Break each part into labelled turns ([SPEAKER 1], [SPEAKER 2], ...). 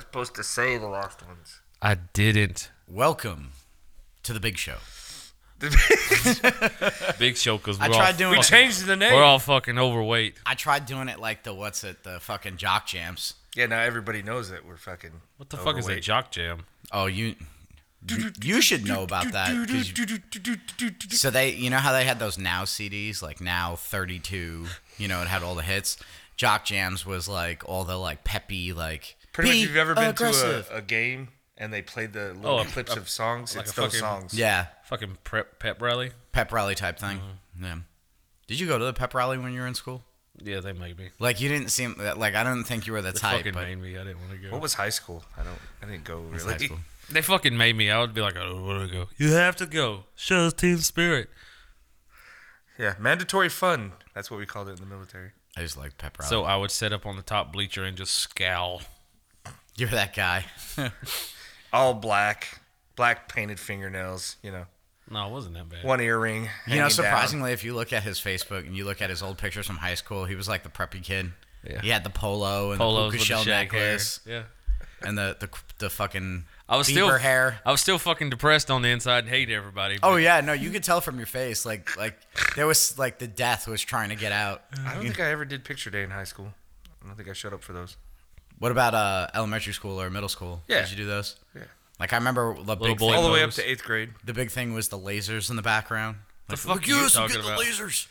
[SPEAKER 1] supposed to say the lost ones.
[SPEAKER 2] I didn't.
[SPEAKER 3] Welcome to the big show.
[SPEAKER 2] Big show because we're,
[SPEAKER 3] I
[SPEAKER 2] all-
[SPEAKER 3] tried doing
[SPEAKER 1] We
[SPEAKER 3] it.
[SPEAKER 1] changed the name.
[SPEAKER 2] we're all fucking overweight.
[SPEAKER 3] I tried doing it like the what's it the fucking jock jams.
[SPEAKER 1] yeah, now everybody knows it. We're fucking.
[SPEAKER 2] What the fuck is a jock jam?
[SPEAKER 3] Oh, you you- you should know about that. 'cause you- so they, you know how they had those now CDs, like now 32, you know, it had all the hits. Jock Jams was like all the like peppy like
[SPEAKER 1] Pretty much,
[SPEAKER 3] "Be
[SPEAKER 1] if you've ever been
[SPEAKER 3] aggressive."
[SPEAKER 1] to a, a game and they played the little
[SPEAKER 2] Oh, a-
[SPEAKER 1] clips
[SPEAKER 2] a-
[SPEAKER 1] of songs,
[SPEAKER 2] like
[SPEAKER 1] it's
[SPEAKER 2] a
[SPEAKER 1] those
[SPEAKER 2] fucking-
[SPEAKER 1] songs.
[SPEAKER 3] yeah,
[SPEAKER 2] Fucking prep pep rally?
[SPEAKER 3] pep rally type thing.
[SPEAKER 1] Mm-hmm.
[SPEAKER 3] Yeah. Did you go to the pep rally when you were in school?
[SPEAKER 2] Yeah, they made me.
[SPEAKER 3] Like you didn't seem like I don't think you were the
[SPEAKER 2] They
[SPEAKER 3] type.
[SPEAKER 2] fucking
[SPEAKER 3] but Oh.
[SPEAKER 2] made me. I didn't want to go.
[SPEAKER 1] What was high school? I don't. I didn't go
[SPEAKER 3] it's
[SPEAKER 1] really.
[SPEAKER 3] high school.
[SPEAKER 2] They fucking made me. I would be like, oh, where do I go? You have to go. Shows team spirit.
[SPEAKER 1] Yeah, mandatory fun. That's what we called it in the military.
[SPEAKER 3] I just like pep rally.
[SPEAKER 2] So I would sit up on the top bleacher and just scowl.
[SPEAKER 3] you're that guy.
[SPEAKER 1] All black, black painted fingernails. You know,
[SPEAKER 2] No, it wasn't that bad.
[SPEAKER 1] one earring.
[SPEAKER 3] You know,
[SPEAKER 1] hanging
[SPEAKER 3] surprisingly, if you look at his Facebook and you look at his old pictures from high school, he was like the preppy kid.
[SPEAKER 2] Yeah.
[SPEAKER 3] He had the polo and
[SPEAKER 2] Polos
[SPEAKER 3] the
[SPEAKER 2] with
[SPEAKER 3] puka
[SPEAKER 2] the
[SPEAKER 3] shell
[SPEAKER 2] shag hair.
[SPEAKER 3] necklace
[SPEAKER 2] Yeah.
[SPEAKER 3] and the, the the fucking
[SPEAKER 2] I was
[SPEAKER 3] Bieber
[SPEAKER 2] still
[SPEAKER 3] hair.
[SPEAKER 2] I was still fucking depressed on the inside and hated everybody.
[SPEAKER 3] Oh
[SPEAKER 2] but
[SPEAKER 3] yeah, no, you could tell from your face, like like there was like the death was trying to get out.
[SPEAKER 1] Down. I don't think I ever did picture day in high school. I don't think I showed up for those.
[SPEAKER 3] What about uh elementary school or middle school?
[SPEAKER 1] Yeah.
[SPEAKER 3] Did you do those?
[SPEAKER 1] Yeah.
[SPEAKER 3] Like I remember the big
[SPEAKER 2] boy.
[SPEAKER 1] All
[SPEAKER 3] thing,
[SPEAKER 1] the way up
[SPEAKER 2] those.
[SPEAKER 1] to eighth grade.
[SPEAKER 3] the big thing was the lasers in the background.
[SPEAKER 2] The fuck you talking
[SPEAKER 3] get the
[SPEAKER 2] about?
[SPEAKER 3] lasers.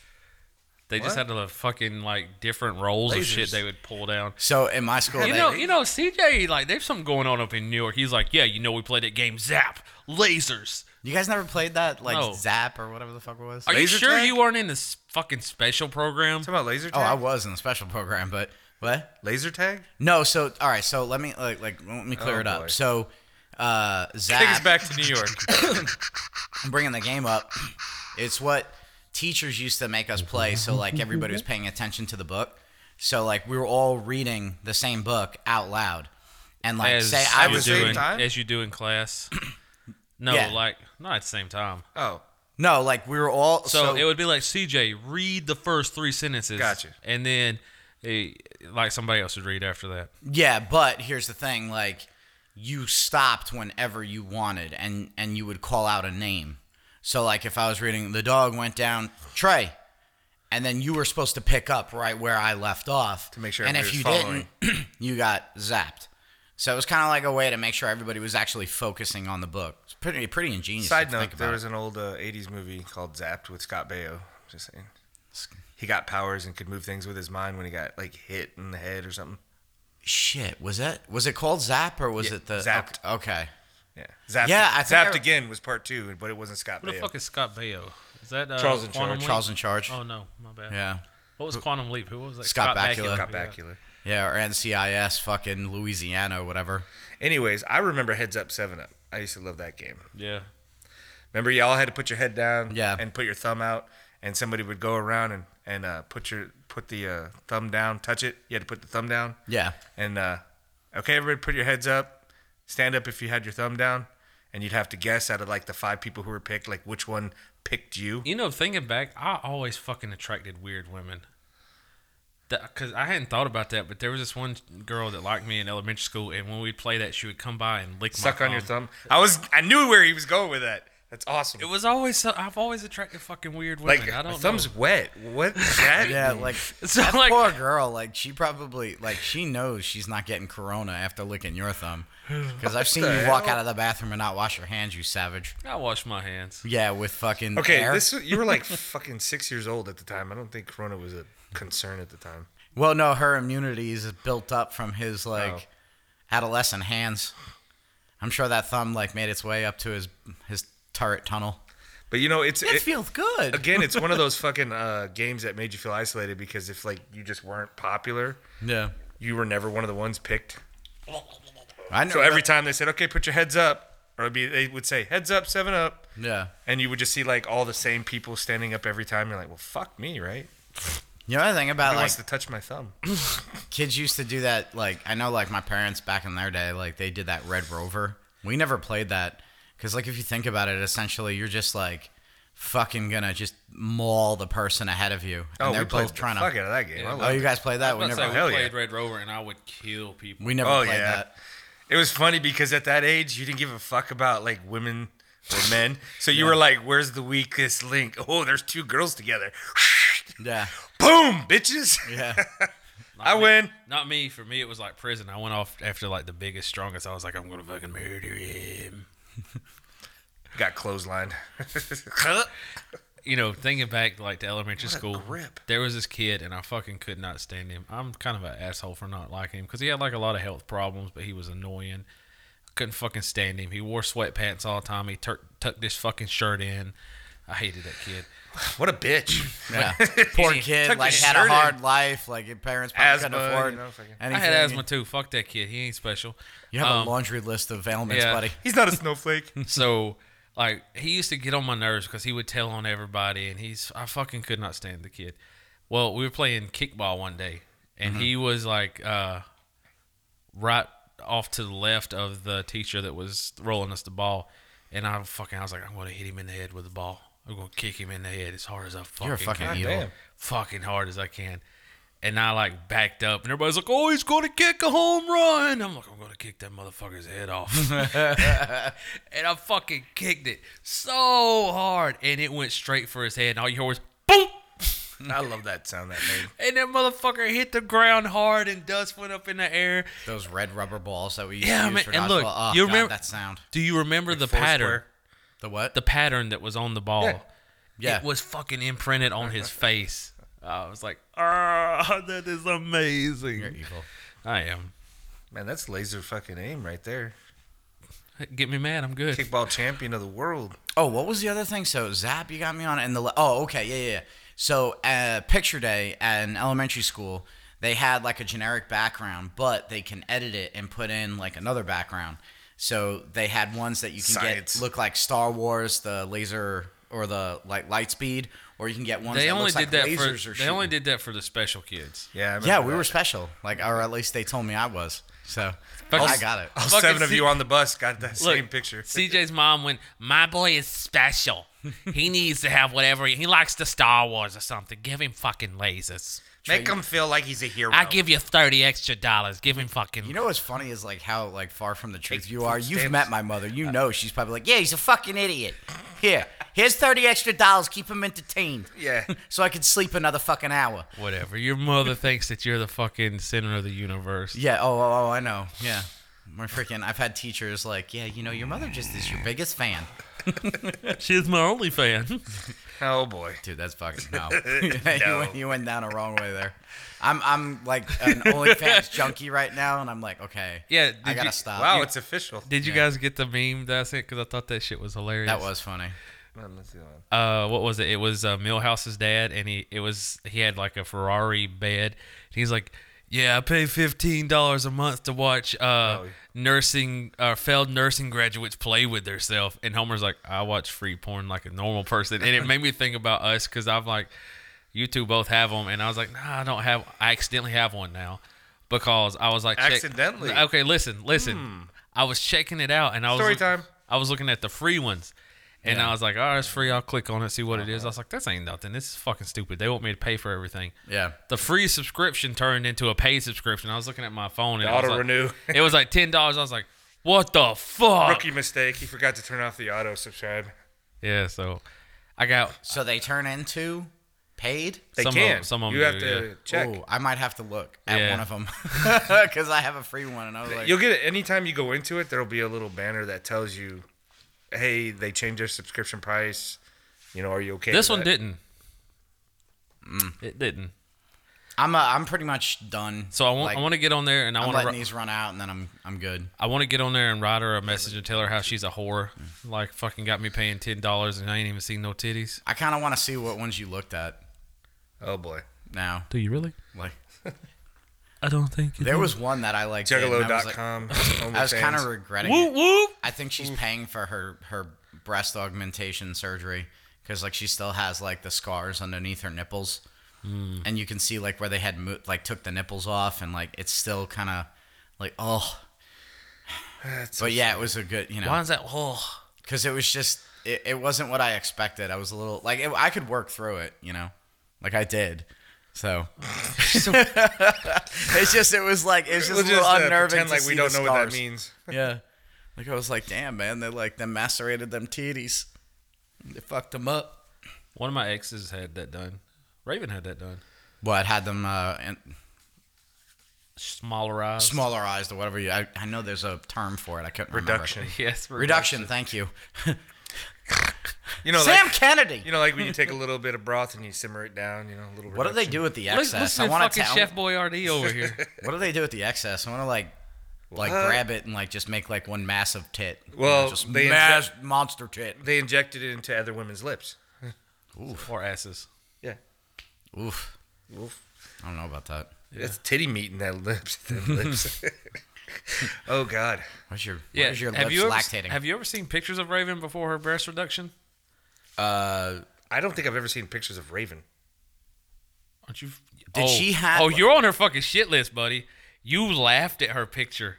[SPEAKER 2] They just
[SPEAKER 1] What?
[SPEAKER 2] had the fucking like different rolls of shit
[SPEAKER 1] Lasers.
[SPEAKER 2] they would pull down.
[SPEAKER 3] So in my school,
[SPEAKER 2] You
[SPEAKER 3] they-
[SPEAKER 2] know, you know, CJ like there's something going on up in New York. He's like, yeah, you know, we played that game Zap Lasers.
[SPEAKER 3] you guys never played that like
[SPEAKER 2] No.
[SPEAKER 3] Zap or whatever the fuck it was.
[SPEAKER 2] Are you
[SPEAKER 1] Laser
[SPEAKER 2] sure
[SPEAKER 1] tag?
[SPEAKER 2] you weren't in this fucking special program?
[SPEAKER 1] Talking about laser
[SPEAKER 3] oh,
[SPEAKER 1] tag.
[SPEAKER 3] I was in the special program, but what?
[SPEAKER 1] Laser tag.
[SPEAKER 3] No, so all right, so let me like like let me clear
[SPEAKER 1] Oh,
[SPEAKER 3] it up.
[SPEAKER 1] boy.
[SPEAKER 3] So uh
[SPEAKER 2] Take us
[SPEAKER 3] Zap
[SPEAKER 2] back to New York.
[SPEAKER 3] I'm bringing the game up. It's what teachers used to make us play so like everybody was paying attention to the book. So like we were all reading the same book out loud. And like
[SPEAKER 2] as
[SPEAKER 3] say I
[SPEAKER 2] you
[SPEAKER 3] was
[SPEAKER 2] do
[SPEAKER 1] Same
[SPEAKER 2] in-
[SPEAKER 1] time?
[SPEAKER 2] as you do in class. No,
[SPEAKER 3] Yeah.
[SPEAKER 2] like not at the same time.
[SPEAKER 1] Oh,
[SPEAKER 3] No, like we were all
[SPEAKER 2] So,
[SPEAKER 3] so,
[SPEAKER 2] it would be like CJ read the first three sentences.
[SPEAKER 1] Gotcha.
[SPEAKER 2] And then eh, like somebody else would read after that.
[SPEAKER 3] Yeah, but here's the thing, like you stopped whenever you wanted and and you would call out a name. So like if I was reading The Dog Went Down Trey and then you were supposed to pick up right where I left off
[SPEAKER 1] To make sure
[SPEAKER 3] And if
[SPEAKER 1] everybody
[SPEAKER 3] you
[SPEAKER 1] was
[SPEAKER 3] didn't, you got zapped. So it was kind of like a way to make sure everybody was actually focusing on the book. It's pretty pretty ingenious.
[SPEAKER 1] side
[SPEAKER 3] if you
[SPEAKER 1] note:
[SPEAKER 3] think
[SPEAKER 1] there
[SPEAKER 3] about
[SPEAKER 1] was an old uh, '80s movie called Zapped with Scott Baio. Just saying. He got powers and could move things with his mind when he got like hit in the head or something.
[SPEAKER 3] it. shit. Was that was it called Zap or was
[SPEAKER 1] Yeah,
[SPEAKER 3] it the
[SPEAKER 1] Zapped.
[SPEAKER 3] Okay.
[SPEAKER 1] Yeah, Zapped.
[SPEAKER 3] Yeah, I think I-
[SPEAKER 1] Zapped again was part two, but it wasn't Scott
[SPEAKER 2] What the
[SPEAKER 1] Baio.
[SPEAKER 2] fuck is Scott Baio? Is that uh,
[SPEAKER 1] Charles in
[SPEAKER 2] Quantum
[SPEAKER 1] Charge.
[SPEAKER 2] Leap?
[SPEAKER 3] Charles in Charge.
[SPEAKER 2] Oh no, my bad.
[SPEAKER 3] Yeah.
[SPEAKER 2] What was Quantum Leap? Who was that?
[SPEAKER 3] Scott Bakula.
[SPEAKER 1] Scott
[SPEAKER 2] yeah.
[SPEAKER 1] Bakula.
[SPEAKER 3] Yeah, or NCIS fucking Louisiana or whatever.
[SPEAKER 1] Anyways, I remember Heads Up Seven Up. I used to love that game.
[SPEAKER 2] Yeah.
[SPEAKER 1] Remember, y'all had to put your head down,
[SPEAKER 3] Yeah.
[SPEAKER 1] and put your thumb out, and somebody would go around and and uh, put your put the uh, thumb down, touch it. You had to put the thumb down.
[SPEAKER 3] Yeah.
[SPEAKER 1] And uh, okay, everybody, put your heads up. Stand up if you had your thumb down, and you'd have to guess out of like the five people who were picked, like which one picked you.
[SPEAKER 2] You know, thinking back, I always fucking attracted weird women. Because I hadn't thought about that, but there was this one girl that liked me in elementary school, and when we'd play that, she would come by and lick
[SPEAKER 1] Suck
[SPEAKER 2] my
[SPEAKER 1] on your thumb. I was I knew where he was going with that. That's awesome.
[SPEAKER 2] It was always so, I've always attracted fucking weird women.
[SPEAKER 1] like
[SPEAKER 2] I
[SPEAKER 1] my
[SPEAKER 2] don't
[SPEAKER 1] thumb's
[SPEAKER 2] know.
[SPEAKER 1] wet. What? is That?
[SPEAKER 3] Yeah, like
[SPEAKER 2] So,
[SPEAKER 3] that
[SPEAKER 2] like-
[SPEAKER 3] poor girl, like she probably like she knows she's not getting corona after licking your thumb. Because I've seen you
[SPEAKER 1] the
[SPEAKER 3] walk
[SPEAKER 1] hell?
[SPEAKER 3] out of the bathroom and not wash your hands, you savage.
[SPEAKER 2] I wash my hands.
[SPEAKER 3] Yeah, with fucking
[SPEAKER 1] Okay,
[SPEAKER 3] air.
[SPEAKER 1] this you were like fucking six years old at the time. I don't think Corona was a concern at the time.
[SPEAKER 3] well, no, her immunity is built up from his like
[SPEAKER 1] Oh.
[SPEAKER 3] adolescent hands. I'm sure that thumb like made its way up to his his turret tunnel.
[SPEAKER 1] But you know, it's
[SPEAKER 3] It,
[SPEAKER 1] it,
[SPEAKER 3] feels good.
[SPEAKER 1] again, it's one of those fucking uh, games that made you feel isolated because if like you just weren't popular,
[SPEAKER 3] yeah,
[SPEAKER 1] you were never one of the ones picked.
[SPEAKER 3] I know.
[SPEAKER 1] So every time they said, "Okay, put your heads up," or it'd be, they would say, "Heads up, seven up,"
[SPEAKER 3] yeah,
[SPEAKER 1] and you would just see like all the same people standing up every time. You're like, "Well, fuck me, right?"
[SPEAKER 3] you know the thing about
[SPEAKER 1] Who
[SPEAKER 3] like
[SPEAKER 1] wants to touch my thumb?
[SPEAKER 3] kids used to do that like i know like my parents back in their day like they did that red rover we never played that because like if you think about it essentially you're just like fucking gonna just maul the person ahead of you and
[SPEAKER 1] Oh,
[SPEAKER 3] they're
[SPEAKER 1] we played
[SPEAKER 3] both
[SPEAKER 1] the
[SPEAKER 3] trying
[SPEAKER 1] fuck
[SPEAKER 3] to
[SPEAKER 1] out of that game. I
[SPEAKER 2] Yeah.
[SPEAKER 1] love
[SPEAKER 3] oh you
[SPEAKER 1] it.
[SPEAKER 3] guys played that we
[SPEAKER 2] I'd
[SPEAKER 3] never
[SPEAKER 2] say we
[SPEAKER 1] hell yeah.
[SPEAKER 2] played Red Rover, and I would kill people.
[SPEAKER 3] we never
[SPEAKER 1] Oh,
[SPEAKER 3] played
[SPEAKER 1] yeah.
[SPEAKER 3] that
[SPEAKER 1] It was funny because at that age, you didn't give a fuck about like women or men. So you were like, where's the weakest link? Oh, there's two girls together.
[SPEAKER 3] Yeah.
[SPEAKER 1] Boom, bitches.
[SPEAKER 3] Yeah.
[SPEAKER 1] I win.
[SPEAKER 2] Not me. For me, it was like prison. I went off after like the biggest, strongest. I was like, I'm gonna fucking murder him.
[SPEAKER 1] Got clotheslined.
[SPEAKER 2] You know, thinking back like to elementary
[SPEAKER 1] a
[SPEAKER 2] school,
[SPEAKER 1] grip.
[SPEAKER 2] there was this kid, and I fucking could not stand him. I'm kind of an asshole for not liking him because he had like a lot of health problems, but he was annoying. I couldn't fucking stand him. He wore sweatpants all the time. He tur tucked this fucking shirt in. I hated that kid.
[SPEAKER 1] what a bitch.
[SPEAKER 3] Yeah. Poor kid,
[SPEAKER 1] Tuck
[SPEAKER 3] like
[SPEAKER 1] his
[SPEAKER 3] had a
[SPEAKER 1] shirt in.
[SPEAKER 3] hard life. Like your parents probably
[SPEAKER 1] Asthma,
[SPEAKER 3] couldn't afford
[SPEAKER 1] you know, fucking-
[SPEAKER 2] I
[SPEAKER 3] anything.
[SPEAKER 2] had asthma too. Fuck that kid. He ain't special.
[SPEAKER 3] You have
[SPEAKER 2] Um,
[SPEAKER 3] a laundry list of ailments,
[SPEAKER 2] yeah.
[SPEAKER 3] buddy.
[SPEAKER 1] He's not a snowflake.
[SPEAKER 2] So like he used to get on my nerves because he would tell on everybody, and he's I fucking could not stand the kid. Well, we were playing kickball one day, and
[SPEAKER 3] Mm-hmm.
[SPEAKER 2] he was like uh, right off to the left of the teacher that was rolling us the ball, and I fucking I was like I'm gonna hit him in the head with the ball. I'm gonna kick him in the head as hard as I fucking
[SPEAKER 3] You're a
[SPEAKER 2] can
[SPEAKER 3] fucking evil.
[SPEAKER 1] damn.
[SPEAKER 2] fucking hard as I can. And I like backed up, and everybody's like, "Oh, he's going to kick a home run!" I'm like, "I'm going to kick that motherfucker's head off," and I fucking kicked it so hard, and it went straight for his head, and all you heard was boom,
[SPEAKER 1] I love that sound that made.
[SPEAKER 2] and that motherfucker hit the ground hard, and dust went up in the air.
[SPEAKER 3] Those red rubber balls that we used
[SPEAKER 2] Yeah,
[SPEAKER 3] to use
[SPEAKER 2] man,
[SPEAKER 3] for
[SPEAKER 2] and
[SPEAKER 3] dodgeball.
[SPEAKER 2] look,
[SPEAKER 3] oh,
[SPEAKER 2] you
[SPEAKER 3] God,
[SPEAKER 2] remember-
[SPEAKER 3] that sound?
[SPEAKER 2] Do you remember the
[SPEAKER 1] four
[SPEAKER 2] pattern?
[SPEAKER 1] square?
[SPEAKER 3] The what?
[SPEAKER 2] The pattern that was on the ball.
[SPEAKER 3] yeah.
[SPEAKER 2] It was fucking imprinted on his face. I was like, "Ah, that is amazing."
[SPEAKER 3] You're evil.
[SPEAKER 2] I am.
[SPEAKER 1] Man, that's laser fucking aim right there.
[SPEAKER 2] Get me mad. I'm good.
[SPEAKER 1] Kickball champion of the world.
[SPEAKER 3] Oh, what was the other thing? So Zap, you got me on, and the le- oh, okay, yeah, yeah. yeah. So uh, picture day at an elementary school, they had like a generic background, but they can edit it and put in like another background. So they had ones that you can
[SPEAKER 1] Science.
[SPEAKER 3] get look like Star Wars, the laser or the like light speed, or you can get ones.
[SPEAKER 2] They
[SPEAKER 3] that
[SPEAKER 2] only
[SPEAKER 3] looks
[SPEAKER 2] did
[SPEAKER 3] like
[SPEAKER 2] that for
[SPEAKER 3] lasers
[SPEAKER 2] they
[SPEAKER 3] or
[SPEAKER 2] only
[SPEAKER 3] shooting.
[SPEAKER 2] did that for the special kids.
[SPEAKER 1] Yeah. I remember
[SPEAKER 3] Yeah, we
[SPEAKER 1] that.
[SPEAKER 3] were special, like or at least they told me I was. So
[SPEAKER 2] Fucking-
[SPEAKER 3] I got it.
[SPEAKER 1] All
[SPEAKER 2] Fucking
[SPEAKER 1] Oh, seven of
[SPEAKER 2] see-
[SPEAKER 1] you on the bus got that
[SPEAKER 2] Look,
[SPEAKER 1] same picture.
[SPEAKER 2] CJ's mom went, "My boy is special. He needs to have whatever he, he likes the Star Wars or something. Give him fucking lasers.
[SPEAKER 1] Make him feel like he's a hero.
[SPEAKER 2] I give you thirty extra dollars. Give him fucking
[SPEAKER 3] You know what's funny is like how like far from the truth
[SPEAKER 1] Take
[SPEAKER 3] you are.
[SPEAKER 1] food
[SPEAKER 3] You've
[SPEAKER 1] stamps.
[SPEAKER 3] met my mother. You know she's probably like, yeah, he's a fucking idiot. Here, here's thirty extra dollars. Keep him entertained.
[SPEAKER 1] Yeah.
[SPEAKER 3] So I can sleep another fucking hour.
[SPEAKER 2] whatever. Your mother thinks that you're the fucking center of the universe.
[SPEAKER 3] Yeah. Oh, oh, oh I know. Yeah. My freaking. I've had teachers like, yeah, you know, your mother just is your biggest fan.
[SPEAKER 2] She's my only fan.
[SPEAKER 1] Oh boy.
[SPEAKER 3] Dude, that's fucking no. you,
[SPEAKER 1] No.
[SPEAKER 3] went, you went down a wrong way there. I'm I'm like an OnlyFans junkie right now, and I'm like, okay,
[SPEAKER 2] Yeah,
[SPEAKER 3] I
[SPEAKER 2] did
[SPEAKER 3] gotta
[SPEAKER 2] Uh, you-
[SPEAKER 3] stop.
[SPEAKER 1] Wow, it's official.
[SPEAKER 2] Did you guys get the meme that I sent? Because I thought that shit was hilarious.
[SPEAKER 3] that was funny.
[SPEAKER 1] Man, let's see that one.
[SPEAKER 2] uh, what was it? It was uh, Millhouse's dad, and he it was he had like a Ferrari bed. And he's like, "Yeah, I pay fifteen dollars a month to watch uh,
[SPEAKER 1] Oh.
[SPEAKER 2] nursing uh, failed nursing graduates play with themselves." And Homer's like, "I watch free porn like a normal person," and it made me think about us because I'm like, "You two both have them," and I was like, "Nah, I don't have. I accidentally have one now." Because I was like, check-
[SPEAKER 1] Accidentally?
[SPEAKER 2] Okay, listen, listen. I was checking it out, and I was
[SPEAKER 1] Hmm. Story
[SPEAKER 2] look-
[SPEAKER 1] time.
[SPEAKER 2] I was looking at the free ones, and I was like, "All right, it's free. I'll click on it, see what it
[SPEAKER 1] Uh-huh.
[SPEAKER 2] is." I was like, "This ain't nothing. This is fucking stupid. They want me to pay for everything."
[SPEAKER 3] Yeah.
[SPEAKER 2] The free subscription turned into a paid subscription. I was looking at my phone and
[SPEAKER 1] The
[SPEAKER 2] I was like-
[SPEAKER 1] auto-renew.
[SPEAKER 2] it was like ten dollars. I was like, "What the fuck?"
[SPEAKER 1] Rookie mistake. He forgot to turn off the auto subscribe.
[SPEAKER 2] Yeah, so I got
[SPEAKER 3] So they turn into paid.
[SPEAKER 1] They
[SPEAKER 2] Some of-
[SPEAKER 1] can.
[SPEAKER 2] some of
[SPEAKER 1] you
[SPEAKER 2] them
[SPEAKER 1] have
[SPEAKER 2] do,
[SPEAKER 1] to
[SPEAKER 2] yeah.
[SPEAKER 1] check.
[SPEAKER 3] Ooh, I might have to look at
[SPEAKER 2] Yeah.
[SPEAKER 3] one of them because I have a free one, and I was like,
[SPEAKER 1] You'll get it anytime you go into it. There'll be a little banner that tells you, "Hey, they changed their subscription price. You know, are you okay?"
[SPEAKER 2] this
[SPEAKER 1] with
[SPEAKER 2] one
[SPEAKER 1] that? Mm.
[SPEAKER 2] didn't. It didn't.
[SPEAKER 3] "I'm a, I'm pretty much done."
[SPEAKER 2] So I want
[SPEAKER 3] Like,
[SPEAKER 2] I want to get on there and I
[SPEAKER 3] I'm
[SPEAKER 2] want to
[SPEAKER 3] letting these run out, and then I'm I'm good.
[SPEAKER 2] I want to get on there and write her a message and tell her how she's a whore. Like fucking got me paying ten dollars and I ain't even seen no titties.
[SPEAKER 3] I kind of want to see what ones you looked at
[SPEAKER 1] Oh boy.
[SPEAKER 3] now.
[SPEAKER 2] Do you really?
[SPEAKER 3] Like
[SPEAKER 2] I don't think you
[SPEAKER 3] there was one that I like.
[SPEAKER 1] Juggalo.com.
[SPEAKER 3] I was kind of regretting.
[SPEAKER 2] Whoop
[SPEAKER 3] It.
[SPEAKER 2] whoop. Mm.
[SPEAKER 3] I think she's paying for her her breast augmentation surgery because like she still has like the scars underneath her nipples,
[SPEAKER 2] Mm.
[SPEAKER 3] and you can see like where they had mo- like took the nipples off, and like it's still kind of like oh. But yeah, it was a good, you know.
[SPEAKER 2] Why is that? Oh,
[SPEAKER 3] because it was just it, it wasn't what I expected. I was a little like it, I could work through it, you know, like I did, So it's just it was like it's just a little
[SPEAKER 1] uh,
[SPEAKER 3] unnerving.
[SPEAKER 1] pretend
[SPEAKER 3] to
[SPEAKER 1] like we
[SPEAKER 3] see
[SPEAKER 1] don't
[SPEAKER 3] the
[SPEAKER 1] know what that
[SPEAKER 3] scars.
[SPEAKER 1] means.
[SPEAKER 3] Yeah. Like I was like, damn man, they like they macerated them titties. They fucked them up.
[SPEAKER 2] One of my exes had that done. Raven had that done.
[SPEAKER 3] What had them uh in,
[SPEAKER 2] Smaller eyes.
[SPEAKER 3] smallerized or whatever you I, I know there's a term for it. I couldn't remember.
[SPEAKER 1] Reduction.
[SPEAKER 2] Yes.
[SPEAKER 3] Reduction, thank you.
[SPEAKER 1] You know,
[SPEAKER 3] Sam
[SPEAKER 1] like,
[SPEAKER 3] Kennedy.
[SPEAKER 1] you know, like when you take a little bit of broth and you simmer it down. You know, a little.
[SPEAKER 3] what do they
[SPEAKER 1] reduction.
[SPEAKER 3] do with the
[SPEAKER 2] Let's
[SPEAKER 3] excess?
[SPEAKER 2] listen to
[SPEAKER 3] wanna
[SPEAKER 2] fucking
[SPEAKER 3] ta-
[SPEAKER 2] Chef Boyardee over here.
[SPEAKER 3] What do they do with the excess? I want to like, like
[SPEAKER 1] What?
[SPEAKER 3] grab it and like just make like one massive tit. You know,
[SPEAKER 1] Well,
[SPEAKER 3] just
[SPEAKER 1] they
[SPEAKER 3] mass monster tit.
[SPEAKER 1] They injected it into other women's lips.
[SPEAKER 2] or asses.
[SPEAKER 1] Yeah.
[SPEAKER 3] Oof,
[SPEAKER 1] Oof.
[SPEAKER 3] I don't know about that.
[SPEAKER 1] That's titty meat in that lips. Them lips. oh God.
[SPEAKER 3] What's your
[SPEAKER 2] Yeah.
[SPEAKER 3] where's your
[SPEAKER 2] have
[SPEAKER 3] lips
[SPEAKER 2] you ever,
[SPEAKER 3] lactating?
[SPEAKER 2] Have you ever seen pictures of Raven before her breast reduction?
[SPEAKER 3] uh,
[SPEAKER 1] I don't think I've ever seen pictures of Raven.
[SPEAKER 2] Aren't you? f-
[SPEAKER 3] Did
[SPEAKER 2] oh,
[SPEAKER 3] she have-
[SPEAKER 2] Oh, you're on her fucking shit list, buddy. You laughed at her picture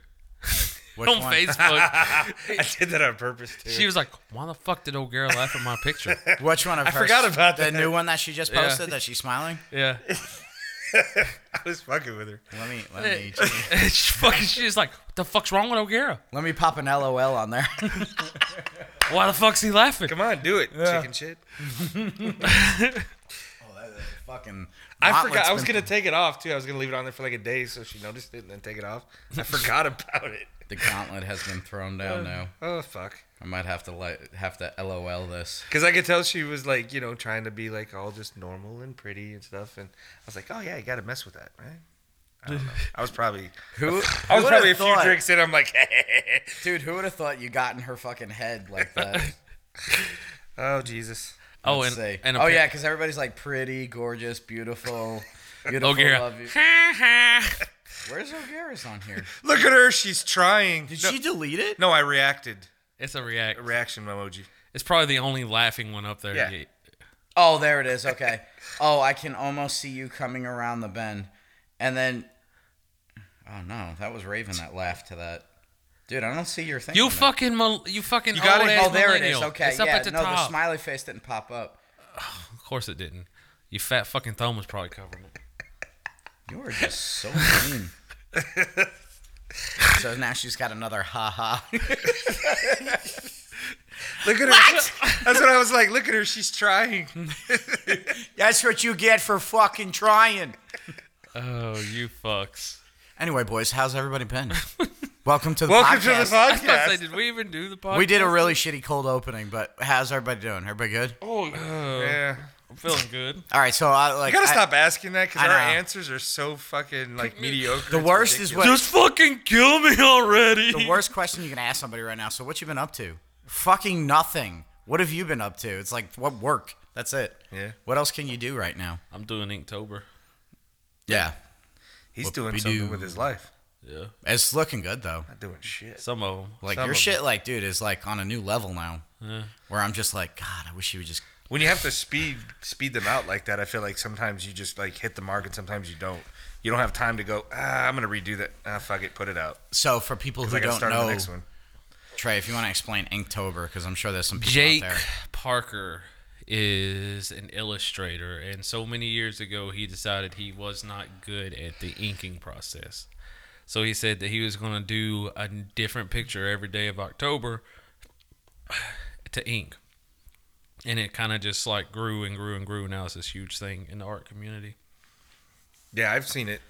[SPEAKER 3] which
[SPEAKER 2] on
[SPEAKER 3] one?
[SPEAKER 2] Facebook.
[SPEAKER 1] I did that on purpose too.
[SPEAKER 2] she was like, "Why the fuck did old girl laugh at my picture?"
[SPEAKER 3] Which one of
[SPEAKER 1] I
[SPEAKER 3] hers?
[SPEAKER 1] forgot about
[SPEAKER 3] the
[SPEAKER 1] that.
[SPEAKER 3] new one that she just posted that she's smiling.
[SPEAKER 2] Yeah.
[SPEAKER 1] I was fucking with her.
[SPEAKER 3] Let me let me
[SPEAKER 2] she fucking she's like, "What the fuck's wrong with O'Gara?
[SPEAKER 3] let me pop an LOL on there.
[SPEAKER 2] Why the fuck's he laughing?"
[SPEAKER 1] Come on, do it, chicken shit.
[SPEAKER 3] Oh, Fucking.
[SPEAKER 1] I
[SPEAKER 3] gauntlet's
[SPEAKER 1] forgot. I was
[SPEAKER 3] been-
[SPEAKER 1] gonna take it off too. I was gonna leave it on there for like a day, so she noticed it and then take it off. I forgot about it.
[SPEAKER 3] The gauntlet has been thrown down now.
[SPEAKER 1] Oh fuck.
[SPEAKER 3] I might have to like have to LOL this.
[SPEAKER 1] Because I could tell she was like, you know, trying to be like all just normal and pretty and stuff. And I was like, oh yeah, you got to mess with that, right? I don't know. I was probably,
[SPEAKER 3] Who?
[SPEAKER 1] I was
[SPEAKER 3] who
[SPEAKER 1] probably a
[SPEAKER 3] would've
[SPEAKER 1] few
[SPEAKER 3] thought?
[SPEAKER 1] drinks in. I'm like,
[SPEAKER 3] Dude, who would have thought you got in her fucking head like that?
[SPEAKER 1] oh Jesus.
[SPEAKER 2] oh,
[SPEAKER 3] Let's
[SPEAKER 2] and,
[SPEAKER 3] see.
[SPEAKER 2] and
[SPEAKER 3] oh yeah, because everybody's like pretty, gorgeous, beautiful, beautiful.
[SPEAKER 2] O'Gara.
[SPEAKER 3] Love you. Where's O'Gara's on here?
[SPEAKER 1] Look at her. She's trying.
[SPEAKER 3] Did
[SPEAKER 1] no,
[SPEAKER 3] she delete it?
[SPEAKER 1] no, I reacted.
[SPEAKER 2] it's a react.
[SPEAKER 1] A reaction emoji.
[SPEAKER 2] It's probably the only laughing one up there.
[SPEAKER 1] Yeah.
[SPEAKER 2] Ye-
[SPEAKER 3] Oh, there it is. Okay. oh, I can almost see you coming around the bend, and then. Oh no, that was Raven that laughed to that. Dude, I don't see your thing.
[SPEAKER 2] You
[SPEAKER 3] on that.
[SPEAKER 2] fucking mil- you fucking
[SPEAKER 1] You got
[SPEAKER 2] old
[SPEAKER 1] it.
[SPEAKER 2] ass
[SPEAKER 3] Oh, there it is.
[SPEAKER 2] millennial.
[SPEAKER 3] Okay,
[SPEAKER 2] It's up
[SPEAKER 3] yeah.
[SPEAKER 2] at the
[SPEAKER 3] no, the
[SPEAKER 2] top.
[SPEAKER 3] smiley face didn't pop up.
[SPEAKER 2] of course it didn't. You fat fucking thumb was probably covering it.
[SPEAKER 3] You are just so mean. so now she's got another ha ha.
[SPEAKER 1] Look at her. That's what I was like. Look at her. She's trying.
[SPEAKER 3] That's what you get for fucking trying.
[SPEAKER 2] Oh, you fucks.
[SPEAKER 3] Anyway, boys, how's everybody been? Welcome to the
[SPEAKER 1] Welcome to
[SPEAKER 3] podcast.
[SPEAKER 1] the
[SPEAKER 2] I was about to say,
[SPEAKER 1] podcast.
[SPEAKER 2] did we even do the podcast?
[SPEAKER 3] we did a really shitty cold opening, but how's everybody doing? Everybody good?
[SPEAKER 2] Oh,
[SPEAKER 1] Yeah.
[SPEAKER 2] I'm feeling good.
[SPEAKER 3] All right, so I like
[SPEAKER 1] You gotta
[SPEAKER 3] I-
[SPEAKER 1] stop asking that because
[SPEAKER 3] I
[SPEAKER 1] our
[SPEAKER 3] know.
[SPEAKER 1] answers are so fucking like mediocre.
[SPEAKER 3] The
[SPEAKER 1] It's
[SPEAKER 3] worst is
[SPEAKER 1] ridiculous.
[SPEAKER 3] what
[SPEAKER 2] Just fucking kill me already.
[SPEAKER 3] the worst question you can ask somebody right now. So what you been up to? Fucking nothing. What have you been up to? It's like what work? That's it.
[SPEAKER 1] Yeah.
[SPEAKER 3] What else can you do right now?
[SPEAKER 2] I'm doing Inktober.
[SPEAKER 3] Yeah.
[SPEAKER 1] he's doing
[SPEAKER 3] Whoopie-doo.
[SPEAKER 1] something with his life.
[SPEAKER 2] Yeah,
[SPEAKER 3] It's looking good though.
[SPEAKER 1] Not doing shit.
[SPEAKER 2] some of them.
[SPEAKER 3] Like
[SPEAKER 1] Some
[SPEAKER 3] your
[SPEAKER 1] of
[SPEAKER 3] shit, like dude, is like on a new level now.
[SPEAKER 2] Yeah.
[SPEAKER 3] Where I'm just like, God, I wish you would just.
[SPEAKER 1] when you have to speed speed them out like that, I feel like sometimes you just like hit the mark and sometimes you don't. You don't have time to go. Ah, I'm gonna redo that. Ah, fuck it, put it out.
[SPEAKER 3] So for people
[SPEAKER 1] 'Cause
[SPEAKER 3] who
[SPEAKER 1] I gotta
[SPEAKER 3] don't
[SPEAKER 1] start on the
[SPEAKER 3] know,
[SPEAKER 1] next one.
[SPEAKER 3] Trey, if you want to explain Inktober, because I'm sure there's some people
[SPEAKER 2] Jake
[SPEAKER 3] out there.
[SPEAKER 2] Parker is an illustrator, and so many years ago, he decided he was not good at the inking process. So he said that he was going to do a different picture every day of October to ink. And it kind of just like grew and grew and grew. Now it's this huge thing in the art community.
[SPEAKER 1] Yeah, I've seen it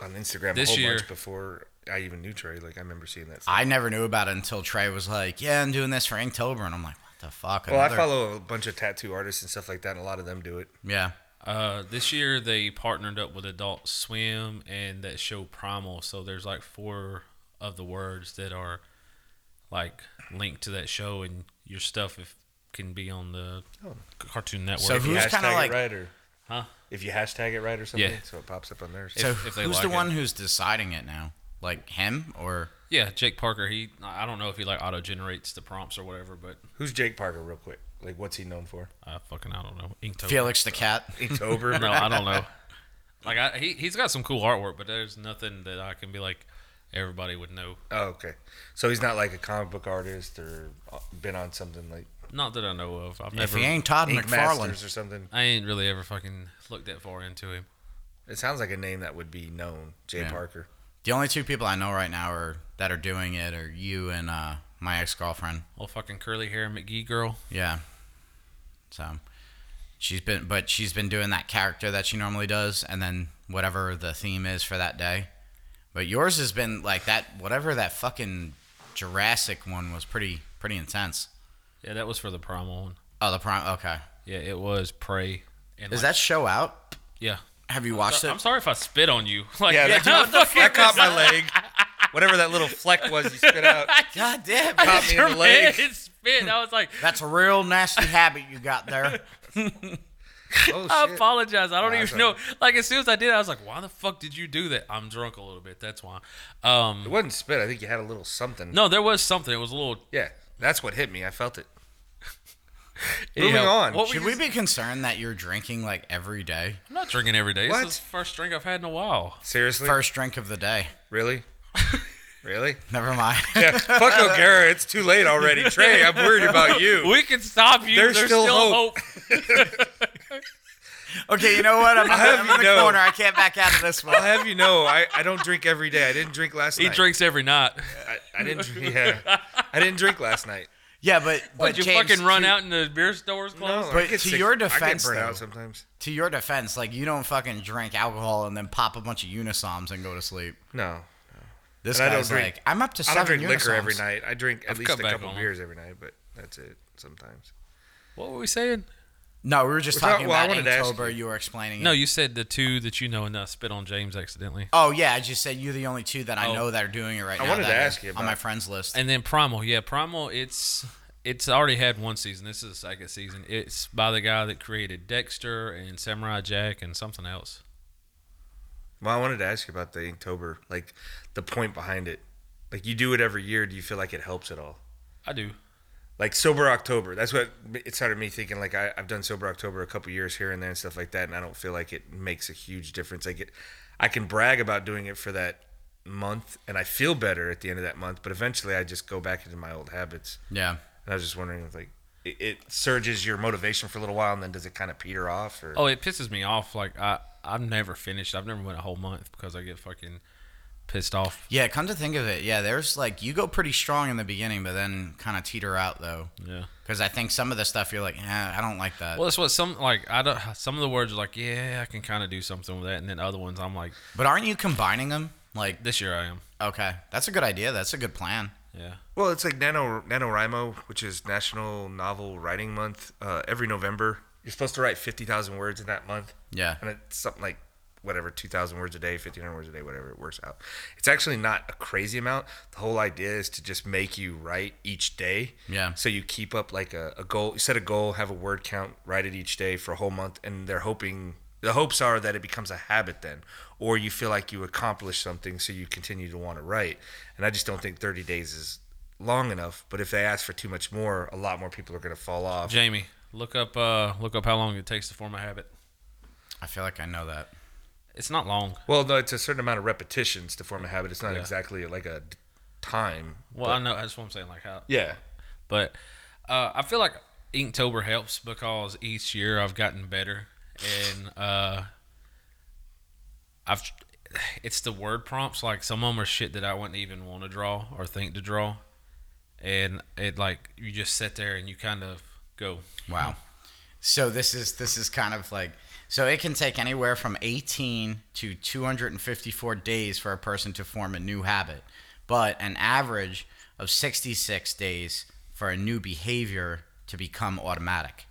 [SPEAKER 1] on Instagram
[SPEAKER 2] This
[SPEAKER 1] a whole
[SPEAKER 2] year-
[SPEAKER 1] bunch before I even knew Trey. Like I remember seeing that.
[SPEAKER 3] I never knew about it until Trey was like, "Yeah, I'm doing this for Inktober," and I'm like, "What the fuck?"
[SPEAKER 1] well, I
[SPEAKER 3] Another-
[SPEAKER 1] follow a bunch of tattoo artists and stuff like that, and a lot of them do it.
[SPEAKER 3] Yeah.
[SPEAKER 2] Uh, this year they partnered up with Adult Swim and that show Primal. So there's like four of the words that are like linked to that show, and your stuff if, can be on the Cartoon Network.
[SPEAKER 3] So
[SPEAKER 1] If you
[SPEAKER 3] Who's
[SPEAKER 1] hashtag
[SPEAKER 3] kinda
[SPEAKER 1] it
[SPEAKER 3] like-
[SPEAKER 1] right or
[SPEAKER 2] Huh?
[SPEAKER 1] if you hashtag it right or something,
[SPEAKER 2] Yeah.
[SPEAKER 1] so it pops up on theirs.
[SPEAKER 2] If-
[SPEAKER 3] So
[SPEAKER 2] if they
[SPEAKER 3] who's the
[SPEAKER 2] log
[SPEAKER 3] one who's deciding it now? Like him or
[SPEAKER 2] yeah, Jake Parker. He I don't know if he like auto generates the prompts or whatever, but
[SPEAKER 1] Who's Jake Parker, real quick? Like, what's he known for?
[SPEAKER 2] I fucking I don't know. Inktober.
[SPEAKER 3] Felix the cat?
[SPEAKER 1] Inktober.
[SPEAKER 2] No, I don't know. Like I, he he's got some cool artwork, but there's nothing that I can be like everybody would know.
[SPEAKER 1] Oh, okay. So he's not like a comic book artist or uh, been on something like
[SPEAKER 2] Not that I know of. I've
[SPEAKER 3] if
[SPEAKER 2] never.
[SPEAKER 3] he ain't Todd
[SPEAKER 1] Ink
[SPEAKER 3] McFarlane,
[SPEAKER 1] Masters or something.
[SPEAKER 2] I ain't really ever fucking looked that far into him.
[SPEAKER 1] It sounds like a name that would be known, Jay
[SPEAKER 3] Yeah.
[SPEAKER 1] Parker.
[SPEAKER 3] The only two people I know right now are that are doing it are you and uh, my ex girlfriend.
[SPEAKER 2] Old fucking curly hair McGee girl.
[SPEAKER 3] Yeah. So she's been, but she's been doing that character that she normally does, and then whatever the theme is for that day. But yours has been like that. Whatever that fucking Jurassic one was pretty pretty intense.
[SPEAKER 2] Yeah, that was for the primal one.
[SPEAKER 3] Oh, the prime. Okay,
[SPEAKER 2] Yeah, it was prey. And
[SPEAKER 3] is
[SPEAKER 2] like-
[SPEAKER 3] that show out?
[SPEAKER 2] Yeah.
[SPEAKER 3] Have you watched
[SPEAKER 2] I'm
[SPEAKER 3] it?
[SPEAKER 2] sorry if I spit on you. Like,
[SPEAKER 1] Yeah, that,
[SPEAKER 2] I
[SPEAKER 1] that,
[SPEAKER 2] fucking-
[SPEAKER 1] caught my leg. Whatever that little fleck was you spit out
[SPEAKER 3] God damn.
[SPEAKER 1] caught me in the leg.
[SPEAKER 2] It spit. I was like,
[SPEAKER 3] That's a real nasty habit you got there.
[SPEAKER 1] Oh
[SPEAKER 2] I
[SPEAKER 1] shit!
[SPEAKER 2] apologize. I don't
[SPEAKER 1] Nah,
[SPEAKER 2] even
[SPEAKER 1] it's
[SPEAKER 2] know. Like as soon as I did, I was like, "Why the fuck did you do that?" I'm drunk a little bit. That's why.
[SPEAKER 1] It
[SPEAKER 2] Um,
[SPEAKER 1] wasn't spit. I think you had a little something.
[SPEAKER 2] no, there was something. It was a little.
[SPEAKER 1] Yeah, that's what hit me. I felt it. Moving
[SPEAKER 2] Anyhow,
[SPEAKER 1] on.
[SPEAKER 2] What
[SPEAKER 3] Should
[SPEAKER 2] we
[SPEAKER 3] we
[SPEAKER 2] just-
[SPEAKER 3] be concerned that you're drinking like every day?
[SPEAKER 2] I'm not drinking every day.
[SPEAKER 1] What?
[SPEAKER 2] This is the first drink I've had in a while.
[SPEAKER 1] Seriously?
[SPEAKER 3] First drink of the day.
[SPEAKER 1] Really? really?
[SPEAKER 3] Never mind.
[SPEAKER 1] Yeah. Fuck O'Gara. It's too late already. Trey, I'm worried about you.
[SPEAKER 2] We can stop you. There's, still, hope.
[SPEAKER 3] Okay, you know what? I'm,
[SPEAKER 1] have
[SPEAKER 3] I'm in the
[SPEAKER 1] you know-
[SPEAKER 3] corner. I can't back out of this one.
[SPEAKER 1] I'll have you know, I, I don't drink every day. I didn't drink last
[SPEAKER 2] He
[SPEAKER 1] night.
[SPEAKER 2] drinks every night.
[SPEAKER 1] I, I didn't. drink- Yeah, I didn't drink last night.
[SPEAKER 3] Yeah, but but
[SPEAKER 2] Did you
[SPEAKER 3] James,
[SPEAKER 2] fucking run
[SPEAKER 3] to,
[SPEAKER 2] out in the beer stores
[SPEAKER 1] No,
[SPEAKER 2] closed?
[SPEAKER 1] I
[SPEAKER 3] But
[SPEAKER 1] get
[SPEAKER 3] to your
[SPEAKER 1] I get
[SPEAKER 3] defense,
[SPEAKER 1] burnt
[SPEAKER 3] though-
[SPEAKER 1] out sometimes.
[SPEAKER 3] To your defense, like you don't fucking drink alcohol and then pop a bunch of unisoms and go to sleep.
[SPEAKER 1] No,
[SPEAKER 3] This
[SPEAKER 1] And I don't
[SPEAKER 3] guy's
[SPEAKER 1] drink-
[SPEAKER 3] like, I'm up to
[SPEAKER 1] I
[SPEAKER 3] seven
[SPEAKER 1] don't drink liquor
[SPEAKER 3] unisoms."
[SPEAKER 1] every night. I drink at least
[SPEAKER 2] cut
[SPEAKER 1] a
[SPEAKER 2] back
[SPEAKER 1] couple
[SPEAKER 2] on 'em.
[SPEAKER 1] beers every night, but that's it. Sometimes.
[SPEAKER 2] What were we saying?
[SPEAKER 3] No, we were just
[SPEAKER 1] Well,
[SPEAKER 3] talking
[SPEAKER 1] well, I
[SPEAKER 3] about
[SPEAKER 1] wanted to ask
[SPEAKER 3] October.
[SPEAKER 1] you.
[SPEAKER 3] You were explaining.
[SPEAKER 2] No,
[SPEAKER 3] it.
[SPEAKER 2] you said the two that you know and I spit on James accidentally.
[SPEAKER 3] Oh yeah, I just said you're the only two that I
[SPEAKER 2] Oh.
[SPEAKER 3] know that are doing it right now.
[SPEAKER 1] wanted
[SPEAKER 3] that
[SPEAKER 1] to
[SPEAKER 3] are
[SPEAKER 1] ask you
[SPEAKER 3] on
[SPEAKER 1] about-
[SPEAKER 3] my friends list.
[SPEAKER 2] And then Primal, yeah, Primal. It's it's already had one season. This is the second season. It's by the guy that created Dexter and Samurai Jack and something else.
[SPEAKER 1] Well, I wanted to ask you about the Inktober, like the point behind it. Like you do it every year. Do you feel like it helps at all?
[SPEAKER 2] I do.
[SPEAKER 1] Like sober October. That's what it started me thinking. Like I, I've done sober October a couple years here and there and stuff like that, and I don't feel like it makes a huge difference. Like it, I can brag about doing it for that month, and I feel better at the end of that month. But eventually, I just go back into my old habits.
[SPEAKER 3] yeah.
[SPEAKER 1] And I was just wondering if like it, it surges your motivation for a little while, and then does it kind of peter off? Or
[SPEAKER 2] Oh, it pisses me off. Like I I've never finished. I've never went a whole month because I get fucking pissed off.
[SPEAKER 3] Yeah, come to think of it, yeah, there's like you go pretty strong in the beginning, but then kind of teeter out though,
[SPEAKER 2] Yeah.
[SPEAKER 3] because I think some of the stuff you're like, eh, I don't like that.
[SPEAKER 2] Well, that's what some like I don't. Some of the words are like, yeah, I can kind of do something with that, and then other ones I'm like,
[SPEAKER 3] but aren't you combining them? Like,
[SPEAKER 2] this year I am.
[SPEAKER 3] okay, that's a good idea. That's a good plan.
[SPEAKER 2] Yeah.
[SPEAKER 1] Well, it's like Nano NaNoWriMo, which is National Novel Writing Month. Uh, every November, you're supposed to write 50,000 words in that month.
[SPEAKER 3] Yeah.
[SPEAKER 1] And it's something like whatever, 2,000 words a day, 1,500 words a day, whatever it works out. It's actually not a crazy amount. The whole idea is to just make you write each day.
[SPEAKER 3] Yeah.
[SPEAKER 1] So you keep up like a, a goal, you set a goal, have a word count, write it each day for a whole month. And they're hoping, the hopes are that it becomes a habit then, or you feel like you accomplish something. So you continue to want to write. And I just don't think 30 days is long enough. But if they ask for too much more, a lot more people are going to fall off.
[SPEAKER 2] Jamie, look up uh look up how long it takes to form a habit.
[SPEAKER 3] I feel like I know that.
[SPEAKER 2] It's not long.
[SPEAKER 1] Well, no, it's a certain amount of repetitions to form a habit. It's not exactly like a d- time.
[SPEAKER 2] Well, I know that's what I'm saying. Like how
[SPEAKER 1] Yeah.
[SPEAKER 2] But uh, I feel like Inktober helps because each year I've gotten better, and uh, I've it's the word prompts. Like some of them are shit that I wouldn't even want to draw or think to draw, and it like you just sit there and you kind of go.
[SPEAKER 3] Wow. So this is this is kind of like so it can take anywhere from 18 to 254 days for a person to form a new habit, but an average of 66 days for a new behavior to become automatic.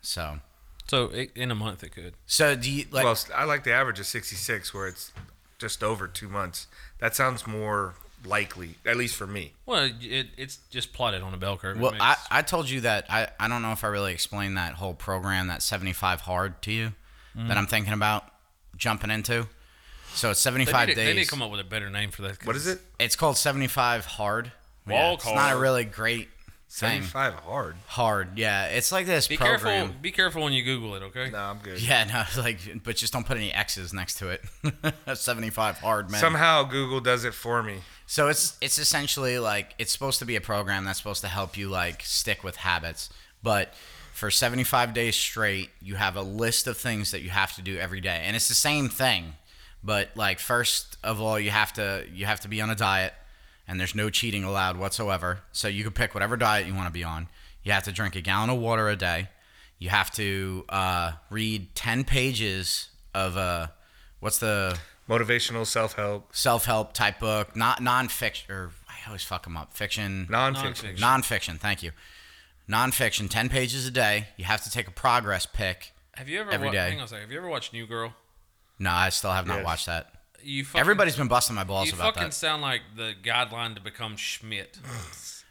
[SPEAKER 3] So
[SPEAKER 2] So it, in a month it could.
[SPEAKER 3] so do you like
[SPEAKER 1] well, s- I like the average of 66, where it's just over two months. That sounds more likely, at least for me.
[SPEAKER 2] Well, it, it's just plotted on a bell curve. It
[SPEAKER 3] Well,
[SPEAKER 2] makes-
[SPEAKER 3] I, I told you that I, I don't know if I really explained that whole program, that 75 hard to you, that I'm thinking about jumping into. So it's
[SPEAKER 2] Mm-hmm. they
[SPEAKER 3] 75
[SPEAKER 2] need, to-
[SPEAKER 3] days.
[SPEAKER 2] They need to come up with a better name for that.
[SPEAKER 1] What is it?
[SPEAKER 3] It's called 75 hard.
[SPEAKER 2] Wall
[SPEAKER 3] it's not a
[SPEAKER 2] card.
[SPEAKER 3] really great thing.
[SPEAKER 1] 75 hard.
[SPEAKER 3] Hard, yeah. It's like this
[SPEAKER 2] Be
[SPEAKER 3] program.
[SPEAKER 2] careful. Be careful when you Google it. Okay.
[SPEAKER 1] No, I'm good.
[SPEAKER 3] Yeah, no, like, but just don't put any X's next to it. 75 hard, man.
[SPEAKER 1] Somehow Google does it for me.
[SPEAKER 3] So it's it's essentially like it's supposed to be a program that's supposed to help you like stick with habits, but for 75 days straight. You have a list of things that you have to do every day. And it's the same thing, but like first of all, you have to you have to be on a diet and there's no cheating allowed whatsoever. So you can pick whatever diet you want to be on. You have to drink a gallon of water a day. You have to uh, read 10 pages of uh, what's the
[SPEAKER 1] Motivational self help,
[SPEAKER 3] self help type book, not nonfiction, or I always fuck them up. Fiction,
[SPEAKER 1] nonfiction.
[SPEAKER 2] Nonfiction.
[SPEAKER 3] nonfiction. Thank you. Nonfiction, ten pages a day. You have to take a progress pick.
[SPEAKER 2] Have you ever
[SPEAKER 3] Every
[SPEAKER 2] wa-
[SPEAKER 3] day.
[SPEAKER 2] Hang on a second. Have you ever watched New Girl?
[SPEAKER 3] No, I still have not
[SPEAKER 1] Yes.
[SPEAKER 3] watched that.
[SPEAKER 2] You fucking,
[SPEAKER 3] Everybody's been busting my balls
[SPEAKER 2] You
[SPEAKER 3] about
[SPEAKER 2] fucking
[SPEAKER 3] that.
[SPEAKER 2] sound like the guideline to become Schmidt.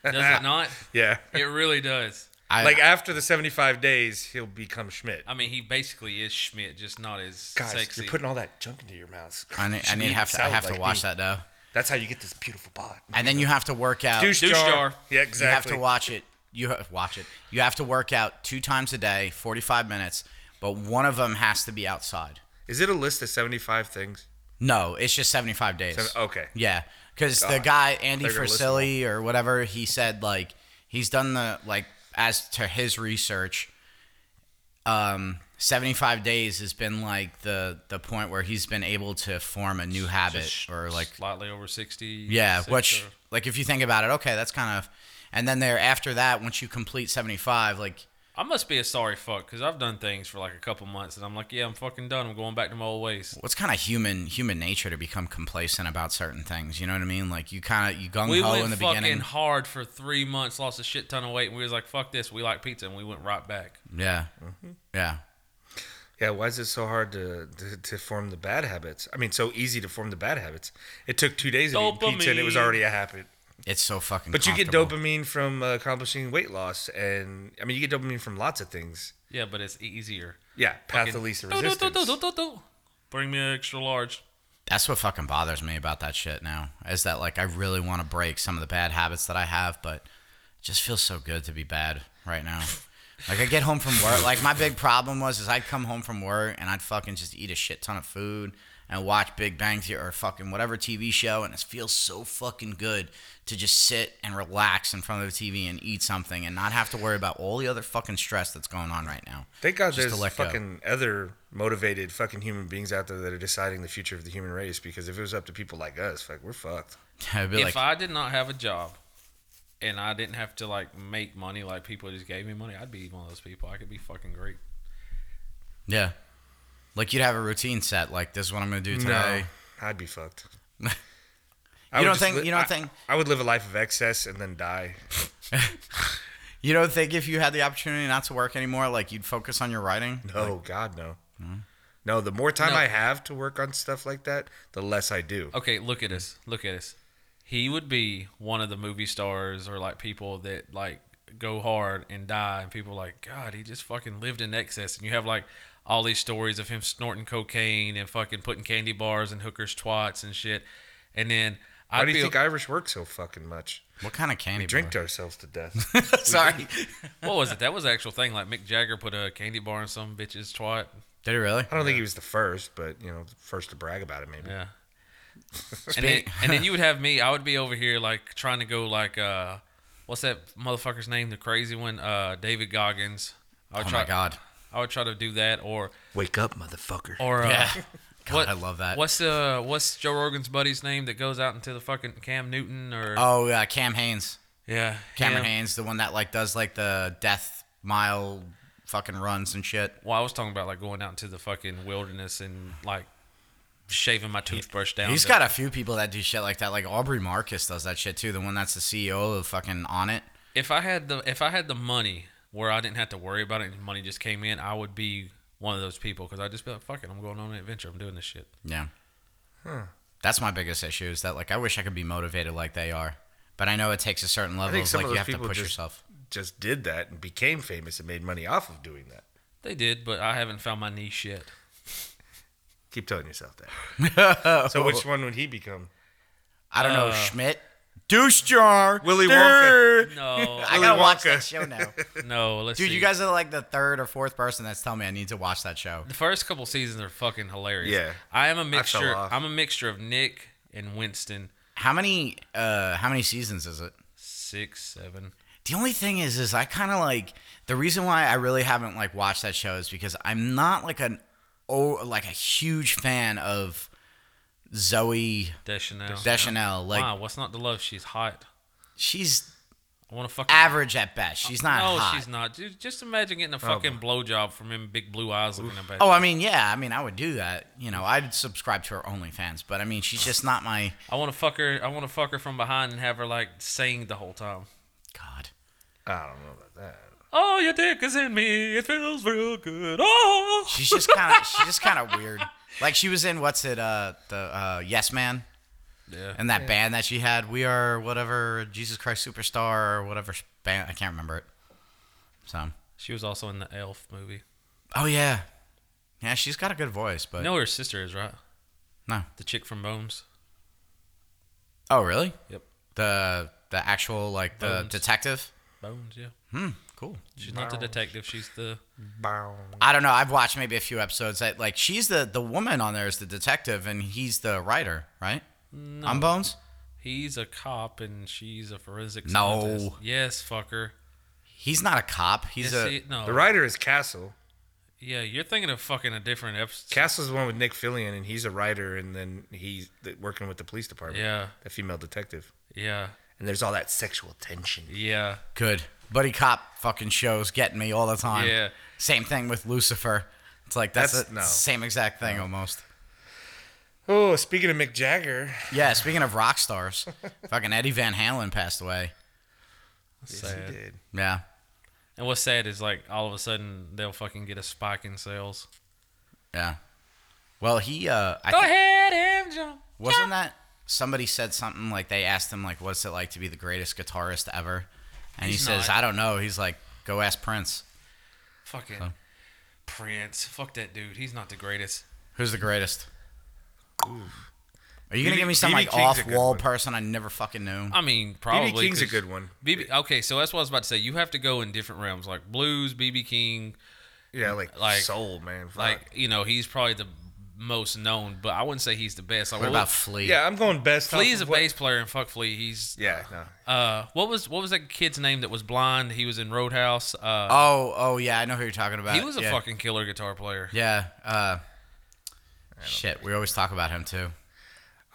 [SPEAKER 2] Does it not?
[SPEAKER 1] Yeah.
[SPEAKER 2] It really does.
[SPEAKER 3] I,
[SPEAKER 1] Like after the 75 days, he'll become Schmidt.
[SPEAKER 2] I mean, he basically is Schmidt, just not as
[SPEAKER 1] Guys,
[SPEAKER 2] sexy.
[SPEAKER 1] you're putting all that junk into your mouth.
[SPEAKER 3] I, need, I need
[SPEAKER 1] Schmidt
[SPEAKER 3] have to, I
[SPEAKER 1] sounds
[SPEAKER 3] have to
[SPEAKER 1] like
[SPEAKER 3] watch
[SPEAKER 1] me.
[SPEAKER 3] that though.
[SPEAKER 1] That's how you get this beautiful bod.
[SPEAKER 3] And then you have to work out.
[SPEAKER 1] douche,
[SPEAKER 2] Douche
[SPEAKER 1] jar.
[SPEAKER 2] jar.
[SPEAKER 1] Yeah,
[SPEAKER 3] you have
[SPEAKER 1] exactly.
[SPEAKER 3] to watch it. You ha- watch it. You have to work out two times a day, forty-five minutes, but one of them has to be outside.
[SPEAKER 1] Is it a list of 75 things?
[SPEAKER 3] No, it's just seventy-five days.
[SPEAKER 1] Seven- okay.
[SPEAKER 3] Yeah, because the
[SPEAKER 1] God.
[SPEAKER 3] guy Andy
[SPEAKER 1] They're gonna listen
[SPEAKER 3] Frisilli or whatever he said like he's done the like as to his research, um, seventy five days has been like the the point where he's been able to form a new habit
[SPEAKER 2] Just
[SPEAKER 3] or like
[SPEAKER 2] slightly over sixty.
[SPEAKER 3] yeah,
[SPEAKER 2] six
[SPEAKER 3] which
[SPEAKER 2] or-
[SPEAKER 3] like if you think about it, okay, that's kind of, and then there after that once you complete seventy five, like
[SPEAKER 2] I must be a sorry fuck because I've done things for like a couple months and I'm like, yeah, I'm fucking done. I'm going back to my old ways.
[SPEAKER 3] what's kind of human human nature to become complacent about certain things, you know what I mean? Like you kind of you gung
[SPEAKER 2] We
[SPEAKER 3] ho
[SPEAKER 2] went
[SPEAKER 3] in the
[SPEAKER 2] fucking
[SPEAKER 3] beginning,
[SPEAKER 2] hard for three months, lost a shit ton of weight, and we was like, fuck this. We like pizza, and we went right back.
[SPEAKER 3] yeah,
[SPEAKER 1] Mm-hmm.
[SPEAKER 3] yeah.
[SPEAKER 1] Yeah, why is it so hard to, to to form the bad habits? I mean, so easy to form the bad habits. It took two days of eating pizza, and it was
[SPEAKER 2] Dopamine.
[SPEAKER 1] already a habit.
[SPEAKER 3] It's so fucking.
[SPEAKER 1] But you get
[SPEAKER 3] comfortable.
[SPEAKER 1] dopamine from uh, accomplishing weight loss, and I mean, you get dopamine from lots of things.
[SPEAKER 2] Yeah, but it's easier.
[SPEAKER 1] Yeah, path of least
[SPEAKER 2] Do, do,
[SPEAKER 1] resistance.
[SPEAKER 2] do, do, do, do, do. Bring me an extra large.
[SPEAKER 3] That's what fucking bothers me about that shit now. Is that like I really want to break some of the bad habits that I have, but it just feels so good to be bad right now. Like I get home from work. Like my big problem was is I'd come home from work and I'd fucking just eat a shit ton of food and watch Big Bang Theory or fucking whatever TV show, and it feels so fucking good to just sit and relax in front of the TV and eat something and not have to worry about all the other fucking stress that's going on right now.
[SPEAKER 1] Thank God
[SPEAKER 3] Just to
[SPEAKER 1] there's
[SPEAKER 3] let go.
[SPEAKER 1] fucking other motivated fucking human beings out there that are deciding the future of the human race. Because if it was up to people like us, like we're fucked.
[SPEAKER 3] I'd be
[SPEAKER 2] if
[SPEAKER 3] like,
[SPEAKER 2] I did not have a job and I didn't have to like make money like people just gave me money, I'd be one of those people. I could be fucking great.
[SPEAKER 3] yeah, like you'd have a routine set. Like this is what I'm gonna do today.
[SPEAKER 1] No, I'd be fucked. I would
[SPEAKER 3] You don't
[SPEAKER 1] just
[SPEAKER 3] think?
[SPEAKER 1] li-
[SPEAKER 3] you don't
[SPEAKER 1] I-
[SPEAKER 3] think?
[SPEAKER 1] I would live a life of excess and then die.
[SPEAKER 3] You don't think if you had the opportunity not to work anymore, like you'd focus on your writing?
[SPEAKER 1] No, God, no. Hmm? No, the more time
[SPEAKER 2] No.
[SPEAKER 1] I have to work on stuff like that, the less I do.
[SPEAKER 2] Okay, look at us. Look at us. He would be one of the movie stars or like people that like go hard and die and people like, God, he just fucking lived in excess and you have like all these stories of him snorting cocaine and fucking putting candy bars and hookers twats and shit. And then
[SPEAKER 1] Why
[SPEAKER 2] I
[SPEAKER 1] do you
[SPEAKER 2] feel
[SPEAKER 1] think Irish work so fucking much?
[SPEAKER 3] What kind of candy?
[SPEAKER 1] We drinked
[SPEAKER 3] bar?
[SPEAKER 1] ourselves to death.
[SPEAKER 3] Sorry.
[SPEAKER 2] what was it? That was the actual thing. Like Mick Jagger put a candy bar in some bitch's twat.
[SPEAKER 3] Did it really?
[SPEAKER 1] I don't think he was the first, but you know, the first to brag about it maybe.
[SPEAKER 2] Yeah. And then,
[SPEAKER 3] Speak-
[SPEAKER 2] and then you would have me. I would be over here like trying to go like uh, what's that motherfucker's name? The crazy one, uh, David Goggins. I would
[SPEAKER 3] Oh
[SPEAKER 2] try.
[SPEAKER 3] my god.
[SPEAKER 2] I would try to do that or
[SPEAKER 1] Wake up, motherfucker.
[SPEAKER 2] or uh,
[SPEAKER 3] Yeah. God,
[SPEAKER 2] what
[SPEAKER 3] I love that.
[SPEAKER 2] What's the what's Joe Rogan's buddy's name that goes out into the fucking Cam Newton or
[SPEAKER 3] Oh, uh, Cam Haynes.
[SPEAKER 2] yeah
[SPEAKER 3] Cameron
[SPEAKER 2] him.
[SPEAKER 3] Haynes, the one that like does like the death mile fucking runs and shit.
[SPEAKER 2] Well, I was talking about like going out into the fucking wilderness and like shaving my toothbrush down.
[SPEAKER 3] He's
[SPEAKER 2] to-
[SPEAKER 3] got a few people that do shit like that. Like Aubrey Marcus does that shit too. The one that's the CEO of fucking On It.
[SPEAKER 2] if I had the if I had the money where I didn't have to worry about it and money just came in, I would be one of those people because I'd just be like, "Fuck it, I'm going on an adventure. I'm doing this shit."
[SPEAKER 3] Yeah. That's my biggest issue is that like I wish I could be motivated like they are, but I know it takes a certain level.
[SPEAKER 1] think
[SPEAKER 3] of,
[SPEAKER 1] some
[SPEAKER 3] like
[SPEAKER 1] of
[SPEAKER 3] you
[SPEAKER 1] those
[SPEAKER 3] have to
[SPEAKER 1] people
[SPEAKER 3] push
[SPEAKER 1] just-
[SPEAKER 3] yourself.
[SPEAKER 1] Just did that and became famous and made money off of doing that.
[SPEAKER 2] They did, but I haven't found my niche yet.
[SPEAKER 1] Keep telling yourself that. so which one would he become?
[SPEAKER 3] I don't
[SPEAKER 2] Uh.
[SPEAKER 3] know, Schmidt. Douche jar.
[SPEAKER 1] Willy
[SPEAKER 3] Durr.
[SPEAKER 2] No,
[SPEAKER 3] I gotta watch
[SPEAKER 1] Wonka.
[SPEAKER 3] that show now.
[SPEAKER 2] no, let's
[SPEAKER 3] Dude,
[SPEAKER 2] see.
[SPEAKER 3] you guys are like the third or fourth person that's telling me I need to watch that show.
[SPEAKER 2] The first couple seasons are fucking hilarious.
[SPEAKER 1] Yeah.
[SPEAKER 2] I am a
[SPEAKER 1] fell
[SPEAKER 2] mixture.
[SPEAKER 1] off.
[SPEAKER 2] I'm a mixture of Nick and Winston.
[SPEAKER 3] How many uh how many seasons is it?
[SPEAKER 2] Six, seven.
[SPEAKER 3] The only thing is, is I kind of like the reason why I really haven't like watched that show is because I'm not like an oh like a huge fan of Zoe
[SPEAKER 2] Deschanel.
[SPEAKER 3] Deschanel. Like
[SPEAKER 2] wow, what's not to love? She's hot.
[SPEAKER 3] she's
[SPEAKER 2] I want to fucking.
[SPEAKER 3] average at best. She's not
[SPEAKER 2] no,
[SPEAKER 3] hot.
[SPEAKER 2] she's not. Dude, just imagine getting a fucking blowjob from him, big blue eyes looking up at you.
[SPEAKER 3] Oh, I mean, yeah. I mean, I would do that. You know, I'd subscribe to her OnlyFans, but I mean, she's just not my
[SPEAKER 2] I want to fuck her. I want to fuck her from behind and have her like sing the whole time.
[SPEAKER 3] God.
[SPEAKER 1] I don't know about that.
[SPEAKER 2] Oh, your dick is in me. It feels real good. Oh,
[SPEAKER 3] She's just kind of she's just kind of weird. Like she was in what's it uh the uh Yes Man
[SPEAKER 2] yeah.
[SPEAKER 3] and that band that she had. We are whatever Jesus Christ Superstar or whatever s- band. I can't remember it. So.
[SPEAKER 2] She was also in the Elf movie.
[SPEAKER 3] Oh yeah. Yeah, she's got a good voice, but
[SPEAKER 2] You know who her sister is, right?
[SPEAKER 3] no.
[SPEAKER 2] The chick from Bones.
[SPEAKER 3] Oh really?
[SPEAKER 2] Yep.
[SPEAKER 3] The the actual like the
[SPEAKER 2] Bones.
[SPEAKER 3] detective.
[SPEAKER 2] Bones, yeah.
[SPEAKER 3] Hmm. Cool.
[SPEAKER 2] She's not the detective. She's the.
[SPEAKER 1] Bow.
[SPEAKER 2] Mm-hmm.
[SPEAKER 3] I don't know. I've watched maybe a few episodes. That like she's the the woman on there is the detective, and he's the writer, right?
[SPEAKER 2] No.
[SPEAKER 3] On Bones.
[SPEAKER 2] He's a cop and she's a forensic
[SPEAKER 3] No.
[SPEAKER 2] scientist. Yes, fucker.
[SPEAKER 3] He's not a cop. He's
[SPEAKER 2] Yes,
[SPEAKER 3] a
[SPEAKER 2] he- no.
[SPEAKER 1] The writer is Castle.
[SPEAKER 2] Yeah, you're thinking of fucking a different episode.
[SPEAKER 1] Castle's the one with Nick Fillion, and he's a writer, and then he's th- working with the police department.
[SPEAKER 2] Yeah,
[SPEAKER 1] The female detective.
[SPEAKER 2] yeah,
[SPEAKER 1] And there's all that sexual tension.
[SPEAKER 2] yeah,
[SPEAKER 3] good buddy cop. Fucking shows getting me all the time.
[SPEAKER 2] yeah.
[SPEAKER 3] Same thing with Lucifer. It's like that's,
[SPEAKER 1] That's-
[SPEAKER 3] the
[SPEAKER 1] no.
[SPEAKER 3] same exact thing almost.
[SPEAKER 1] Oh, speaking of Mick Jagger,
[SPEAKER 3] Yeah. Speaking of rock stars, fucking Eddie Van Halen passed away.
[SPEAKER 1] yes, he
[SPEAKER 2] Sad.
[SPEAKER 1] did.
[SPEAKER 3] Yeah.
[SPEAKER 2] And what's sad is like all of a sudden they'll fucking get a spike in sales.
[SPEAKER 3] Yeah. Well, he uh, I
[SPEAKER 2] Go
[SPEAKER 3] thi-
[SPEAKER 2] ahead and jump.
[SPEAKER 3] wasn't that somebody said something like they asked him like, "What's it like to be the greatest guitarist ever?" And
[SPEAKER 2] He's
[SPEAKER 3] he says,
[SPEAKER 2] not.
[SPEAKER 3] "I don't know." He's like, "Go ask Prince."
[SPEAKER 2] Fucking Prince. Fuck that dude. He's not the greatest.
[SPEAKER 3] Who's the greatest?
[SPEAKER 1] Oof.
[SPEAKER 3] Are you gonna
[SPEAKER 1] BB
[SPEAKER 3] give me some
[SPEAKER 1] BB
[SPEAKER 3] like
[SPEAKER 1] King's a
[SPEAKER 3] off
[SPEAKER 1] good
[SPEAKER 3] wall
[SPEAKER 1] one.
[SPEAKER 3] person I never fucking knew?
[SPEAKER 2] I mean, probably.
[SPEAKER 1] BB King's a
[SPEAKER 2] 'cause-
[SPEAKER 1] good one.
[SPEAKER 2] BB. Okay, so that's what I was about to say. You have to go in different realms, like blues, BB King.
[SPEAKER 1] Yeah, like,
[SPEAKER 2] Like-
[SPEAKER 1] soul, man. Fuck.
[SPEAKER 2] Like you know, he's probably the most known, but I wouldn't say he's the best. Like,
[SPEAKER 3] What
[SPEAKER 2] well,
[SPEAKER 3] about Flea?
[SPEAKER 1] yeah, I'm going best. off
[SPEAKER 2] Flea's
[SPEAKER 1] of
[SPEAKER 2] a
[SPEAKER 1] what-
[SPEAKER 2] bass player, and fuck Flea. He's
[SPEAKER 1] Yeah, no.
[SPEAKER 2] Uh, what was what was that kid's name that was blind? He was in Roadhouse. Uh,
[SPEAKER 3] Oh, oh yeah, I know who you're talking about.
[SPEAKER 2] he was a
[SPEAKER 3] yeah.
[SPEAKER 2] fucking killer guitar player.
[SPEAKER 3] Yeah. Uh, shit, we always talk about him too.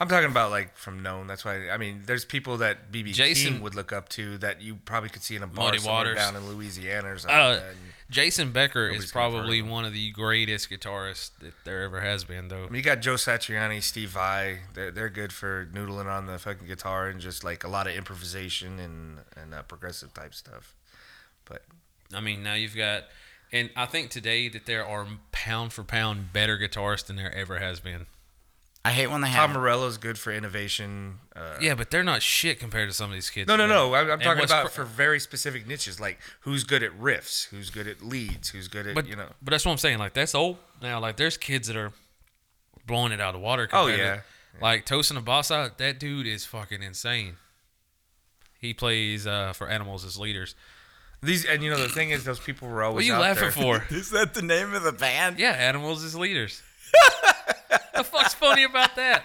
[SPEAKER 1] I'm talking about like from known. That's why I mean, there's people that BB
[SPEAKER 2] Jason-
[SPEAKER 1] King would look up to that you probably could see in a bar
[SPEAKER 2] Muddy
[SPEAKER 1] somewhere
[SPEAKER 2] Waters.
[SPEAKER 1] down in Louisiana or something.
[SPEAKER 2] Uh,
[SPEAKER 1] like that. And-
[SPEAKER 2] Jason Becker
[SPEAKER 1] Nobody's
[SPEAKER 2] is
[SPEAKER 1] gonna hurt
[SPEAKER 2] probably
[SPEAKER 1] him.
[SPEAKER 2] one of the greatest guitarists that there ever has been, though.
[SPEAKER 1] I mean, you got Joe Satriani, Steve Vai. They're, they're good for noodling on the fucking guitar and just like a lot of improvisation and and uh, progressive type stuff. But
[SPEAKER 2] I mean, now you've got, and I think today that there are pound for pound better guitarists than there ever has been.
[SPEAKER 3] I hate when they have.
[SPEAKER 1] Tom Morello's good for innovation. Uh,
[SPEAKER 2] Yeah, but they're not shit compared to some of these kids.
[SPEAKER 1] no, no,
[SPEAKER 2] today.
[SPEAKER 1] no. I'm, I'm
[SPEAKER 2] And
[SPEAKER 1] talking
[SPEAKER 2] what's
[SPEAKER 1] about for
[SPEAKER 2] cra-
[SPEAKER 1] very specific niches, like who's good at riffs, who's good at leads, who's good at
[SPEAKER 2] but
[SPEAKER 1] you know.
[SPEAKER 2] but that's what I'm saying. Like that's old now. Like there's kids that are blowing it out of the water.
[SPEAKER 1] Oh,
[SPEAKER 2] compared to-
[SPEAKER 1] yeah.
[SPEAKER 2] like Tosin Abasa, that dude is fucking insane. He plays uh, for animals as leaders.
[SPEAKER 1] These and you know the thing is, those people were
[SPEAKER 2] What
[SPEAKER 1] always.
[SPEAKER 2] are you
[SPEAKER 1] out
[SPEAKER 2] laughing
[SPEAKER 1] there.
[SPEAKER 2] for?
[SPEAKER 3] Is that the name of the band?
[SPEAKER 2] yeah, animals as leaders. the fuck's funny about that?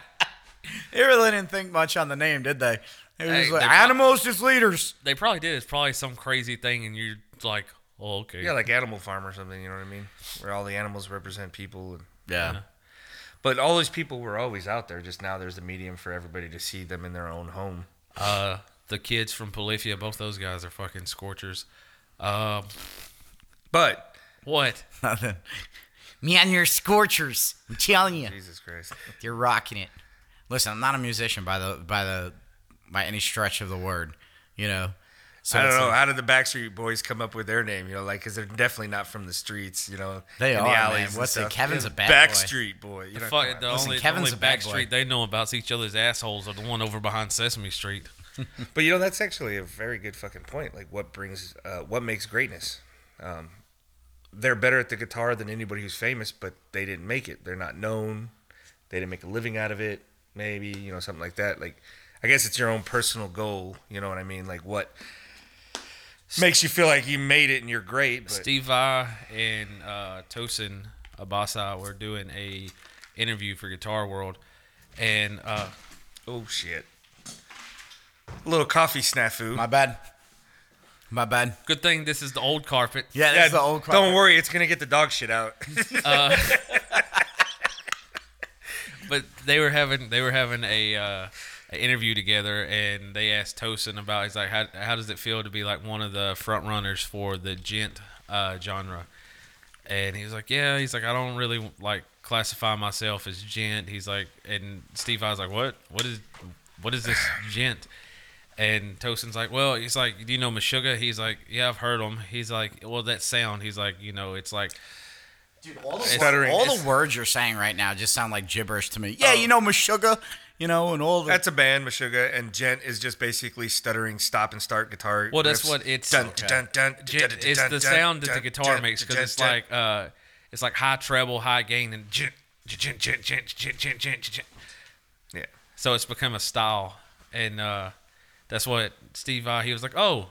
[SPEAKER 3] They really didn't think much on the name, did they? It was
[SPEAKER 2] Hey,
[SPEAKER 3] just like,
[SPEAKER 2] they pro-
[SPEAKER 3] animals as leaders.
[SPEAKER 2] They probably did. It's probably some crazy thing, and you're like, oh okay.
[SPEAKER 1] Yeah, like Animal Farm or something. You know what I mean? Where all the animals represent people. And,
[SPEAKER 3] Yeah.
[SPEAKER 1] but all those people were always out there. Just now, there's a medium for everybody to see them in their own home.
[SPEAKER 2] Uh, the kids from Polyphia, both those guys are fucking scorchers. Um,
[SPEAKER 1] But
[SPEAKER 2] what?
[SPEAKER 3] Nothing. Man, you're scorchers. I'm telling you,
[SPEAKER 1] Jesus Christ,
[SPEAKER 3] you're rocking it. Listen, I'm not a musician by the by the by any stretch of the word. You know. So
[SPEAKER 1] I don't
[SPEAKER 3] it's
[SPEAKER 1] know.
[SPEAKER 3] like-
[SPEAKER 1] How did the Backstreet Boys come up with their name? You know, like because they're definitely not from the streets. You know,
[SPEAKER 3] They
[SPEAKER 1] in
[SPEAKER 3] are,
[SPEAKER 1] the
[SPEAKER 3] man.
[SPEAKER 1] alleys. and
[SPEAKER 3] What's it?
[SPEAKER 1] stuff.
[SPEAKER 3] Kevin's a bad boy.
[SPEAKER 1] Backstreet boy. You know, come
[SPEAKER 2] Fuck,
[SPEAKER 1] on.
[SPEAKER 2] the
[SPEAKER 3] Listen,
[SPEAKER 2] only, the
[SPEAKER 3] Kevin's
[SPEAKER 2] only
[SPEAKER 3] a bad boy.
[SPEAKER 2] backstreet they know about each other's assholes are the one over behind Sesame Street.
[SPEAKER 1] But you know, that's actually a very good fucking point. Like, what brings, uh, what makes greatness? Um, they're better at the guitar than anybody who's famous, but they didn't make it. They're not known. They didn't make a living out of it. Maybe you know something like that. Like, I guess it's your own personal goal. You know what I mean? Like, what makes you feel like you made it and you're great? But
[SPEAKER 2] Steve Vai and uh, Tosin Abasa were doing a interview for Guitar World, and uh,
[SPEAKER 1] oh shit, a little coffee snafu.
[SPEAKER 3] my bad. My bad.
[SPEAKER 2] Good thing this is the old carpet.
[SPEAKER 3] Yeah, that's the old.
[SPEAKER 1] Don't worry, it's gonna get the dog shit out.
[SPEAKER 2] But they were having they were having a uh, an interview together, and they asked Tosin about he's like how how does it feel to be like one of the front runners for the gent uh, genre, and he was like yeah he's like I don't really like classify myself as gent. He's like and Steve I was like what what is what is this gent. And Tosin's like, well, he's like, do you know Meshuggah? He's like, yeah, I've heard him. He's like, well, that sound. He's like, you know, it's like
[SPEAKER 3] Dude, all the,
[SPEAKER 1] Stuttering.
[SPEAKER 3] all
[SPEAKER 1] It's- Oh.
[SPEAKER 3] the words you're saying right now just sound like gibberish to me. Yeah, you know, Meshuggah, you know, and all the.
[SPEAKER 1] That's a band, Meshuggah, and Gent is just basically stuttering, stop and start guitar.
[SPEAKER 2] Well, that's
[SPEAKER 1] riffs.
[SPEAKER 2] what it's-
[SPEAKER 1] Dun,
[SPEAKER 2] okay.
[SPEAKER 1] dun, dun,
[SPEAKER 2] J-
[SPEAKER 1] dun,
[SPEAKER 2] it's
[SPEAKER 1] dun, dun,
[SPEAKER 2] the sound that the
[SPEAKER 1] dun,
[SPEAKER 2] guitar
[SPEAKER 1] dun,
[SPEAKER 2] makes because
[SPEAKER 1] dun,
[SPEAKER 2] it's
[SPEAKER 1] dun.
[SPEAKER 2] like uh, it's like high treble, high gain, and j- j- j- j- j- j- j- j-
[SPEAKER 1] yeah.
[SPEAKER 2] so it's become a style, and uh, that's what Steve I he was like, oh,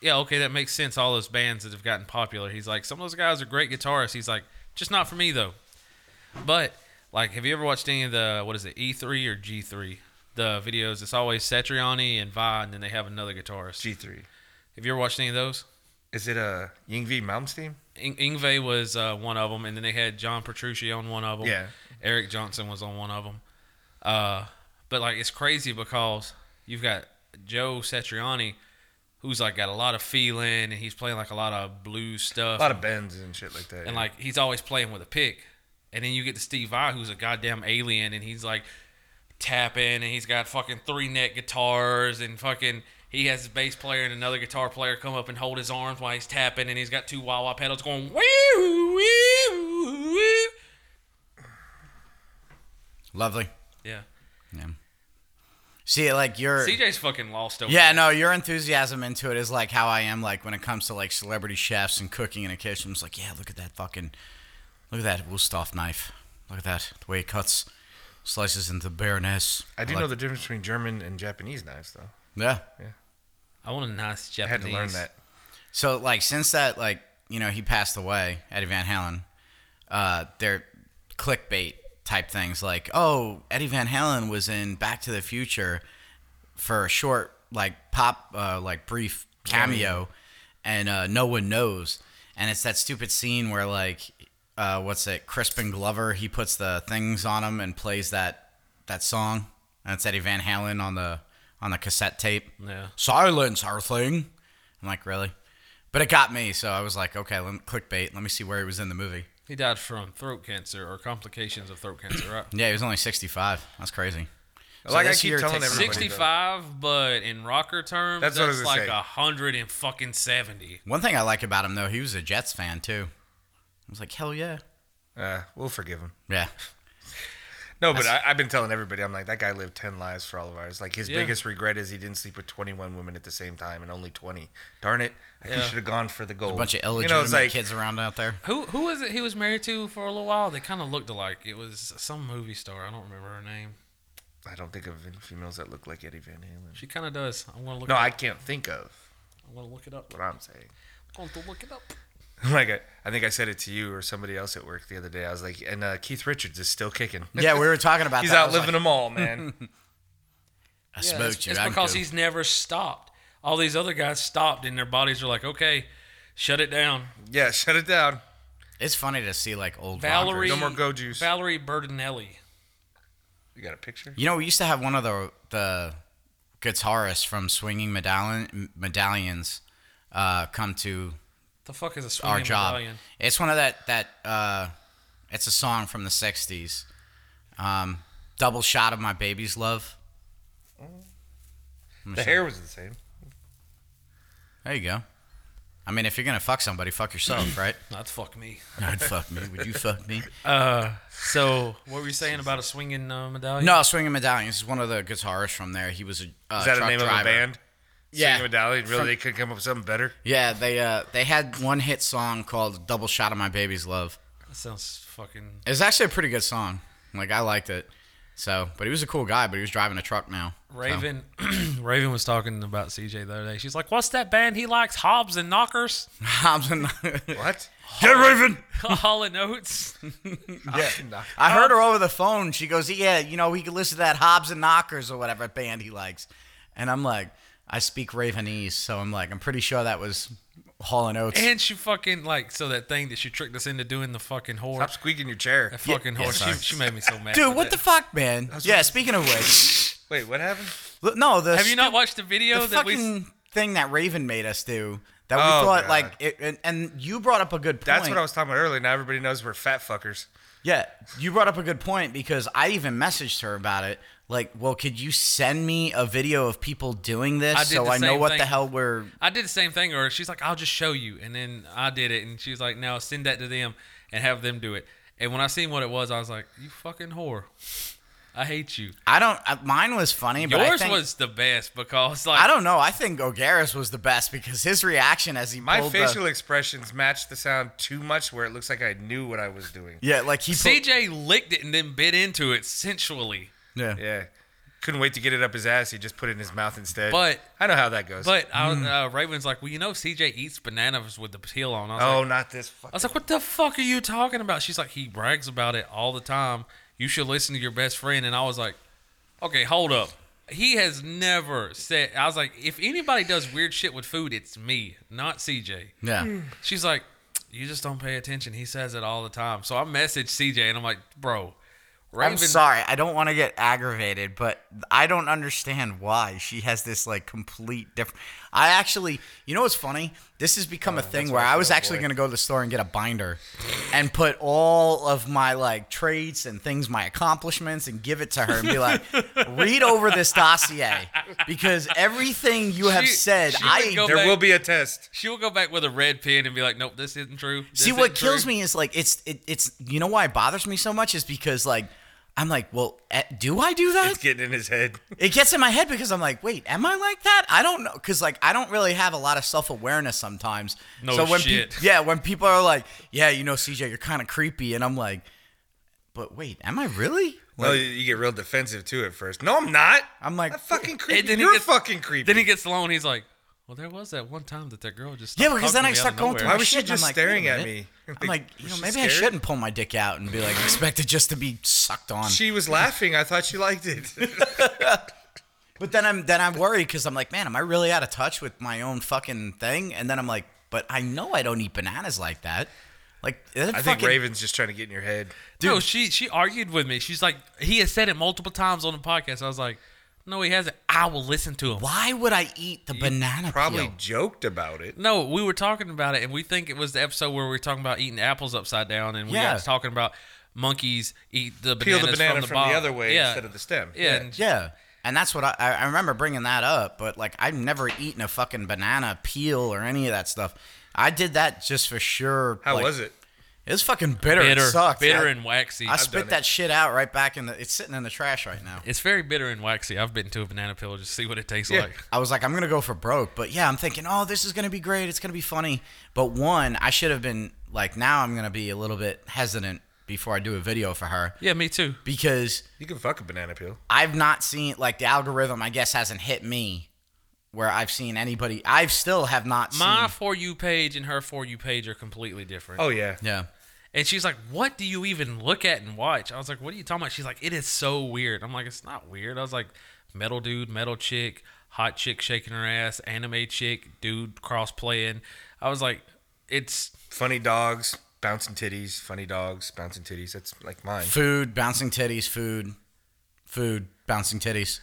[SPEAKER 2] yeah, okay, that makes sense. All those bands that have gotten popular, he's like, some of those guys are great guitarists. He's like, just not for me though. But like, have you ever watched any of the what is it E three or G three? The videos, it's always Satriani and Vi, and then they have another guitarist.
[SPEAKER 1] G three.
[SPEAKER 2] Have you ever watched any of those?
[SPEAKER 1] Is it a Yngwie Malmsteen?
[SPEAKER 2] In- Ingve was uh, one of them, and then they had John Petrucci on one of them.
[SPEAKER 1] Yeah.
[SPEAKER 2] Eric Johnson was on one of them. Uh, but like it's crazy because you've got Joe Satriani, who's like got a lot of feeling, and he's playing like a lot of blues stuff,
[SPEAKER 1] A lot of bends and shit like that.
[SPEAKER 2] and
[SPEAKER 1] yeah.
[SPEAKER 2] like he's always playing with a pick. And then you get to Steve Vai, who's a goddamn alien, and he's like tapping, and he's got fucking three neck guitars, and fucking he has his bass player and another guitar player come up and hold his arms while he's tapping, and he's got two wah wah pedals going wee wee wee.
[SPEAKER 3] Lovely.
[SPEAKER 2] Yeah,
[SPEAKER 3] Yeah. See, like, you're.
[SPEAKER 2] CJ's fucking lost over.
[SPEAKER 3] Yeah, no, your enthusiasm into it is like how I am, like when it comes to like celebrity chefs and cooking in a kitchen. It's like, yeah, look at that fucking, look at that Wusthof knife. Look at that, the way it cuts, slices into baroness.
[SPEAKER 1] I do
[SPEAKER 3] like-
[SPEAKER 1] know the difference between German and Japanese knives, though.
[SPEAKER 3] Yeah.
[SPEAKER 2] I want a nice
[SPEAKER 1] I
[SPEAKER 2] Japanese.
[SPEAKER 1] had to learn that.
[SPEAKER 3] So like since that like you know he passed away, Eddie Van Halen, uh, they're clickbait type things like oh Eddie Van Halen was in Back to the Future for a short like pop uh, like brief cameo, and uh, no one knows, and it's that stupid scene where like uh, what's it Crispin Glover he puts the things on him and plays that that song, and it's Eddie Van Halen on the on the cassette tape
[SPEAKER 2] Yeah.
[SPEAKER 3] silence our thing. I'm like, really? But it got me, so I was like, okay, let me clickbait. Let me see where he was in the movie.
[SPEAKER 2] He died from throat cancer or complications of throat cancer, right?
[SPEAKER 3] Yeah, he was only 65. That's crazy. So
[SPEAKER 1] Like I
[SPEAKER 3] this
[SPEAKER 1] keep
[SPEAKER 3] year it
[SPEAKER 1] telling
[SPEAKER 3] takes-
[SPEAKER 1] everybody-
[SPEAKER 2] Sixty-five, but in rocker terms, that's,
[SPEAKER 1] That's what I was gonna
[SPEAKER 2] like
[SPEAKER 1] say.
[SPEAKER 2] a hundred and fucking seventy.
[SPEAKER 3] One thing I like about him though, he was a Jets fan too. I was like, hell yeah,
[SPEAKER 1] Uh, we'll forgive him.
[SPEAKER 3] yeah.
[SPEAKER 1] No, but I, I've been telling everybody, I'm like, that guy lived 10 lives for all of ours. Like, his
[SPEAKER 2] Yeah.
[SPEAKER 1] biggest regret is he didn't sleep with 21 women at the same time and only 20. Darn it. I
[SPEAKER 2] Yeah.
[SPEAKER 1] should have gone for the gold.
[SPEAKER 3] A bunch of illegitimate kids around out there.
[SPEAKER 2] Who who was it he was married to for a little while? They kind of looked alike. It was some movie star. I don't remember her name.
[SPEAKER 1] I don't think of any females that look like Eddie Van Halen.
[SPEAKER 2] She kind of does. I'm gonna look.
[SPEAKER 1] No,
[SPEAKER 2] it
[SPEAKER 1] I
[SPEAKER 2] up.
[SPEAKER 1] can't think of
[SPEAKER 2] I'm gonna look it up.
[SPEAKER 1] what I'm saying.
[SPEAKER 2] I'm going to look it up.
[SPEAKER 1] Like, I, I think I said it to you or somebody else at work the other day. I was like, and uh, Keith Richards is still kicking.
[SPEAKER 3] Yeah, we were talking about
[SPEAKER 1] He's
[SPEAKER 3] that. I
[SPEAKER 1] out
[SPEAKER 3] was
[SPEAKER 1] living
[SPEAKER 3] like,
[SPEAKER 1] them all, man.
[SPEAKER 3] I
[SPEAKER 2] Yeah,
[SPEAKER 3] smoked
[SPEAKER 2] it's,
[SPEAKER 3] you.
[SPEAKER 2] it's
[SPEAKER 3] I'm
[SPEAKER 2] because
[SPEAKER 3] cool.
[SPEAKER 2] he's never stopped. All these other guys stopped, and their bodies are like, okay, shut it down.
[SPEAKER 1] yeah, shut it down.
[SPEAKER 3] It's funny to see like old
[SPEAKER 2] Valerie,
[SPEAKER 1] No
[SPEAKER 3] rockers.
[SPEAKER 1] more go juice.
[SPEAKER 2] Valerie Bertinelli.
[SPEAKER 1] You got a picture?
[SPEAKER 3] You know, we used to have one of the the guitarists from Swinging Medallion Medallions uh, come to
[SPEAKER 2] The fuck is a swinging
[SPEAKER 3] our job.
[SPEAKER 2] medallion?
[SPEAKER 3] It's one of that that uh, it's a song from the '60s. Um, Double shot of my baby's love.
[SPEAKER 1] The hair was the same.
[SPEAKER 3] There you go. I mean, if you're gonna fuck somebody, fuck yourself, right?
[SPEAKER 2] Not fuck me. Uh,
[SPEAKER 3] I'd fuck me. Would you fuck me?
[SPEAKER 2] So what were you saying about a swinging uh, medallion?
[SPEAKER 3] No, Swinging Medallions is one of the guitarists from there. He was a uh,
[SPEAKER 1] Is that a
[SPEAKER 3] truck
[SPEAKER 1] name
[SPEAKER 3] driver.
[SPEAKER 1] of a band?
[SPEAKER 3] Yeah.
[SPEAKER 1] Singing Medallion? Really, they could come up with something better?
[SPEAKER 3] Yeah, they uh, they had one hit song called "Double Shot of My Baby's Love."
[SPEAKER 2] that sounds fucking.
[SPEAKER 3] It's actually a pretty good song. Like I liked it. So, but he was a cool guy. But he was driving a truck now. So-
[SPEAKER 2] Raven, Raven was talking about CJ the other day. She's like, "What's that band he likes? Hobbs and Knockers."
[SPEAKER 3] Hobson.
[SPEAKER 1] What?
[SPEAKER 3] Get Raven.
[SPEAKER 2] Hall and Oates.
[SPEAKER 1] Yeah. Nah.
[SPEAKER 3] I heard
[SPEAKER 2] Oh.
[SPEAKER 3] her over the phone. She goes, "Yeah, you know, we could listen to that Hobbs and Knockers or whatever band he likes," and I'm like, I speak Ravenese, so I'm like, I'm pretty sure that was Hall and Oates.
[SPEAKER 2] And she fucking like so that thing that she tricked us into doing the fucking
[SPEAKER 1] Stop
[SPEAKER 2] horse.
[SPEAKER 1] squeaking your chair.
[SPEAKER 2] That fucking
[SPEAKER 3] yeah,
[SPEAKER 2] horse.
[SPEAKER 3] sorry.
[SPEAKER 2] she, she made me so mad.
[SPEAKER 3] Dude,
[SPEAKER 2] with
[SPEAKER 3] what
[SPEAKER 2] it.
[SPEAKER 3] the fuck, man? Yeah, speaking of which,
[SPEAKER 1] Wait, what happened?
[SPEAKER 3] l- no, the
[SPEAKER 2] Have you not watched the video
[SPEAKER 3] the
[SPEAKER 2] that we?
[SPEAKER 3] fucking thing that Raven made us do that we
[SPEAKER 1] Oh,
[SPEAKER 3] thought
[SPEAKER 1] God.
[SPEAKER 3] like, it, and, and you brought up a good point.
[SPEAKER 1] That's what I was talking about earlier. Now everybody knows we're fat fuckers.
[SPEAKER 3] Yeah, you brought up a good point because I even messaged her about it. Like, well, could you send me a video of people doing this
[SPEAKER 2] I did
[SPEAKER 3] so
[SPEAKER 2] the
[SPEAKER 3] I know
[SPEAKER 2] same
[SPEAKER 3] what
[SPEAKER 2] thing.
[SPEAKER 3] the hell we're
[SPEAKER 2] I did the same thing, or she's like, "I'll just show you," and then I did it, and she was like, "No, send that to them and have them do it." And when I seen what it was, I was like, "You fucking whore! I hate you."
[SPEAKER 3] I don't. uh, Mine was funny, but I
[SPEAKER 2] Yours
[SPEAKER 3] think,
[SPEAKER 2] was the best because like
[SPEAKER 3] I don't know. I think Ogaris was the best because his reaction as he
[SPEAKER 1] My
[SPEAKER 3] pulled the-
[SPEAKER 1] facial expressions match the sound too much where it looks like I knew what I was doing.
[SPEAKER 3] yeah, like he. pulled-
[SPEAKER 2] CJ licked it and then bit into it sensually.
[SPEAKER 3] yeah.
[SPEAKER 1] Yeah. Couldn't wait to get it up his ass. He just put it in his mouth instead.
[SPEAKER 2] But-
[SPEAKER 1] I know how that goes.
[SPEAKER 2] But I,
[SPEAKER 3] Hmm.
[SPEAKER 2] uh, Raven's like, "Well, you know, CJ eats bananas with the peel on." I was like,
[SPEAKER 1] oh, not this.
[SPEAKER 2] I
[SPEAKER 1] Fuck.
[SPEAKER 2] was like, "What the fuck are you talking about?" She's like, "He brags about it all the time. You should listen to your best friend." And I was like, "Okay, hold up. He has never said." I was like, "If anybody does weird shit with food, it's me, not CJ."
[SPEAKER 3] Yeah.
[SPEAKER 2] She's like, "You just don't pay attention. He says it all the time." So I messaged CJ and I'm like, "Bro, Raven,
[SPEAKER 3] I'm sorry. I don't want to get aggravated, but I don't understand why she has this like complete different. I actually, you know what's funny? This has become
[SPEAKER 2] Uh,
[SPEAKER 3] a thing where I was actually going to go to the store and get a binder and put all of my like traits and things, my accomplishments, and give it to her and be like, read over this dossier because everything you have
[SPEAKER 2] She-
[SPEAKER 3] said,
[SPEAKER 2] she would
[SPEAKER 3] I
[SPEAKER 2] go
[SPEAKER 1] There
[SPEAKER 2] back-
[SPEAKER 1] will be a test.
[SPEAKER 2] she'll go back with a red pen and be like, "Nope, this isn't true." This
[SPEAKER 3] See what
[SPEAKER 2] isn't true."
[SPEAKER 3] kills me is like it's it, it's you know why it bothers me so much is because like I'm like well eh, do I do that
[SPEAKER 1] It's getting in his head.
[SPEAKER 3] it gets in my head because I'm like, wait, am I like that? I don't know, because like I don't really have a lot of self awareness sometimes.
[SPEAKER 2] No
[SPEAKER 3] when pe-
[SPEAKER 2] shit.
[SPEAKER 3] yeah, when people are like, yeah, you know, CJ, you're kind of creepy, and I'm like, but wait, am I really?
[SPEAKER 1] Well, you- you get real defensive too at first. No, I'm not.
[SPEAKER 3] I'm like-
[SPEAKER 1] I'm fucking
[SPEAKER 2] And
[SPEAKER 1] creepy.
[SPEAKER 2] then he
[SPEAKER 1] You're
[SPEAKER 2] gets-
[SPEAKER 1] fucking creepy.
[SPEAKER 2] Then he gets alone. He's like, "Well, there was that one time that that girl just
[SPEAKER 3] Yeah,
[SPEAKER 2] stopped
[SPEAKER 3] because
[SPEAKER 2] talking
[SPEAKER 3] then
[SPEAKER 2] to me
[SPEAKER 3] I
[SPEAKER 2] out
[SPEAKER 3] start
[SPEAKER 2] of
[SPEAKER 3] going
[SPEAKER 2] nowhere."
[SPEAKER 3] through
[SPEAKER 1] Why
[SPEAKER 3] my
[SPEAKER 1] was she
[SPEAKER 3] shit, and I'm
[SPEAKER 1] just
[SPEAKER 3] like,
[SPEAKER 1] staring
[SPEAKER 3] wait a
[SPEAKER 1] at
[SPEAKER 3] minute.
[SPEAKER 1] me?
[SPEAKER 3] I'm like, you
[SPEAKER 1] Was
[SPEAKER 3] know,
[SPEAKER 1] she
[SPEAKER 3] maybe I
[SPEAKER 1] scared?
[SPEAKER 3] shouldn't pull my dick out and be like expected just to be sucked on.
[SPEAKER 1] She was laughing. I thought she liked it.
[SPEAKER 3] But then I'm then I'm worried because I'm like, man, am I really out of touch with my own fucking thing? And then I'm like, but I know I don't eat bananas like that. Like, that
[SPEAKER 1] I think
[SPEAKER 3] fucking-
[SPEAKER 1] Raven's just trying to get in your head.
[SPEAKER 2] No, she she argued with me. She's like, he has said it multiple times on the podcast. I was like, no, he hasn't. I will listen to him.
[SPEAKER 3] Why would I eat the banana?
[SPEAKER 1] Probably
[SPEAKER 3] peel?
[SPEAKER 1] joked about it.
[SPEAKER 2] No, we were talking about it, and we think it was the episode where we were talking about eating apples upside down, and we
[SPEAKER 3] Yeah.
[SPEAKER 2] got to talking about monkeys eat the
[SPEAKER 1] Peel
[SPEAKER 2] bananas
[SPEAKER 1] the banana from
[SPEAKER 2] from the,
[SPEAKER 1] the,
[SPEAKER 2] bottom.
[SPEAKER 1] other way
[SPEAKER 2] yeah.
[SPEAKER 1] instead of the stem.
[SPEAKER 2] yeah. and she-
[SPEAKER 3] Yeah. And that's what I, I I remember bringing that up, but like I've never eaten a fucking banana peel or any of that stuff. I did that just for sure.
[SPEAKER 1] How
[SPEAKER 3] like-
[SPEAKER 1] was it?
[SPEAKER 3] It was fucking bitter.
[SPEAKER 2] bitter,
[SPEAKER 3] it sucked.
[SPEAKER 2] bitter
[SPEAKER 3] I,
[SPEAKER 2] and waxy.
[SPEAKER 3] I
[SPEAKER 1] done
[SPEAKER 3] spit
[SPEAKER 1] it.
[SPEAKER 3] that shit out right back in the. It's sitting in the trash right now.
[SPEAKER 2] it's very bitter and waxy. I've been to a banana peel just to see what it tastes
[SPEAKER 1] Yeah.
[SPEAKER 2] like.
[SPEAKER 3] I was like, I'm gonna go for broke, but yeah, I'm thinking, oh, this is gonna be great. It's gonna be funny. But one, I should have been like, now I'm gonna be a little bit hesitant before I do a video for her
[SPEAKER 2] Yeah, me too.
[SPEAKER 3] because
[SPEAKER 1] You can fuck a banana peel.
[SPEAKER 3] I've not seen like the algorithm. I guess hasn't hit me where I've seen anybody. I've still have not
[SPEAKER 2] My
[SPEAKER 3] seen.
[SPEAKER 2] for you page and her for you page are completely different.
[SPEAKER 1] Oh yeah.
[SPEAKER 3] Yeah.
[SPEAKER 2] And she's like, "What do you even look at and watch?" I was like, "What are you talking about?" She's like, "It is so weird." I'm like, "It's not weird." I was like, "Metal dude, metal chick, hot chick shaking her ass, anime chick, dude cross playing." I was like, "It's
[SPEAKER 1] Funny dogs, bouncing titties. Funny dogs, bouncing titties. That's like mine.
[SPEAKER 3] Food, bouncing titties, food, food, bouncing titties,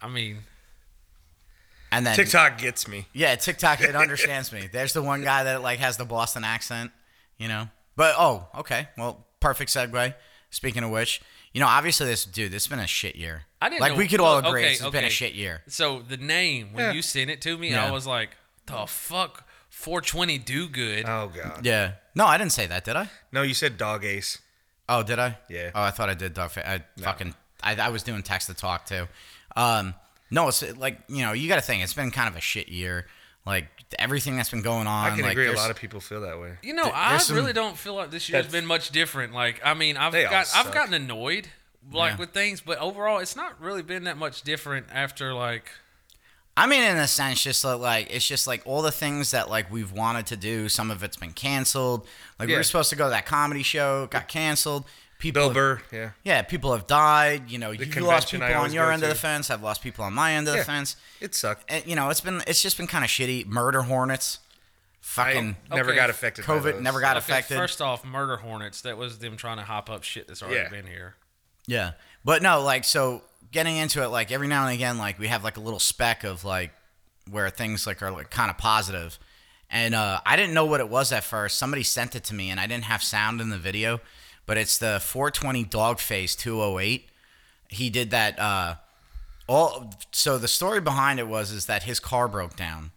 [SPEAKER 2] I mean,
[SPEAKER 3] and then
[SPEAKER 1] TikTok gets me.
[SPEAKER 3] Yeah, TikTok. It understands me. There's the one guy that like has the Boston accent, you know. But oh, okay. Well, perfect segue. Speaking of which, you know, obviously this dude, this has been a shit year.
[SPEAKER 2] I didn't
[SPEAKER 3] like
[SPEAKER 2] know-
[SPEAKER 3] we could all
[SPEAKER 2] well,
[SPEAKER 3] agree
[SPEAKER 2] okay,
[SPEAKER 3] it's been
[SPEAKER 2] okay.
[SPEAKER 3] a shit year.
[SPEAKER 2] so the name when
[SPEAKER 1] Yeah.
[SPEAKER 2] you sent it to me,
[SPEAKER 3] Yeah.
[SPEAKER 2] I was like, "The fuck, 420 do good."
[SPEAKER 1] Oh god.
[SPEAKER 3] Yeah. No, I didn't say that, did I?
[SPEAKER 1] No, you said dog ace.
[SPEAKER 3] Oh, did I?
[SPEAKER 1] Yeah.
[SPEAKER 3] Oh, I thought I did. Dog. Fa- I fucking. I, I was doing text to talk too. Um, no, it's like you know, you got to think it's been kind of a shit year. Like everything that's been going on.
[SPEAKER 1] I can
[SPEAKER 3] like,
[SPEAKER 1] agree. A
[SPEAKER 3] there's-
[SPEAKER 1] lot of people feel that way.
[SPEAKER 2] You know,
[SPEAKER 3] Th-
[SPEAKER 2] I
[SPEAKER 3] there's some-
[SPEAKER 2] really don't feel like this year's
[SPEAKER 1] That's-
[SPEAKER 2] been much different. Like, I mean, I've
[SPEAKER 1] They all
[SPEAKER 2] got I've
[SPEAKER 1] suck.
[SPEAKER 2] gotten annoyed like
[SPEAKER 3] Yeah.
[SPEAKER 2] with things, but overall, it's not really been that much different after like.
[SPEAKER 3] I mean, in a sense, just li- like it's just like all the things that like we've wanted to do. Some of it's been canceled. Like we
[SPEAKER 1] Yeah.
[SPEAKER 3] were supposed to go to that comedy show, got canceled. people
[SPEAKER 1] Bill
[SPEAKER 3] have-
[SPEAKER 1] Burr, yeah.
[SPEAKER 3] yeah, people have died. You know, you lost
[SPEAKER 1] convention I
[SPEAKER 3] people
[SPEAKER 1] always
[SPEAKER 3] on your
[SPEAKER 1] go
[SPEAKER 3] end of
[SPEAKER 1] to.
[SPEAKER 3] the fence. I've lost people on my end of
[SPEAKER 1] Yeah.
[SPEAKER 3] the fence.
[SPEAKER 1] It sucked.
[SPEAKER 3] And, you know, it's been it's just been kind of shitty. Murder hornets,
[SPEAKER 1] I
[SPEAKER 3] fucking
[SPEAKER 1] never
[SPEAKER 2] Um, okay.
[SPEAKER 1] got affected. by
[SPEAKER 3] COVID,
[SPEAKER 1] those.
[SPEAKER 3] never got
[SPEAKER 2] Okay,
[SPEAKER 3] affected.
[SPEAKER 2] First off, murder hornets. That was them trying to hop up shit that's already
[SPEAKER 1] Yeah.
[SPEAKER 2] been here.
[SPEAKER 3] Yeah. But no, like so getting into it, like every now and again, like we have like a little speck of like where things like are like kind of positive. And uh, I didn't know what it was at first. Somebody sent it to me and I didn't have sound in the video, but it's the 420 Dogface 208. He did that uh all so the story behind it was is that his car broke down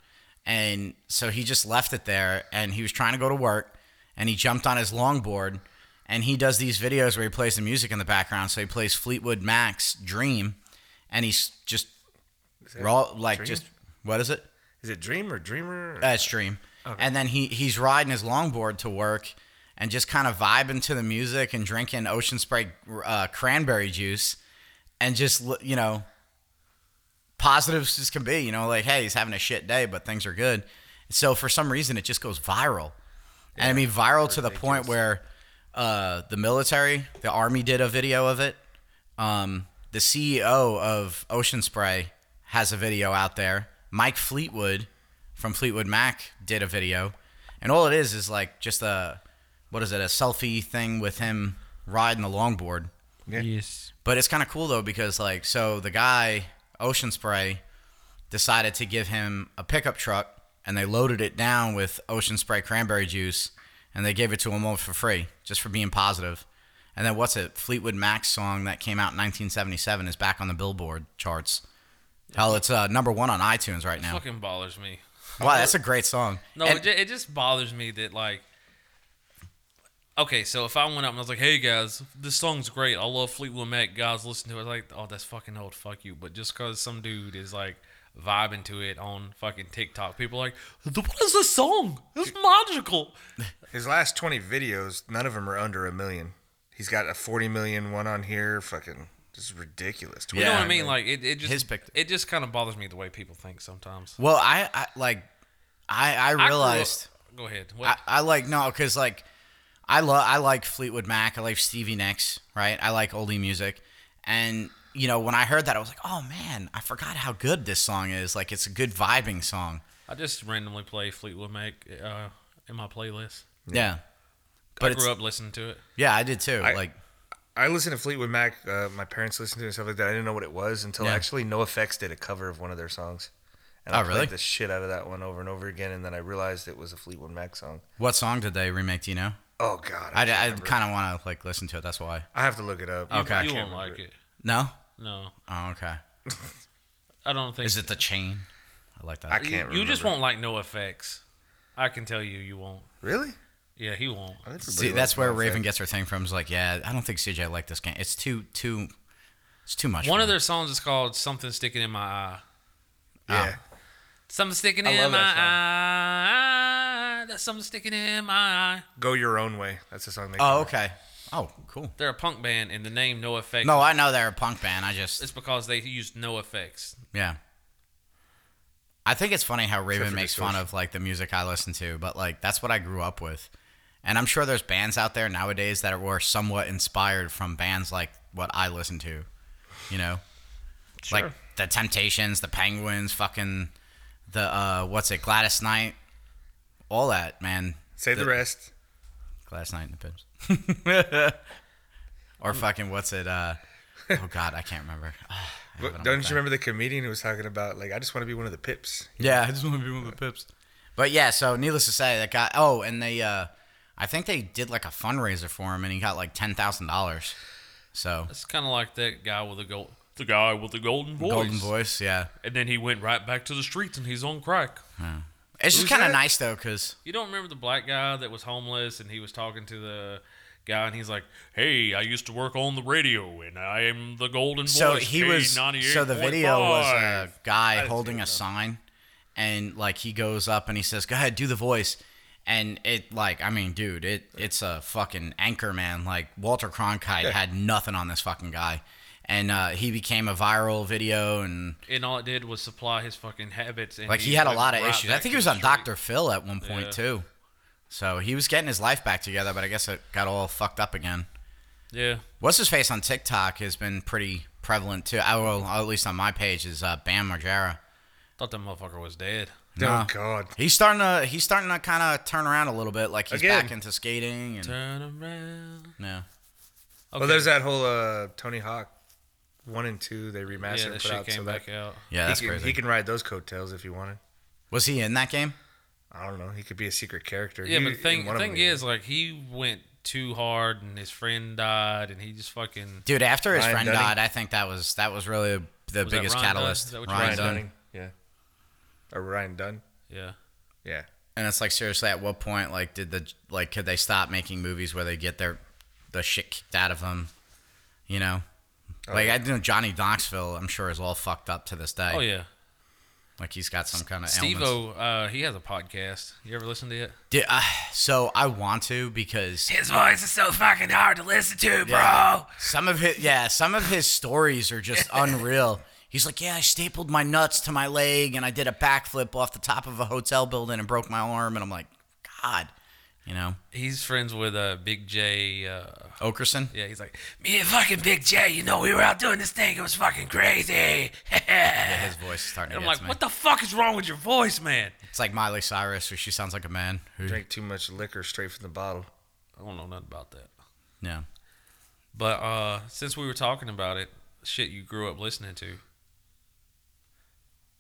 [SPEAKER 3] and so he just left it there and he was trying to go to work and he jumped on his longboard and he does these videos where he plays the music in the background so he plays fleetwood mac's dream and he's just raw like
[SPEAKER 1] Dream?
[SPEAKER 3] just what is it
[SPEAKER 1] Is it Dream or Dreamer? or-
[SPEAKER 3] uh, stream. And then he he's riding his longboard to work and just kind of vibing to the music and drinking ocean spray uh, cranberry juice and just l- you know positives as can be. You know, like hey, he's having a shit day, but things are good. So for some reason, it just goes viral. and I mean, viral to the point where uh, the military, the army, did a video of it. Um, the CEO of Ocean Spray has a video out there. Mike Fleetwood from Fleetwood Mac did a video, and all it is is like just a what is it a selfie thing with him riding the longboard.
[SPEAKER 2] Yes.
[SPEAKER 3] But it's kind of cool though because like so the guy Ocean Spray decided to give him a pickup truck and they loaded it down with Ocean Spray cranberry juice and they gave it to him all for free just for being positive. And then what's it Fleetwood Mac song that came out in 1977 is back on the Billboard charts. Hell, it's uh, number one on iTunes right now.
[SPEAKER 2] Fucking bothers me.
[SPEAKER 3] Wow, that's a great song.
[SPEAKER 2] No,
[SPEAKER 3] And-
[SPEAKER 2] it, ju- it just bothers me that like. Okay, so if I went up and I was like, "Hey guys, this song's great. I love Fleetwood Mac. Guys, listen to it." Like, oh, that's fucking old. Fuck you. But just because some dude is like vibing to it on fucking TikTok, people are like, "The- "What is this song? It's magical."
[SPEAKER 1] His last 20 videos, none of them are under a million. He's got a 40 million one on here. Fucking, this is ridiculous.
[SPEAKER 2] You know
[SPEAKER 3] Yeah,
[SPEAKER 2] what I mean? Like, it, it just
[SPEAKER 3] His pick-
[SPEAKER 2] it just kind of bothers me the way people think sometimes.
[SPEAKER 3] well, I, I like I I
[SPEAKER 2] I grew up-
[SPEAKER 3] realized.
[SPEAKER 2] go ahead. What,
[SPEAKER 3] I, I like no, because like I love I like Fleetwood Mac. I like Stevie Nicks. Right. I like oldie music. And you know when I heard that, I was like, oh man, I forgot how good this song is. Like it's a good vibing song.
[SPEAKER 2] I just randomly play Fleetwood Mac uh, in my playlist.
[SPEAKER 3] Yeah.
[SPEAKER 2] But
[SPEAKER 3] But
[SPEAKER 2] I
[SPEAKER 3] it's
[SPEAKER 2] grew up listening to it.
[SPEAKER 3] yeah, I did too. like
[SPEAKER 1] I listened to Fleetwood Mac. Uh, my parents listened to it and stuff like that. I didn't know what it was until
[SPEAKER 3] Yeah.
[SPEAKER 1] actually No Effects did a cover of one of their songs. And I
[SPEAKER 3] Oh,
[SPEAKER 1] played
[SPEAKER 3] really?
[SPEAKER 1] the shit out of that one over and over again. And then I realized it was a Fleetwood Mac song.
[SPEAKER 3] what song did they remake? Do you know?
[SPEAKER 1] Oh, God.
[SPEAKER 3] I,
[SPEAKER 1] can't
[SPEAKER 3] I
[SPEAKER 1] remember.
[SPEAKER 3] kind of want to like listen to it. That's why.
[SPEAKER 1] I have to look it up.
[SPEAKER 3] Okay. I
[SPEAKER 2] you
[SPEAKER 1] can't
[SPEAKER 2] won't like it.
[SPEAKER 3] No.
[SPEAKER 2] No,
[SPEAKER 3] Oh okay.
[SPEAKER 2] I don't think.
[SPEAKER 3] Is it the chain? I like
[SPEAKER 1] I
[SPEAKER 3] that.
[SPEAKER 1] can't
[SPEAKER 2] you,
[SPEAKER 1] remember.
[SPEAKER 2] you just won't like no effects. I can tell you, you won't.
[SPEAKER 1] Really?
[SPEAKER 2] Yeah, he won't.
[SPEAKER 1] Everybody
[SPEAKER 3] See,
[SPEAKER 1] likes
[SPEAKER 3] that's where
[SPEAKER 1] No
[SPEAKER 3] Raven
[SPEAKER 1] Effects.
[SPEAKER 3] gets her thing from. Is like, yeah, I don't think CJ liked this game. It's too too. It's too much.
[SPEAKER 2] One
[SPEAKER 3] for
[SPEAKER 2] of
[SPEAKER 3] me.
[SPEAKER 2] their songs is called "Something Sticking in My Eye."
[SPEAKER 3] ah.
[SPEAKER 1] Yeah.
[SPEAKER 2] Something sticking
[SPEAKER 1] I
[SPEAKER 2] in
[SPEAKER 1] love
[SPEAKER 2] my
[SPEAKER 1] that song.
[SPEAKER 2] eye. That's something sticking in my eye.
[SPEAKER 1] Go Your Own Way. That's the song they
[SPEAKER 3] Oh okay. Oh cool.
[SPEAKER 2] They're a punk band, and the name No Effects.
[SPEAKER 3] No, I know they're a punk band. I just
[SPEAKER 2] it's because they used no effects.
[SPEAKER 3] yeah. I think it's funny how Raven
[SPEAKER 1] for
[SPEAKER 3] makes fun
[SPEAKER 1] Distortion.
[SPEAKER 3] of like the music I listen to, but like that's what I grew up with. And I'm sure there's bands out there nowadays that were somewhat inspired from bands like what I listen to, you know? Like
[SPEAKER 2] Sure.
[SPEAKER 3] the Temptations, the Penguins, fucking the uh what's it, Gladys Knight, all that, man.
[SPEAKER 1] Say the, rest.
[SPEAKER 3] Gladys Knight and the Pips. or fucking what's it, uh Oh god, I can't remember. Ah, I have it on my
[SPEAKER 1] Don't you
[SPEAKER 3] back.
[SPEAKER 1] remember the comedian who was talking about like I just want to be one of the pips?
[SPEAKER 3] Yeah, I just want to be one of the pips. But yeah, so needless to say, that guy. Oh, and they, uh, I think they did like a fundraiser for him, and he got like ten thousand dollars. So
[SPEAKER 2] It's kind of like that guy with the gold. The guy with the golden voice.
[SPEAKER 3] golden voice, yeah.
[SPEAKER 2] And then he went right back to the streets, and he's on crack.
[SPEAKER 3] It's just
[SPEAKER 1] Who's
[SPEAKER 3] kind of
[SPEAKER 1] that?
[SPEAKER 3] nice though, cause
[SPEAKER 2] You don't remember the black guy that was homeless and he was talking to the guy and he's like, "Hey, I used to work on the radio and I am the golden
[SPEAKER 3] so
[SPEAKER 2] voice."
[SPEAKER 3] he
[SPEAKER 2] Hey,
[SPEAKER 3] was. So the video was uh,
[SPEAKER 2] 98.5."
[SPEAKER 3] a guy
[SPEAKER 1] see
[SPEAKER 3] holding a
[SPEAKER 1] that.
[SPEAKER 3] sign, and like he goes up and he says, "Go ahead, do the voice." And it like I mean, dude, it it's a fucking anchor man. Like Walter Cronkite had nothing on this fucking guy, and uh, he became a viral video and.
[SPEAKER 2] and all it did was supply his fucking habits. And
[SPEAKER 3] Like he had a
[SPEAKER 2] went
[SPEAKER 3] lot of
[SPEAKER 2] right
[SPEAKER 3] issues. I
[SPEAKER 2] back
[SPEAKER 3] think
[SPEAKER 2] to
[SPEAKER 3] he was
[SPEAKER 2] the
[SPEAKER 3] on
[SPEAKER 2] street.
[SPEAKER 3] Dr. Phil at one point
[SPEAKER 2] Yeah.
[SPEAKER 3] too. So he was getting his life back together, but I guess it got all fucked up again.
[SPEAKER 2] Yeah.
[SPEAKER 3] What's his face on TikTok has been pretty prevalent too. I will, at least on my page, is uh, Bam Margera.
[SPEAKER 2] Thought that motherfucker was dead.
[SPEAKER 3] Nah.
[SPEAKER 1] Oh God.
[SPEAKER 3] He's starting to he's starting to kind of turn around a little bit, like he's
[SPEAKER 1] Again.
[SPEAKER 3] back into skating and
[SPEAKER 2] Turn around.
[SPEAKER 3] yeah.
[SPEAKER 1] Well, there's that whole uh, Tony Hawk one and two they remastered
[SPEAKER 2] yeah,
[SPEAKER 1] and
[SPEAKER 2] that
[SPEAKER 1] put
[SPEAKER 2] shit
[SPEAKER 1] out.
[SPEAKER 2] came
[SPEAKER 1] so that
[SPEAKER 2] back out.
[SPEAKER 3] Yeah, that's
[SPEAKER 1] he, can,
[SPEAKER 3] crazy.
[SPEAKER 1] he can ride those coattails if he wanted.
[SPEAKER 3] Was he in that game?
[SPEAKER 1] I don't know. He could be a secret character.
[SPEAKER 2] Yeah,
[SPEAKER 1] He-
[SPEAKER 2] but the thing,
[SPEAKER 1] in one
[SPEAKER 2] the
[SPEAKER 1] of
[SPEAKER 2] thing
[SPEAKER 1] them, he-
[SPEAKER 2] is, like, he went too hard and his friend died and he just fucking.
[SPEAKER 3] Dude, after his
[SPEAKER 1] Ryan
[SPEAKER 3] friend
[SPEAKER 1] Dunning?
[SPEAKER 3] died, I think that was that was really the
[SPEAKER 2] Was that
[SPEAKER 3] biggest
[SPEAKER 2] Ron Dunn? Is
[SPEAKER 3] catalyst.
[SPEAKER 2] that what you-
[SPEAKER 3] Ryan,
[SPEAKER 1] Ryan
[SPEAKER 2] Dunn.
[SPEAKER 1] Dunning. Yeah. Or Ryan Dunn.
[SPEAKER 2] Yeah.
[SPEAKER 1] Yeah.
[SPEAKER 3] And it's like seriously, at what point like did the like could they stop making movies where they get their the shit kicked out of them? You know, like
[SPEAKER 1] Oh, yeah.
[SPEAKER 3] I know Johnny Knoxville, I'm sure is all fucked up to this day.
[SPEAKER 2] Oh, yeah.
[SPEAKER 3] Like he's got some kind of
[SPEAKER 2] Steve O, uh, he has a podcast. You ever listen to it?
[SPEAKER 3] Did, uh, so I want to because
[SPEAKER 2] His voice is so fucking hard to listen to, bro.
[SPEAKER 3] some of his yeah, some of his stories are just unreal. He's like, yeah, I stapled my nuts to my leg and I did a backflip off the top of a hotel building and broke my arm, and I'm like, God, you know,
[SPEAKER 2] He's friends with uh, Big J. Uh,
[SPEAKER 3] Okerson.
[SPEAKER 2] yeah, he's like, me and fucking Big J, you know, we were out doing this thing. It was fucking crazy. and
[SPEAKER 3] His voice is starting to
[SPEAKER 2] I'm
[SPEAKER 3] get
[SPEAKER 2] like,
[SPEAKER 3] to me.
[SPEAKER 2] what the fuck is wrong with your voice, man?
[SPEAKER 3] It's like Miley Cyrus, where she sounds like a man. Who,
[SPEAKER 1] Drank too much liquor straight from the bottle.
[SPEAKER 2] I don't know nothing about that.
[SPEAKER 3] no.
[SPEAKER 2] But uh, since we were talking about it, shit you grew up listening to.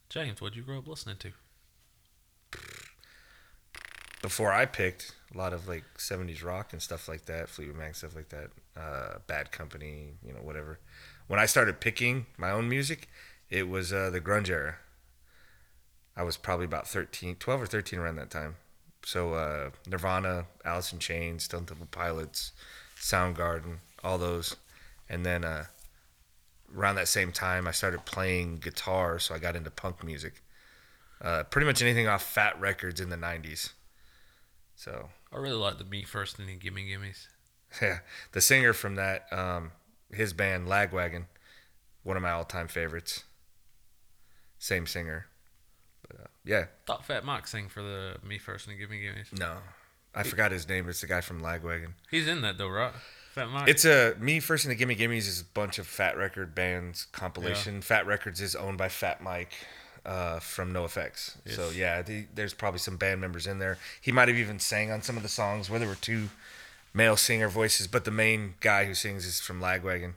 [SPEAKER 2] James, what'd you grow up listening to?
[SPEAKER 1] Before I picked a lot of like 70s rock and stuff like that, Fleetwood Mac stuff like that, uh, Bad Company, you know, whatever. When I started picking my own music, it was uh, the grunge era. I was probably about 13, 12 or 13 around that time. So uh, Nirvana, Alice in Chains, Stone Temple Pilots, Soundgarden, all those. And then uh, around that same time, I started playing guitar, so I got into punk music. Uh, pretty much anything off Fat Records in the 90s. So,
[SPEAKER 2] I really liked the Me First and the Gimme Gimmes.
[SPEAKER 1] yeah. The singer from that, um, his band, Lagwagon, one of my all time favorites. Same singer. But, uh, yeah,
[SPEAKER 2] Thought Fat Mike sang for the Me First and the Gimme Gimmes.
[SPEAKER 1] No, I forgot his name. but It's the guy from Lagwagon.
[SPEAKER 2] He's in that though, right? Fat Mike.
[SPEAKER 1] It's a me first in the Gimme Gimmes is a bunch of Fat Record bands compilation. Fat Records is owned by Fat Mike uh, from No Effects. So
[SPEAKER 2] Yes.
[SPEAKER 1] yeah, the, there's probably some band members in there. He might have even sang on some of the songs where there were two male singer voices, but the main guy who sings is from Lagwagon.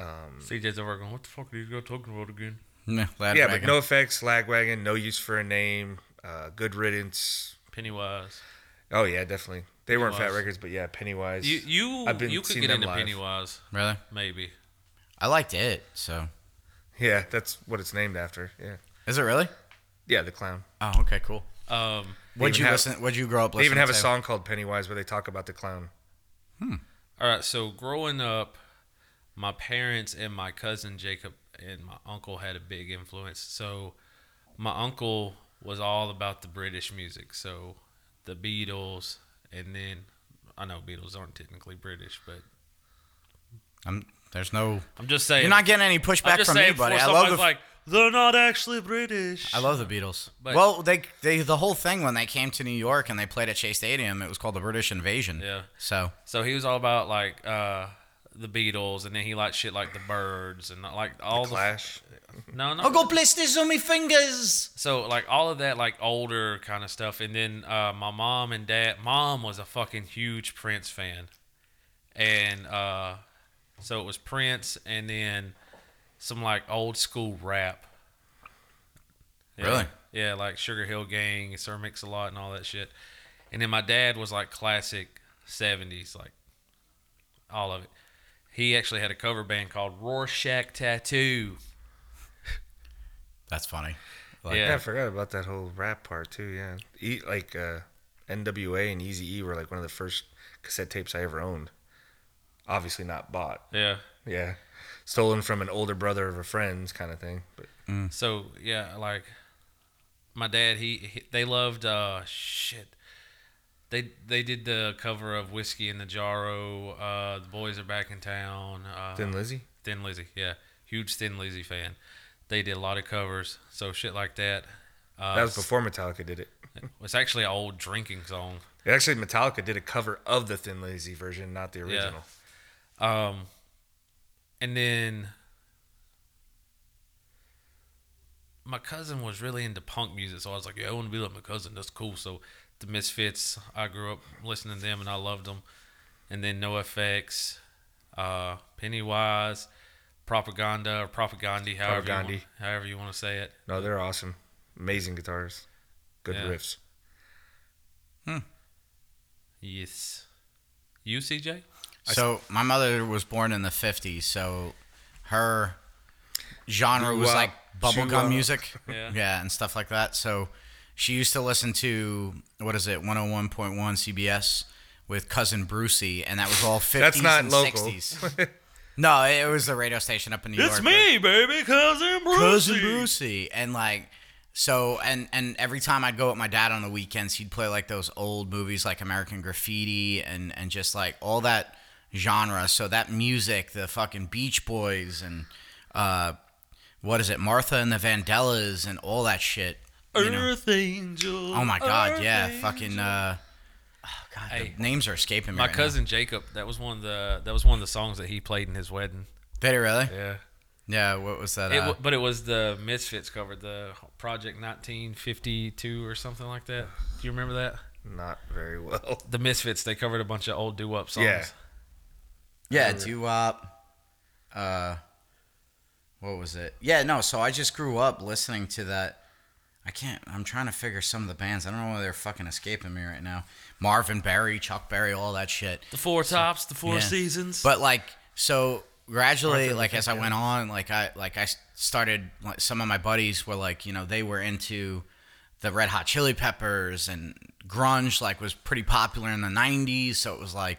[SPEAKER 2] CJ's over going, what the fuck are these guys talking about again?
[SPEAKER 3] No, Lad
[SPEAKER 1] Yeah,
[SPEAKER 3] Wagon.
[SPEAKER 1] but No Effects, Lagwagon, No Use for a Name, uh, Good Riddance.
[SPEAKER 2] Pennywise.
[SPEAKER 1] Oh yeah, definitely. They weren't Fat
[SPEAKER 2] Pennywise.
[SPEAKER 1] Records, but yeah, Pennywise.
[SPEAKER 2] You you
[SPEAKER 1] I've been
[SPEAKER 2] you could
[SPEAKER 1] seeing
[SPEAKER 2] get
[SPEAKER 1] them
[SPEAKER 2] into
[SPEAKER 1] live.
[SPEAKER 2] Pennywise,
[SPEAKER 3] Really?
[SPEAKER 2] maybe.
[SPEAKER 3] I liked it. So,
[SPEAKER 1] Yeah, that's what it's named after. Yeah,
[SPEAKER 3] is it really?
[SPEAKER 1] yeah, the clown.
[SPEAKER 3] Oh, okay, cool.
[SPEAKER 2] Um,
[SPEAKER 3] What'd
[SPEAKER 1] even
[SPEAKER 3] you
[SPEAKER 1] have-
[SPEAKER 3] listen? What'd you grow up
[SPEAKER 1] They
[SPEAKER 3] listening
[SPEAKER 1] even have
[SPEAKER 3] to?
[SPEAKER 1] a song called Pennywise where they talk about the clown.
[SPEAKER 2] all right, so growing up, my parents and my cousin Jacob and my uncle had a big influence. So my uncle was all about the British music, so the Beatles and then I know Beatles aren't technically British, but
[SPEAKER 3] I'm, there's no.
[SPEAKER 2] I'm just saying
[SPEAKER 3] You're not getting any
[SPEAKER 2] I'm
[SPEAKER 3] pushback
[SPEAKER 2] just
[SPEAKER 3] from me,
[SPEAKER 2] saying
[SPEAKER 3] buddy.
[SPEAKER 2] before
[SPEAKER 3] I love
[SPEAKER 2] somebody's
[SPEAKER 3] the
[SPEAKER 2] like they're not actually British.
[SPEAKER 3] I love the Beatles.
[SPEAKER 2] But-
[SPEAKER 3] well, they they the whole thing when they came to New York and they played at Shea Stadium, it was called the British Invasion.
[SPEAKER 2] Yeah.
[SPEAKER 3] So
[SPEAKER 2] So he was all about like uh the Beatles, and then he liked shit like the Birds and like all the,
[SPEAKER 1] Clash.
[SPEAKER 2] no no.
[SPEAKER 3] I'll go place this on my fingers.
[SPEAKER 2] So like all of that like older kind of stuff, and then uh, my mom and dad. Mom was a fucking huge Prince fan, and uh, so it was Prince, and then some like old school rap. Yeah.
[SPEAKER 3] Really?
[SPEAKER 2] Yeah, like Sugar Hill Gang, Sir Mix a Lot, and all that shit. And then my dad was like classic '70s, like all of it. He actually had a cover band called Rorschach Tattoo.
[SPEAKER 3] That's funny. Like-
[SPEAKER 1] Yeah, I
[SPEAKER 2] yeah,
[SPEAKER 1] forgot about that whole rap part too. Yeah, e- like uh, N.W.A. and Easy E were like one of the first cassette tapes I ever owned. Obviously not bought.
[SPEAKER 2] yeah.
[SPEAKER 1] Yeah, stolen from an older brother of a friend's kind of thing. But
[SPEAKER 2] So yeah, like my dad, he, he they loved uh shit. They they did the cover of Whiskey in the Jarro. Uh, the boys are back in town. Uh,
[SPEAKER 1] Thin Lizzy.
[SPEAKER 2] Thin Lizzy, yeah, huge Thin Lizzy fan. They did a lot of covers, so shit like that. Uh,
[SPEAKER 1] That was before Metallica did it.
[SPEAKER 2] It's actually an old drinking song.
[SPEAKER 1] Actually, Metallica did a cover of the Thin Lizzy version, not the original.
[SPEAKER 2] Um, and then my cousin was really into punk music, so I was like, "Yeah, I want to be like my cousin. That's cool." So the Misfits, I grew up listening to them, and I loved them. And then NoFX, uh, Pennywise, Propaganda or Propagandi, however You
[SPEAKER 1] Propagandi.
[SPEAKER 2] want, however you want to say it.
[SPEAKER 1] No, they're awesome. Amazing guitars. Good
[SPEAKER 2] Yeah.
[SPEAKER 1] riffs.
[SPEAKER 2] Yes, you CJ?
[SPEAKER 3] So my mother was born in the 50s, so her genre
[SPEAKER 1] Grew
[SPEAKER 3] was
[SPEAKER 1] up
[SPEAKER 3] like
[SPEAKER 1] to, uh,
[SPEAKER 3] bubblegum music.
[SPEAKER 2] Yeah.
[SPEAKER 3] Yeah, and stuff like that. So she used to listen to what is it, 101.1 CBS with cousin Brucey, and that was all 50s
[SPEAKER 1] That's not
[SPEAKER 3] and
[SPEAKER 1] local.
[SPEAKER 3] 60s. no, it was the radio station up in New York. but-
[SPEAKER 2] baby, cousin Bruce.
[SPEAKER 3] cousin Brucey, and like so, and and every time I'd go with my dad on the weekends, he'd play like those old movies like American Graffiti and and just like all that genre. So that music, the fucking Beach Boys and uh, what is it, Martha and the Vandellas and all that shit. You know?
[SPEAKER 2] Earth Angel.
[SPEAKER 3] Oh my
[SPEAKER 2] Earth
[SPEAKER 3] god, yeah, fucking.
[SPEAKER 2] Angel.
[SPEAKER 3] Uh, oh god,
[SPEAKER 2] Hey.
[SPEAKER 3] the names are escaping me.
[SPEAKER 2] My
[SPEAKER 3] right
[SPEAKER 2] cousin Jacob. That was one of the that was one of the songs that he played in his wedding.
[SPEAKER 3] Now. Did it really?
[SPEAKER 2] Yeah.
[SPEAKER 3] Yeah. What was that?
[SPEAKER 2] It,
[SPEAKER 3] uh,
[SPEAKER 2] wa- but it was the Misfits cover, the Project 1952 or something like that. Do you remember that?
[SPEAKER 1] Not very well.
[SPEAKER 2] The Misfits they covered a bunch of old doo wop songs.
[SPEAKER 1] Yeah.
[SPEAKER 3] Yeah, doo wop. Uh, what was it? Yeah, no. So I just grew up listening to that. I can't. I'm trying to figure some of the bands. I don't know why they're fucking escaping me right now. Marvin Berry, Chuck Berry, all that shit.
[SPEAKER 2] The Four Tops, the Four
[SPEAKER 3] Yeah.
[SPEAKER 2] Seasons.
[SPEAKER 3] But like, so gradually, like as I went on, like I like I s- started. Like, some of my buddies were like, you know, they were into the Red Hot Chili Peppers and grunge. Like was pretty popular in the '90s, so it was like.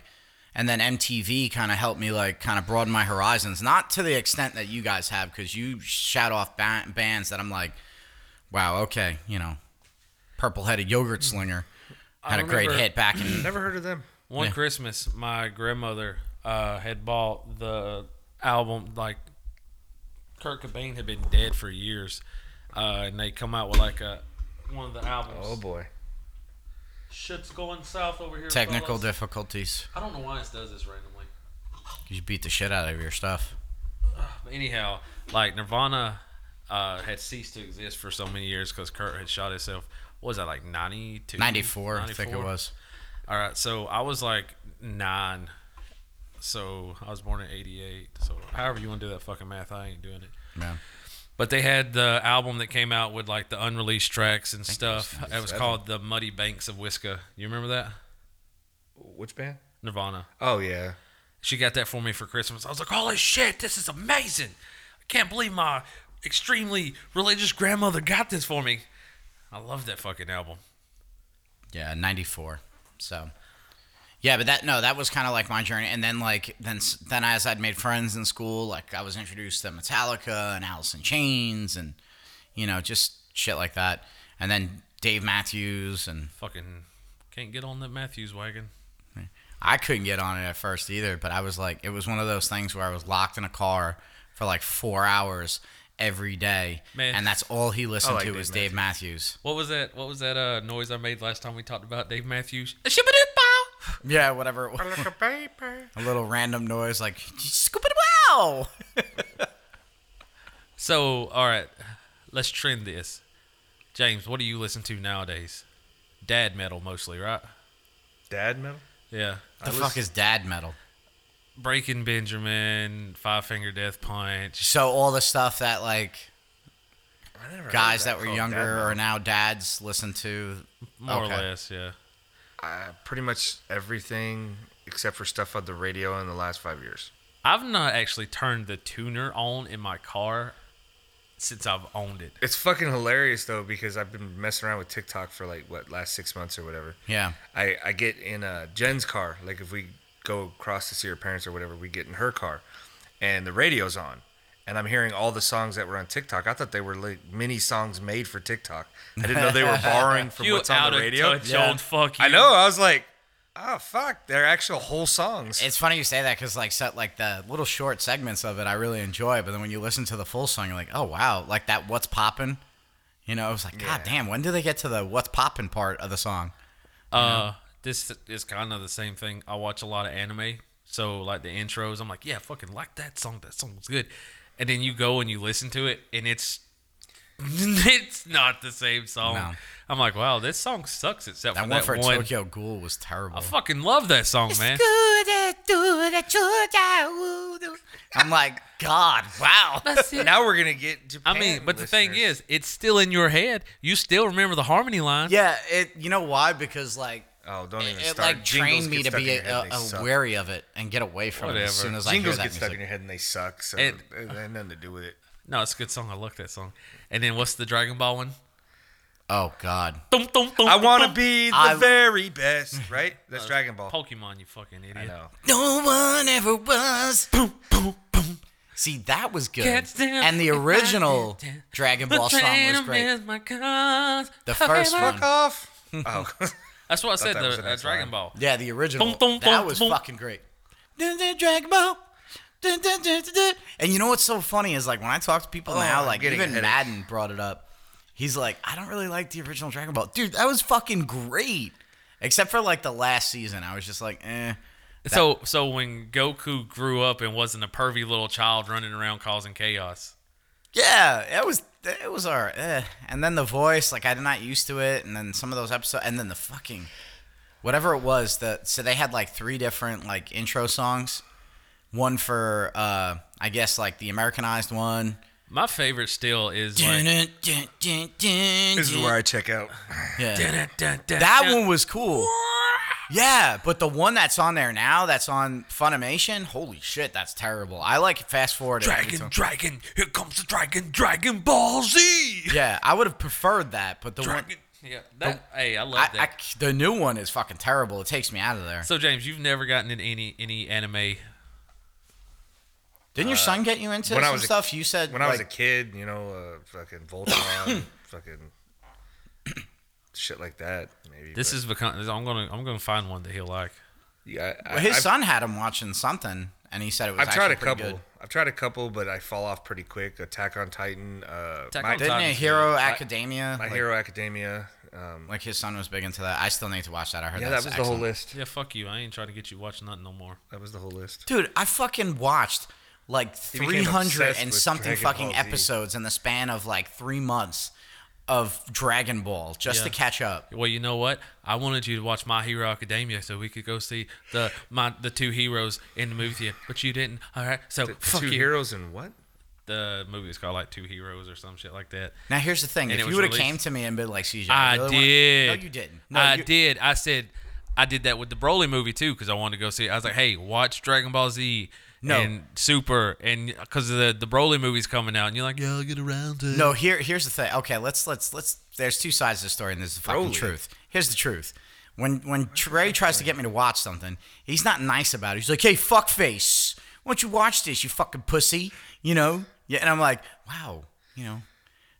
[SPEAKER 3] And then MTV kind of helped me like kind of broaden my horizons, not to the extent that you guys have, because you shout off ba- bands that I'm like, wow, okay, you know, Purple Headed Yogurt Slinger had a great
[SPEAKER 2] remember-
[SPEAKER 3] hit back in
[SPEAKER 1] Never heard of them.
[SPEAKER 2] One Christmas, my grandmother uh, had bought the album. Like Kurt Cobain had been dead for years, uh, and they come out with like a one of the albums.
[SPEAKER 1] Oh boy.
[SPEAKER 2] Shit's going south over here.
[SPEAKER 3] technical
[SPEAKER 2] fellas.
[SPEAKER 3] difficulties.
[SPEAKER 2] I don't know why this does this randomly.
[SPEAKER 3] You beat the shit out of your stuff.
[SPEAKER 2] But anyhow, like Nirvana uh, had ceased to exist for so many years because Kurt had shot himself. What was that like 92?
[SPEAKER 3] 94, I think it
[SPEAKER 2] 94?
[SPEAKER 3] was.
[SPEAKER 2] All right, so I was like nine. So I was born in 88. So however you want to do that fucking math, I ain't doing it.
[SPEAKER 3] Yeah.
[SPEAKER 2] But they had the album that came out with like the unreleased tracks and stuff. It was
[SPEAKER 1] 97.
[SPEAKER 2] called The Muddy Banks of Whisker. You remember that?
[SPEAKER 1] Which band?
[SPEAKER 2] Nirvana.
[SPEAKER 1] Oh yeah.
[SPEAKER 2] She got that for me for Christmas. I was like, holy shit, this is amazing. I can't believe my extremely religious grandmother got this for me. I love that fucking album.
[SPEAKER 3] Yeah, 94. So Yeah, but that no, that was kind of like my journey and then like then s- then as I'd made friends in school, like I was introduced to Metallica and Alice in Chains and you know, just shit like that. And then Dave Matthews and
[SPEAKER 2] Fucking can't get on that Matthews wagon.
[SPEAKER 3] I couldn't get on it at first either, but I was like, it was one of those things where I was locked in a car for like four hours every day,
[SPEAKER 2] Man.
[SPEAKER 3] and that's all he listened
[SPEAKER 1] I like
[SPEAKER 3] to
[SPEAKER 1] Dave
[SPEAKER 3] was Dave Matthews.
[SPEAKER 2] What was that? What was that uh, noise I made last time we talked about Dave Matthews? A shibba-doo-bow.
[SPEAKER 3] Yeah, whatever. it was.
[SPEAKER 1] Like a paper.
[SPEAKER 3] a little random noise like scoop it wow.
[SPEAKER 2] So, all right, let's trend this. James, what do you listen to nowadays? Dad metal mostly, right?
[SPEAKER 1] Dad metal.
[SPEAKER 2] Yeah.
[SPEAKER 3] The fuck is dad metal?
[SPEAKER 2] Breaking Benjamin, Five Finger Death Punch.
[SPEAKER 3] So all the stuff that like
[SPEAKER 1] I never heard
[SPEAKER 3] guys
[SPEAKER 1] of
[SPEAKER 3] that were
[SPEAKER 1] called
[SPEAKER 3] younger
[SPEAKER 1] dad metal.
[SPEAKER 3] or now dads listen to.
[SPEAKER 2] More or
[SPEAKER 3] Okay.
[SPEAKER 2] less, yeah.
[SPEAKER 1] uh, pretty much everything except for stuff on the radio in the last five years.
[SPEAKER 2] I've not actually turned the tuner on in my car since I've owned it.
[SPEAKER 1] It's fucking hilarious though because I've been messing around with TikTok for like what last six months or whatever.
[SPEAKER 3] Yeah.
[SPEAKER 1] I, I get in uh, Jen's car. Like if we go across to see her parents or whatever, we get in her car, and the radio's on, and I'm hearing all the songs that were on TikTok. I thought they were like mini songs made for TikTok. I didn't know they were borrowing from what's on the radio.
[SPEAKER 2] touch,
[SPEAKER 3] Yeah.
[SPEAKER 2] old fuck you.
[SPEAKER 1] I know. I was like, oh fuck, they're actual whole songs.
[SPEAKER 3] It's funny you say that because like set like the little short segments of it I really enjoy, but then when you listen to the full song, you're like, oh wow, like that what's poppin'. You know, it was like, God
[SPEAKER 1] Yeah.
[SPEAKER 3] damn, when do they get to the what's poppin' part of the song?
[SPEAKER 2] Uh, this is kind of the same thing. I watch a lot of anime, So like the intros, I'm like, yeah, I fucking like that song. That song was good. And then you go and you listen to it, and it's it's not the same song.
[SPEAKER 3] No.
[SPEAKER 2] I'm like, wow, this song sucks except
[SPEAKER 3] That
[SPEAKER 2] for
[SPEAKER 3] one
[SPEAKER 2] that
[SPEAKER 3] for
[SPEAKER 2] one.
[SPEAKER 3] Tokyo Ghoul was terrible.
[SPEAKER 2] I fucking love that song, man.
[SPEAKER 3] I'm like, God, wow.
[SPEAKER 1] now we're gonna get Japan.
[SPEAKER 2] I mean, but the thing
[SPEAKER 1] listeners.
[SPEAKER 2] is, it's still in your head. You still remember the harmony line.
[SPEAKER 3] Yeah, it. You know why? Because like
[SPEAKER 1] oh, don't even
[SPEAKER 3] it, it,
[SPEAKER 1] start.
[SPEAKER 3] like
[SPEAKER 1] Jingles
[SPEAKER 3] trained me
[SPEAKER 1] get
[SPEAKER 3] to
[SPEAKER 1] stuck in
[SPEAKER 3] be
[SPEAKER 1] your head,
[SPEAKER 3] a,
[SPEAKER 1] they
[SPEAKER 3] a
[SPEAKER 1] suck.
[SPEAKER 3] wary of it and get away from it
[SPEAKER 2] Whatever.
[SPEAKER 3] as soon as
[SPEAKER 1] Jingles
[SPEAKER 3] I hear
[SPEAKER 1] get
[SPEAKER 3] that
[SPEAKER 1] stuck in
[SPEAKER 3] music.
[SPEAKER 1] your head and they suck. So
[SPEAKER 2] And-
[SPEAKER 1] it had nothing to do with it.
[SPEAKER 2] No, it's a good song. I like that song. And then what's the Dragon Ball one?
[SPEAKER 3] Oh God,
[SPEAKER 2] Thum, thum, thum,
[SPEAKER 1] I want to
[SPEAKER 2] thum.
[SPEAKER 1] be the
[SPEAKER 3] I-
[SPEAKER 1] very best, right? That's Dragon Ball.
[SPEAKER 2] Pokemon. You fucking idiot.
[SPEAKER 1] I know.
[SPEAKER 3] no one ever was. See, that was good.
[SPEAKER 2] Can't stand
[SPEAKER 3] And the
[SPEAKER 2] if I
[SPEAKER 3] original
[SPEAKER 2] did that.
[SPEAKER 3] Dragon
[SPEAKER 2] The
[SPEAKER 3] Ball song was
[SPEAKER 2] train
[SPEAKER 3] great.
[SPEAKER 2] is my cause.
[SPEAKER 3] The first
[SPEAKER 2] Forever.
[SPEAKER 3] one.
[SPEAKER 1] Fuck off. Oh,
[SPEAKER 2] That's what I said.
[SPEAKER 1] that
[SPEAKER 2] The,
[SPEAKER 1] was the
[SPEAKER 2] uh,
[SPEAKER 1] next
[SPEAKER 2] Dragon
[SPEAKER 1] line.
[SPEAKER 2] Ball.
[SPEAKER 3] Yeah, the original.
[SPEAKER 2] Dum, dum,
[SPEAKER 3] that
[SPEAKER 2] dum,
[SPEAKER 3] was
[SPEAKER 2] dum.
[SPEAKER 3] fucking great. Dun, dun, Dragon Ball. Dun, dun, dun, dun, dun. And you know what's so funny is like when I talk to people
[SPEAKER 1] Oh,
[SPEAKER 3] now,
[SPEAKER 1] I'm
[SPEAKER 3] like
[SPEAKER 1] getting a
[SPEAKER 3] even
[SPEAKER 1] headache.
[SPEAKER 3] Madden brought it up. He's like, I don't really like the original Dragon Ball, dude. That was fucking great, except for like the last season. I was just like, eh.
[SPEAKER 2] So, so when Goku grew up and wasn't a pervy little child running around causing chaos.
[SPEAKER 3] Yeah, it was it was all right. Eh. And then the voice, like I'm not used to it. And then some of those episodes, and then the fucking whatever it was. The so they had like three different like intro songs. One for uh, I guess like the Americanized one.
[SPEAKER 2] My favorite still is like.
[SPEAKER 1] this is
[SPEAKER 3] That
[SPEAKER 1] where I check out.
[SPEAKER 3] Yeah.
[SPEAKER 2] That
[SPEAKER 3] That one was cool. Yeah, but the one that's on there now, that's on Funimation. Holy shit, that's terrible. I like fast forward. it every
[SPEAKER 2] Dragon,
[SPEAKER 3] time.
[SPEAKER 2] dragon, here comes the dragon, Dragon Ball Z.
[SPEAKER 3] Yeah, I would have preferred that, but the one
[SPEAKER 2] Dragon. Yeah, that. hey, I love
[SPEAKER 3] Oh, I,
[SPEAKER 2] that.
[SPEAKER 3] I, the new one is fucking terrible. It takes me out of there.
[SPEAKER 2] so James, you've never gotten into any any anime.
[SPEAKER 3] Didn't your son get you into
[SPEAKER 1] Uh, when I
[SPEAKER 3] some
[SPEAKER 1] was a-
[SPEAKER 3] stuff? you said
[SPEAKER 1] When I was a
[SPEAKER 3] like,
[SPEAKER 1] kid, you know, uh, fucking Voltron, fucking shit like that. Maybe
[SPEAKER 2] This
[SPEAKER 1] but-
[SPEAKER 2] is become. I'm gonna I'm gonna find one that he'll like.
[SPEAKER 1] yeah. I,
[SPEAKER 3] well, his
[SPEAKER 1] I've-
[SPEAKER 3] son had him watching something, and he said it was.
[SPEAKER 1] I've tried
[SPEAKER 3] actually
[SPEAKER 1] a
[SPEAKER 3] pretty
[SPEAKER 1] couple.
[SPEAKER 3] Good.
[SPEAKER 1] I've tried a couple, but I fall off pretty quick. Attack on Titan, uh,
[SPEAKER 2] Attack
[SPEAKER 1] my,
[SPEAKER 2] on
[SPEAKER 3] Didn't
[SPEAKER 2] Titan's
[SPEAKER 3] a
[SPEAKER 2] good.
[SPEAKER 3] Hero
[SPEAKER 2] I-
[SPEAKER 3] Academia?
[SPEAKER 1] my
[SPEAKER 3] like,
[SPEAKER 1] Hero Academia. Um,
[SPEAKER 3] like his son was big into that. I still need to watch that. I heard
[SPEAKER 1] yeah, that
[SPEAKER 3] that's
[SPEAKER 1] was the whole
[SPEAKER 3] excellent.
[SPEAKER 1] list.
[SPEAKER 2] Yeah, fuck you. I ain't trying to get you watching nothing no more.
[SPEAKER 1] That was the whole list.
[SPEAKER 3] Dude, I fucking watched like
[SPEAKER 1] became
[SPEAKER 3] three hundred
[SPEAKER 1] obsessed
[SPEAKER 3] and
[SPEAKER 1] with
[SPEAKER 3] something
[SPEAKER 1] Dragon
[SPEAKER 3] fucking
[SPEAKER 1] Ball Z.
[SPEAKER 3] episodes in the span of like three months of Dragon Ball just to
[SPEAKER 2] Yeah.
[SPEAKER 3] catch up.
[SPEAKER 2] Well, you know what? I wanted you to watch My Hero Academia so we could go see the my the two heroes in the movie theater, but you didn't. All right, so fuck
[SPEAKER 1] Two
[SPEAKER 2] you.
[SPEAKER 1] heroes and what?
[SPEAKER 2] The movie is called like Two Heroes or some shit like that.
[SPEAKER 3] Now here's the thing:
[SPEAKER 2] And it
[SPEAKER 3] if
[SPEAKER 2] was
[SPEAKER 3] you would have
[SPEAKER 2] released-
[SPEAKER 3] came to me and been like, "CJ,
[SPEAKER 1] Ah,
[SPEAKER 2] I,
[SPEAKER 3] really wanna-"
[SPEAKER 2] did.
[SPEAKER 3] no, you didn't. No,
[SPEAKER 2] I
[SPEAKER 3] you-
[SPEAKER 2] did. I said I did that with the Broly movie too because I wanted to go see. it. I was like, hey, watch Dragon Ball Z.
[SPEAKER 3] No.
[SPEAKER 2] And Super, and because the the Broly movie's coming out, and you're like, yeah, I'll get around to it.
[SPEAKER 3] No, here here's the thing. Okay, let's let's let's. There's two sides to the story, and there's the fucking
[SPEAKER 1] Broly.
[SPEAKER 3] truth. Here's the truth. When when Trey tries to get me to watch something, he's not nice about it. He's like, "Hey, fuckface, why don't you watch this, you fucking pussy?" You know? Yeah, and I'm like, "Wow, you know."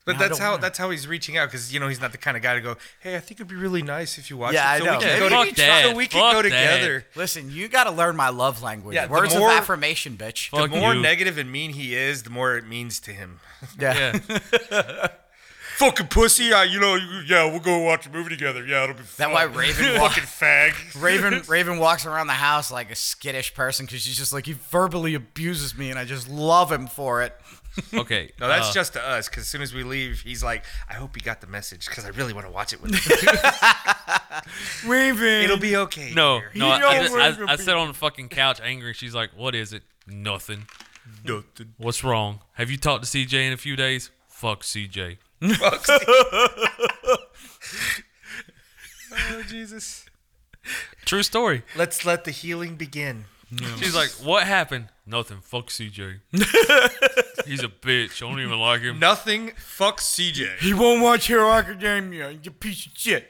[SPEAKER 1] But
[SPEAKER 3] No, I
[SPEAKER 1] that's
[SPEAKER 3] don't
[SPEAKER 1] how
[SPEAKER 3] wanna.
[SPEAKER 1] that's how he's reaching out because you know he's not the kind of guy to go, hey, I think it'd be really nice if you watch.
[SPEAKER 3] Yeah,
[SPEAKER 1] it,
[SPEAKER 3] I
[SPEAKER 1] so
[SPEAKER 3] know.
[SPEAKER 1] We can
[SPEAKER 3] Maybe
[SPEAKER 1] go
[SPEAKER 2] fuck
[SPEAKER 1] to,
[SPEAKER 2] that,
[SPEAKER 1] So we can
[SPEAKER 2] fuck
[SPEAKER 1] go
[SPEAKER 2] that.
[SPEAKER 1] together.
[SPEAKER 3] Listen, you got to learn my love language.
[SPEAKER 1] Yeah, the
[SPEAKER 3] Words
[SPEAKER 1] more-
[SPEAKER 3] of affirmation, bitch.
[SPEAKER 2] Fuck
[SPEAKER 1] The more
[SPEAKER 2] you.
[SPEAKER 1] negative and mean he is, the more it means to him.
[SPEAKER 3] yeah.
[SPEAKER 2] Yeah.
[SPEAKER 1] Fucking pussy, I, you know, you- yeah, we'll go watch a movie together. Yeah, it'll be
[SPEAKER 3] That
[SPEAKER 1] fun.
[SPEAKER 3] why Raven walk-
[SPEAKER 1] fucking fag.
[SPEAKER 3] Raven Raven walks around the house like a skittish person because she's just like he verbally abuses me and I just love him for it.
[SPEAKER 2] okay.
[SPEAKER 1] No, that's
[SPEAKER 2] uh,
[SPEAKER 1] just to us. Because as soon as we leave, he's like, "I hope he got the message because I really want to watch it with him.
[SPEAKER 3] Raven,
[SPEAKER 1] It'll be okay."
[SPEAKER 2] No,
[SPEAKER 1] dear."
[SPEAKER 2] no. I,
[SPEAKER 3] don't
[SPEAKER 2] I,
[SPEAKER 3] worry
[SPEAKER 2] I-
[SPEAKER 3] about
[SPEAKER 2] I sat on the fucking couch, angry. She's like, "What is it? Nothing. What's wrong? Have you talked to CJ in a few days? Fuck CJ.
[SPEAKER 1] Fuck. oh Jesus!
[SPEAKER 2] True story.
[SPEAKER 1] Let's let the healing begin.
[SPEAKER 2] She's like, "What happened? Nothing. Fuck CJ. He's a bitch. I don't even like him.
[SPEAKER 1] Nothing. Fuck CJ.
[SPEAKER 3] He won't watch Hero Academia. You piece of shit.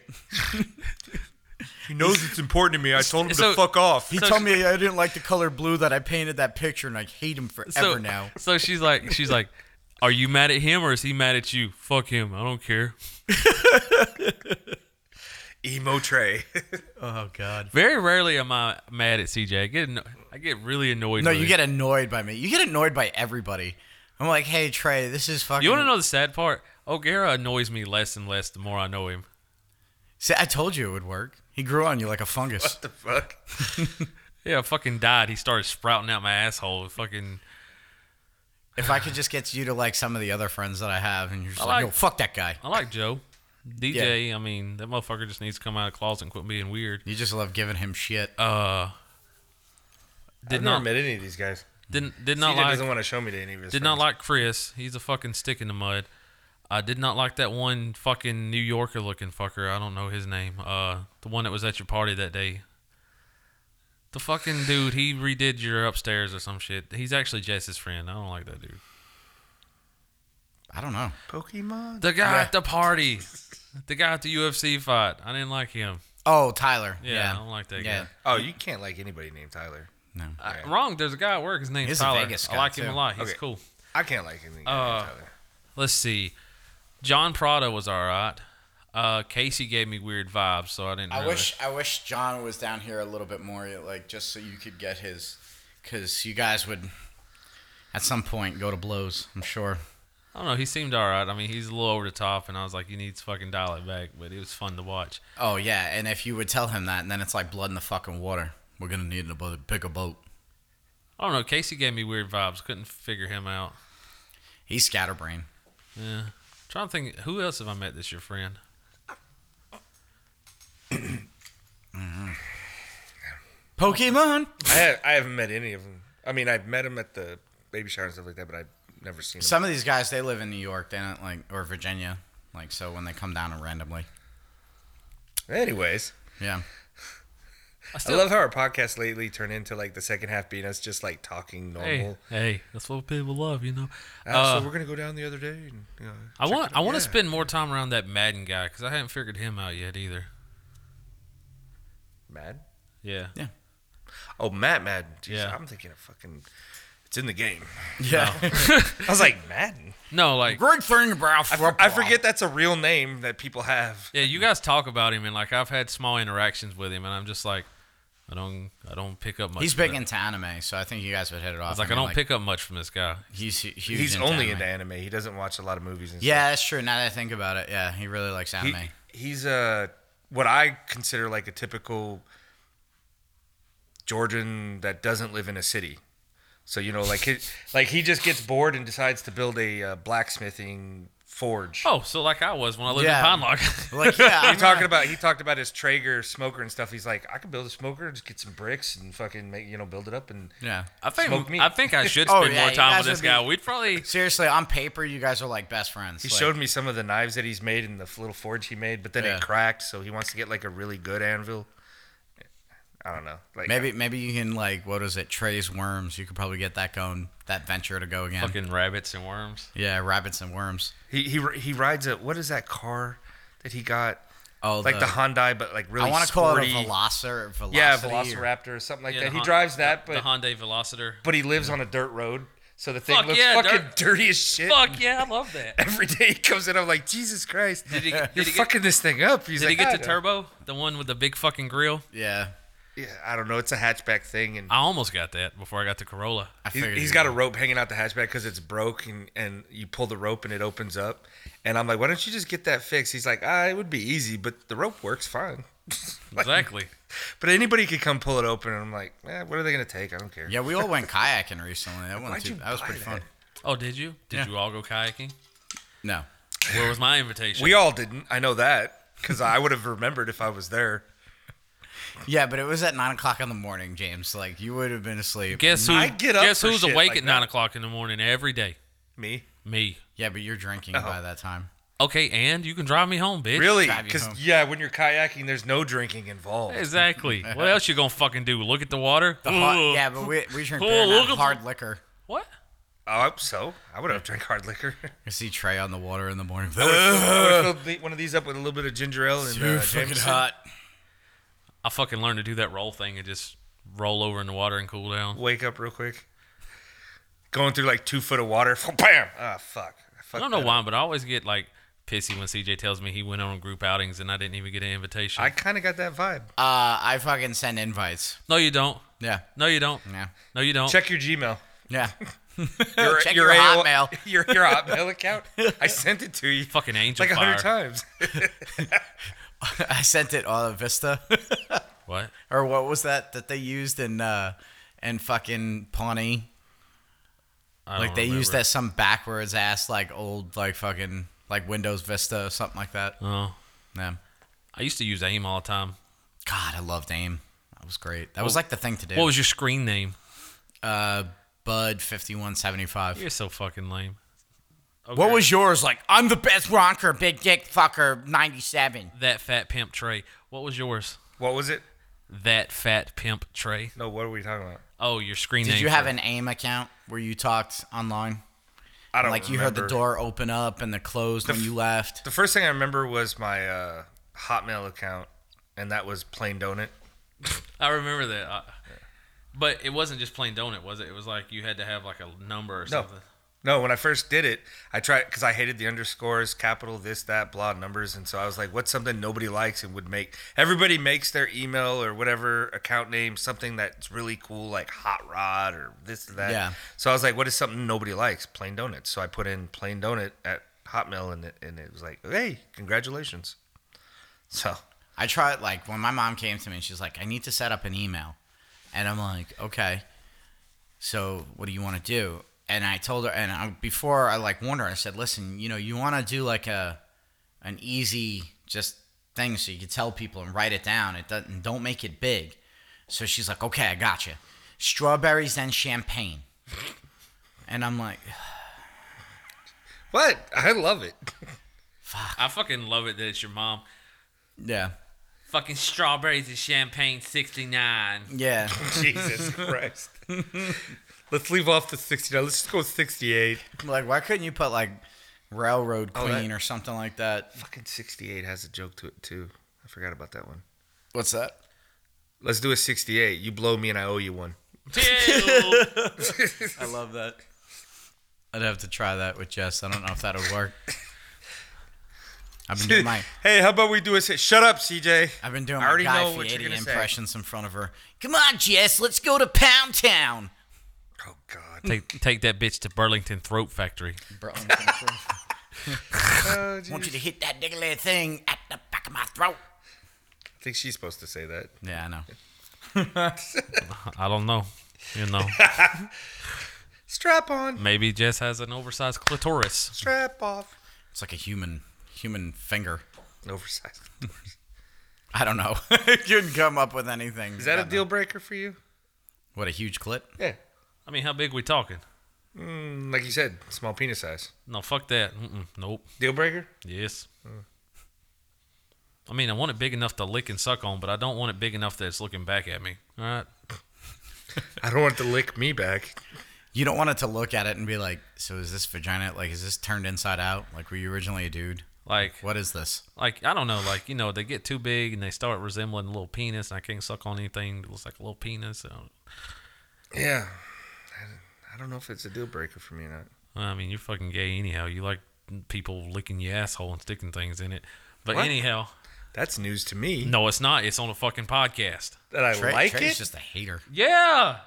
[SPEAKER 1] He knows it's important to me. I told him
[SPEAKER 2] So-
[SPEAKER 1] off.
[SPEAKER 3] He
[SPEAKER 2] So-
[SPEAKER 3] told me I didn't like the color blue that I painted that picture, and I hate him forever
[SPEAKER 2] So
[SPEAKER 3] now.
[SPEAKER 2] So she's like, she's like, "Are you mad at him or is he mad at you? Fuck him. I don't care.
[SPEAKER 1] Emo Trey.
[SPEAKER 3] Oh God.
[SPEAKER 2] Very rarely am I mad at CJ. I get anno- I get really annoyed.
[SPEAKER 3] No,
[SPEAKER 2] with
[SPEAKER 3] you
[SPEAKER 2] him.
[SPEAKER 3] get annoyed by me. You get annoyed by everybody. I'm like, hey Trey, this is fucking.
[SPEAKER 2] You want to know the sad part? O'Gara annoys me less and less the more I know him.
[SPEAKER 3] See, I told you it would work. He grew on you like a fungus.
[SPEAKER 1] the fuck?
[SPEAKER 2] Yeah, I fucking died. He started sprouting out my asshole. Fucking.
[SPEAKER 3] If I could just get you to like some of the other friends that I have, and you're just
[SPEAKER 2] I
[SPEAKER 3] like,
[SPEAKER 2] like-
[SPEAKER 3] yo, fuck that guy.
[SPEAKER 2] I like Joe. DJ, I mean, that motherfucker just needs to come out of the closet and quit being weird.
[SPEAKER 3] You just love giving him shit.
[SPEAKER 2] Uh, did
[SPEAKER 1] I've
[SPEAKER 2] not
[SPEAKER 1] never met any of these guys.
[SPEAKER 2] didn't did
[SPEAKER 1] He
[SPEAKER 2] not like
[SPEAKER 1] doesn't want to show me to any of his.
[SPEAKER 2] did
[SPEAKER 1] friends.
[SPEAKER 2] not like Chris. He's a fucking stick in the mud. I did not like that one fucking New Yorker looking fucker. I don't know his name. Uh, the one that was at your party that day. The fucking dude, he redid your upstairs or some shit. He's actually Jess's friend. I don't like that dude.
[SPEAKER 3] I don't know.
[SPEAKER 1] Pokemon.
[SPEAKER 2] The guy at the party, the guy at the UFC fight. I didn't like him.
[SPEAKER 3] Oh, Tyler.
[SPEAKER 2] Yeah,
[SPEAKER 3] Yeah,
[SPEAKER 2] I don't like that
[SPEAKER 3] Yeah.
[SPEAKER 2] guy.
[SPEAKER 1] oh, you can't like anybody named Tyler.
[SPEAKER 3] No.
[SPEAKER 2] I- wrong. There's a guy at work. His name's
[SPEAKER 3] He's a
[SPEAKER 2] Tyler.
[SPEAKER 3] Vegas
[SPEAKER 2] I
[SPEAKER 3] guy,
[SPEAKER 2] like him
[SPEAKER 3] too.
[SPEAKER 2] a lot. He's
[SPEAKER 1] Okay.
[SPEAKER 2] cool.
[SPEAKER 1] I can't like anything
[SPEAKER 2] Uh,
[SPEAKER 1] named Tyler.
[SPEAKER 2] Let's see. John Prada was all right. Uh, Casey gave me weird vibes, so I didn't.
[SPEAKER 3] I
[SPEAKER 2] really-
[SPEAKER 3] wish I wish John was down here a little bit more, like just so you could get his, because you guys would, at some point, go to blows. I'm sure.
[SPEAKER 2] I don't know. He seemed all right. I mean, he's a little over the top, and I was like, you need to fucking dial it back. But it was fun to watch.
[SPEAKER 3] Oh yeah, and if you would tell him that, and then it's like blood in the fucking water. We're gonna need a bo- bigger boat.
[SPEAKER 2] I don't know. Casey gave me weird vibes. Couldn't figure him out.
[SPEAKER 3] He's scatterbrained.
[SPEAKER 2] Yeah. trying to think, who else have I met that's your friend?
[SPEAKER 3] Pokemon.
[SPEAKER 1] I, have, I haven't met any of them. I mean, I've met him at the baby shower and stuff like that, but I've never seen him.
[SPEAKER 3] Some of these guys they live in New York, they don't like or Virginia, like so when they come down and randomly.
[SPEAKER 1] Anyways,
[SPEAKER 3] Yeah.
[SPEAKER 1] I
[SPEAKER 2] I still
[SPEAKER 1] love how our podcast lately turned into like the second half being us just like talking
[SPEAKER 3] Oh,
[SPEAKER 2] Hey,
[SPEAKER 1] normal.
[SPEAKER 2] hey, that's what people love, you know.
[SPEAKER 1] Uh,
[SPEAKER 2] Uh,
[SPEAKER 1] so we're gonna go down the other day. And, you know,
[SPEAKER 2] I
[SPEAKER 1] check
[SPEAKER 2] want
[SPEAKER 1] it
[SPEAKER 2] I
[SPEAKER 1] out.
[SPEAKER 2] want to
[SPEAKER 1] Yeah.
[SPEAKER 2] spend more time around that Madden guy because I haven't figured him out yet either.
[SPEAKER 1] Mad.
[SPEAKER 2] Yeah.
[SPEAKER 1] Oh, Matt Madden. Jeez,
[SPEAKER 2] Yeah.
[SPEAKER 1] I'm thinking of fucking. It's in the game.
[SPEAKER 3] Yeah.
[SPEAKER 1] I was like Madden.
[SPEAKER 2] No, like
[SPEAKER 3] Greg Thornbrough.
[SPEAKER 1] I, f- I forget that's a real name that people have.
[SPEAKER 2] Yeah, you guys talk about him, and like I've had small interactions with him, and I'm just like, I don't, I don't pick up much.
[SPEAKER 3] He's
[SPEAKER 2] from
[SPEAKER 3] big
[SPEAKER 2] that.
[SPEAKER 3] into anime, so I think you guys would hit it off.
[SPEAKER 2] I was like, I
[SPEAKER 3] mean,
[SPEAKER 2] don't pick up much from this guy.
[SPEAKER 3] He's hu- huge.
[SPEAKER 1] He's
[SPEAKER 3] into
[SPEAKER 1] only
[SPEAKER 3] anime.
[SPEAKER 1] into anime. He doesn't watch a lot of movies. And
[SPEAKER 3] Yeah, that's true. Now that I think about it, yeah, he really likes
[SPEAKER 1] stuff.
[SPEAKER 3] anime.
[SPEAKER 1] He, he's a what I consider like a typical Georgian that doesn't live in a city. So you know, like he, like he just gets bored and decides to build a uh, blacksmithing forge.
[SPEAKER 2] Oh, so like I was when I lived
[SPEAKER 3] Yeah.
[SPEAKER 2] in Pine Log.
[SPEAKER 3] like, yeah,
[SPEAKER 1] He
[SPEAKER 3] I'm
[SPEAKER 1] talking
[SPEAKER 3] not-
[SPEAKER 1] about he talked about his Traeger smoker and stuff. He's like, I could build a smoker, just get some bricks and fucking make you know build it up and
[SPEAKER 3] Yeah.
[SPEAKER 2] I
[SPEAKER 1] Smoke
[SPEAKER 2] think
[SPEAKER 1] me.
[SPEAKER 2] I think I should
[SPEAKER 3] Oh,
[SPEAKER 2] spend
[SPEAKER 3] yeah,
[SPEAKER 2] more
[SPEAKER 3] you
[SPEAKER 2] time
[SPEAKER 3] guys
[SPEAKER 2] with this
[SPEAKER 3] would be-
[SPEAKER 2] guy. We'd probably
[SPEAKER 3] Seriously, on paper, you guys are like best friends.
[SPEAKER 1] He
[SPEAKER 3] like,
[SPEAKER 1] showed me some of the knives that he's made in the little forge he made, but then
[SPEAKER 3] Yeah.
[SPEAKER 1] it cracked, so he wants to get like a really good anvil. I don't know. Like
[SPEAKER 3] Maybe, maybe you can like what is it? Trey's worms. You could probably get that going, that venture to go again.
[SPEAKER 2] fucking rabbits and worms.
[SPEAKER 3] Yeah, rabbits and worms.
[SPEAKER 1] he he he rides a what is that car that he got?
[SPEAKER 3] Oh,
[SPEAKER 1] like the, Hyundai, but like really.
[SPEAKER 3] I want to call it a
[SPEAKER 1] sporty-
[SPEAKER 3] velocer, velocity.
[SPEAKER 1] Yeah,
[SPEAKER 3] or-
[SPEAKER 1] Velociraptor or something like
[SPEAKER 2] Yeah,
[SPEAKER 1] that.
[SPEAKER 2] the
[SPEAKER 1] He
[SPEAKER 2] Hon-
[SPEAKER 1] drives that,
[SPEAKER 2] the
[SPEAKER 1] but
[SPEAKER 2] Hyundai Velociter.
[SPEAKER 1] but he lives on a dirt road, so the thing
[SPEAKER 2] Fuck
[SPEAKER 1] looks
[SPEAKER 2] yeah,
[SPEAKER 1] fucking
[SPEAKER 2] dirt.
[SPEAKER 1] dirty as shit.
[SPEAKER 2] Fuck yeah, I love that.
[SPEAKER 1] Every day he comes in, I'm like, Jesus Christ,
[SPEAKER 2] Did he, did
[SPEAKER 1] you're
[SPEAKER 2] he get,
[SPEAKER 1] fucking this thing up. He's
[SPEAKER 2] did
[SPEAKER 1] like,
[SPEAKER 2] he get
[SPEAKER 1] I
[SPEAKER 2] the
[SPEAKER 1] don't-
[SPEAKER 2] turbo? The one with the big fucking grill?
[SPEAKER 3] Yeah,
[SPEAKER 1] Yeah, I don't know. It's a hatchback thing, and
[SPEAKER 2] I almost got that before I got the Corolla.
[SPEAKER 3] I
[SPEAKER 1] He-
[SPEAKER 3] figured
[SPEAKER 1] he's
[SPEAKER 3] he
[SPEAKER 1] got a
[SPEAKER 3] would.
[SPEAKER 1] rope hanging out the hatchback because it's broke, and, and you pull the rope and it opens up. And I'm like, why don't you just get that fixed? He's like, ah, it would be easy, but the rope works fine. Like,
[SPEAKER 2] Exactly.
[SPEAKER 1] But anybody could come pull it open, and I'm like, eh, what are they gonna take? I don't care.
[SPEAKER 3] Yeah, we all went kayaking recently. That
[SPEAKER 1] Why'd
[SPEAKER 3] wasn't too,
[SPEAKER 1] you
[SPEAKER 3] That was
[SPEAKER 1] buy
[SPEAKER 3] pretty fun.
[SPEAKER 2] Oh, did you? Did
[SPEAKER 3] Yeah.
[SPEAKER 2] you all go kayaking?
[SPEAKER 3] No,
[SPEAKER 2] Where was my invitation?
[SPEAKER 1] We all didn't. I know that because I would have remembered if I was there.
[SPEAKER 3] yeah, but it was at nine o'clock in the morning, James. Like you would have been asleep.
[SPEAKER 2] Guess who?
[SPEAKER 1] I get up
[SPEAKER 2] guess
[SPEAKER 1] for
[SPEAKER 2] who's
[SPEAKER 1] shit
[SPEAKER 2] awake
[SPEAKER 1] like
[SPEAKER 2] at nine
[SPEAKER 1] that.
[SPEAKER 2] o'clock in the morning every day?
[SPEAKER 1] Me,
[SPEAKER 2] Me.
[SPEAKER 3] Yeah, but you're drinking by that time.
[SPEAKER 2] Okay, and you can drive me home, bitch.
[SPEAKER 1] really?
[SPEAKER 3] drive you
[SPEAKER 1] Because
[SPEAKER 3] home.
[SPEAKER 1] yeah, when you're kayaking, there's no drinking involved.
[SPEAKER 2] Exactly. what else you gonna fucking do? Look at the water?
[SPEAKER 3] The hot,
[SPEAKER 2] Ugh.
[SPEAKER 3] yeah, but we we drink
[SPEAKER 2] Oh,
[SPEAKER 3] beer,
[SPEAKER 2] look
[SPEAKER 3] not
[SPEAKER 2] at
[SPEAKER 3] hard liquor.
[SPEAKER 2] What?
[SPEAKER 1] Oh, so I would have drank hard liquor.
[SPEAKER 3] I see Trey on the water in the morning.
[SPEAKER 1] I would have filled the- one of these up with a little bit of ginger ale and
[SPEAKER 3] Too
[SPEAKER 1] uh,
[SPEAKER 3] fucking
[SPEAKER 1] Jameson.
[SPEAKER 3] hot.
[SPEAKER 2] I fucking learned to do that roll thing and just roll over in the water and cool down.
[SPEAKER 1] wake up real quick. Going through like two foot of water. Bam! Ah, fuck.
[SPEAKER 2] I don't know why, but I always get like pissy when CJ tells me he went on group outings and I didn't even get an invitation.
[SPEAKER 1] I kind of got that vibe.
[SPEAKER 3] Uh, I fucking send invites.
[SPEAKER 2] no, you don't.
[SPEAKER 3] Yeah,
[SPEAKER 2] No, you don't.
[SPEAKER 3] yeah,
[SPEAKER 2] No, you don't.
[SPEAKER 1] Check your Gmail.
[SPEAKER 3] yeah.
[SPEAKER 1] Your,
[SPEAKER 3] Check your
[SPEAKER 1] AOL
[SPEAKER 3] Hotmail.
[SPEAKER 1] Your, your Hotmail account. I sent it to you
[SPEAKER 2] Fucking angel
[SPEAKER 1] like a
[SPEAKER 2] fire.
[SPEAKER 1] hundred times.
[SPEAKER 3] I sent it all of Vista.
[SPEAKER 2] Wow, What?
[SPEAKER 3] Or what was that that they used in uh in fucking Pawnee?
[SPEAKER 2] I
[SPEAKER 3] Like
[SPEAKER 2] don't
[SPEAKER 3] they used
[SPEAKER 2] remember.
[SPEAKER 3] that some backwards ass like old like fucking like Windows Vista or something like that.
[SPEAKER 2] Oh,
[SPEAKER 3] Yeah.
[SPEAKER 2] I used to use AIM all the time.
[SPEAKER 3] God, I loved AIM. That was great. That was like the thing to do.
[SPEAKER 2] What was your screen name?
[SPEAKER 3] uh Bud fifty one seventy five.
[SPEAKER 2] You're so fucking lame.
[SPEAKER 3] What was yours like? I'm the best ronker, big dick fucker, ninety seven.
[SPEAKER 2] that fat pimp tray? What was yours?
[SPEAKER 1] What was it?
[SPEAKER 2] That fat pimp tray.
[SPEAKER 1] No, what are we talking about?
[SPEAKER 2] Oh, your screen name.
[SPEAKER 3] Did you have
[SPEAKER 2] for-
[SPEAKER 3] an AIM account where you talked online?
[SPEAKER 1] I don't
[SPEAKER 3] Like you heard the
[SPEAKER 1] remember.
[SPEAKER 3] door open up and the close when you left.
[SPEAKER 1] The first thing I remember was my uh, Hotmail account, and that was plain donut.
[SPEAKER 2] I remember that. I, but it wasn't just plain donut, was it? It was like you had to have like a number or
[SPEAKER 1] No,
[SPEAKER 2] something.
[SPEAKER 1] no. When I first did it, I tried because I hated the underscores, capital, this, that, blah, numbers, and so I was like, "What's something nobody likes and would make everybody makes their email or whatever account name something that's really cool, like Hot Rod or this, that."
[SPEAKER 3] Yeah.
[SPEAKER 1] So I was like, "What is something nobody likes? Plain donut." So I put in plain donut at Hotmail, and it, and it was like, "Hey, congratulations." So
[SPEAKER 3] I tried like when my mom came to me and she's like, I need to set up an email. And I'm like, okay. So what do you want to do? And I told her and I, before I like warned her, I said, listen, you know, you want to do like a an easy just thing so you can tell people and write it down. It doesn't don't make it big. So she's like, okay, I gotcha. Strawberries and champagne. And I'm like,
[SPEAKER 1] what? I love it.
[SPEAKER 2] I fucking love it that it's your mom.
[SPEAKER 3] yeah,
[SPEAKER 2] Fucking strawberries and champagne 69.
[SPEAKER 3] yeah.
[SPEAKER 1] Jesus Christ. Let's leave off the 69. Let's just go with 68.
[SPEAKER 3] like, why couldn't you put like railroad
[SPEAKER 1] Oh,
[SPEAKER 3] queen
[SPEAKER 1] that-
[SPEAKER 3] or something like that?
[SPEAKER 1] Fucking 68 has a joke to it, too. I forgot about that one.
[SPEAKER 3] What's that?
[SPEAKER 1] Let's do a 68. You blow me and I owe you one.
[SPEAKER 2] Ew.
[SPEAKER 3] I love that. I'd have to try that with Jess. I don't know if that'll work. I've been doing my
[SPEAKER 1] hey, how about we do a. si- Shut up, CJ.
[SPEAKER 3] I've been doing
[SPEAKER 1] I
[SPEAKER 3] my
[SPEAKER 1] already
[SPEAKER 3] Guy
[SPEAKER 1] know what you're
[SPEAKER 3] Fieri
[SPEAKER 1] gonna say.
[SPEAKER 3] impressions in front of her. Come on, Jess, let's go to Pound Town.
[SPEAKER 1] Oh, God.
[SPEAKER 2] take, take that bitch to Burlington Throat Factory.
[SPEAKER 3] Bro,
[SPEAKER 1] Oh, geez.
[SPEAKER 3] want you to hit that niggly thing at the back of my throat.
[SPEAKER 1] I think she's supposed to say that.
[SPEAKER 3] Yeah, I know.
[SPEAKER 2] I don't know. You know,
[SPEAKER 1] Strap on,
[SPEAKER 2] maybe Jess has an oversized clitoris.
[SPEAKER 1] strap off.
[SPEAKER 3] It's like a human human finger.
[SPEAKER 1] Oversized.
[SPEAKER 3] I don't know. you can come up with anything.
[SPEAKER 1] Is that a deal breaker for you?
[SPEAKER 3] What a huge clit.
[SPEAKER 1] Yeah.
[SPEAKER 2] I mean, how big we talking?
[SPEAKER 1] Mm, like you said, small penis size.
[SPEAKER 2] No, fuck that. Mm-mm. Nope.
[SPEAKER 1] Deal breaker?
[SPEAKER 2] Yes. I mean, I want it big enough to lick and suck on, but I don't want it big enough that it's looking back at me. All right.
[SPEAKER 1] I don't want it to lick me back.
[SPEAKER 3] You don't want it to look at it and be like, so is this vagina like is this turned inside out? Like were you originally a dude?
[SPEAKER 2] Like,
[SPEAKER 3] What is this?
[SPEAKER 2] like I don't know, like you know, they get too big and they start resembling a little penis, and I can't suck on anything that looks like a little penis. So,
[SPEAKER 1] Yeah. I, I don't know if it's a deal breaker for me or not.
[SPEAKER 2] I mean, you're fucking gay anyhow. You like people licking your asshole and sticking things in it. But
[SPEAKER 1] What?
[SPEAKER 2] anyhow,
[SPEAKER 1] That's news to me.
[SPEAKER 2] no, it's not. It's on a fucking podcast.
[SPEAKER 1] That I
[SPEAKER 3] Trey,
[SPEAKER 1] like
[SPEAKER 3] Trey's
[SPEAKER 1] it.
[SPEAKER 3] just a hater.
[SPEAKER 2] Yeah,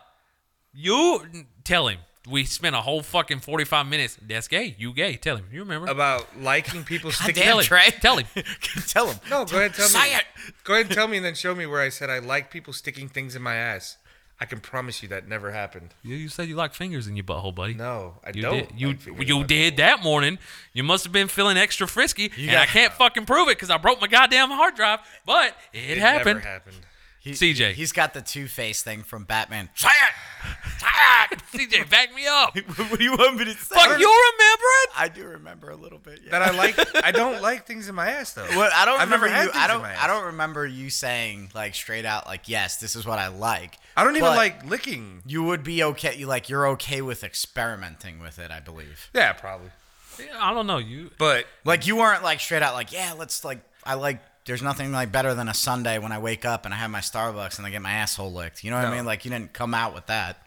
[SPEAKER 2] you tell him. We spent a whole fucking forty five minutes. That's gay. You gay. Tell him. You
[SPEAKER 1] Uh,
[SPEAKER 2] remember?
[SPEAKER 1] about liking people sticking.
[SPEAKER 2] tell
[SPEAKER 3] damn,
[SPEAKER 2] him.
[SPEAKER 3] Trey.
[SPEAKER 2] Tell him.
[SPEAKER 3] Tell him.
[SPEAKER 1] No, go ahead and tell
[SPEAKER 3] Say
[SPEAKER 1] me.
[SPEAKER 3] it.
[SPEAKER 1] Go ahead and tell me, and then show me where I said I like people sticking things in my ass. I can promise you that never happened.
[SPEAKER 2] you, you said you like fingers in your butthole, buddy.
[SPEAKER 1] No, I
[SPEAKER 2] You
[SPEAKER 1] don't.
[SPEAKER 2] did. You
[SPEAKER 1] like fingers
[SPEAKER 2] you
[SPEAKER 1] up.
[SPEAKER 2] did that morning. You must have been feeling extra frisky, and
[SPEAKER 3] got-
[SPEAKER 2] I can't fucking prove it because I broke my goddamn hard drive. But it,
[SPEAKER 1] It
[SPEAKER 2] happened.
[SPEAKER 1] Never happened.
[SPEAKER 3] He-
[SPEAKER 2] CJ.
[SPEAKER 3] He's got the Two Face thing from Batman.
[SPEAKER 2] Say it. Say it. CJ, Ah, back me up.
[SPEAKER 3] what do you want me to say?
[SPEAKER 2] Fuck, you remember it?
[SPEAKER 3] I do remember a little bit. Yeah.
[SPEAKER 1] That I like. I don't like things in my ass though.
[SPEAKER 3] Well, I don't
[SPEAKER 1] I've never
[SPEAKER 3] remember
[SPEAKER 1] had
[SPEAKER 3] you.
[SPEAKER 1] things
[SPEAKER 3] I
[SPEAKER 1] in
[SPEAKER 3] don't.
[SPEAKER 1] my
[SPEAKER 3] I
[SPEAKER 1] ass.
[SPEAKER 3] don't remember you saying like straight out like, "Yes, this is what I like."
[SPEAKER 1] I don't even
[SPEAKER 3] But
[SPEAKER 1] like licking.
[SPEAKER 3] You would be okay. You like you're okay with experimenting with it. I believe.
[SPEAKER 1] Yeah, probably.
[SPEAKER 2] Yeah, I don't know. You
[SPEAKER 1] But
[SPEAKER 3] Like you weren't like straight out like, "Yeah, let's like I like." There's nothing like better than a Sunday when I wake up and I have my Starbucks and I get my asshole licked. You know what
[SPEAKER 1] No.
[SPEAKER 3] I mean? Like you didn't come out with that.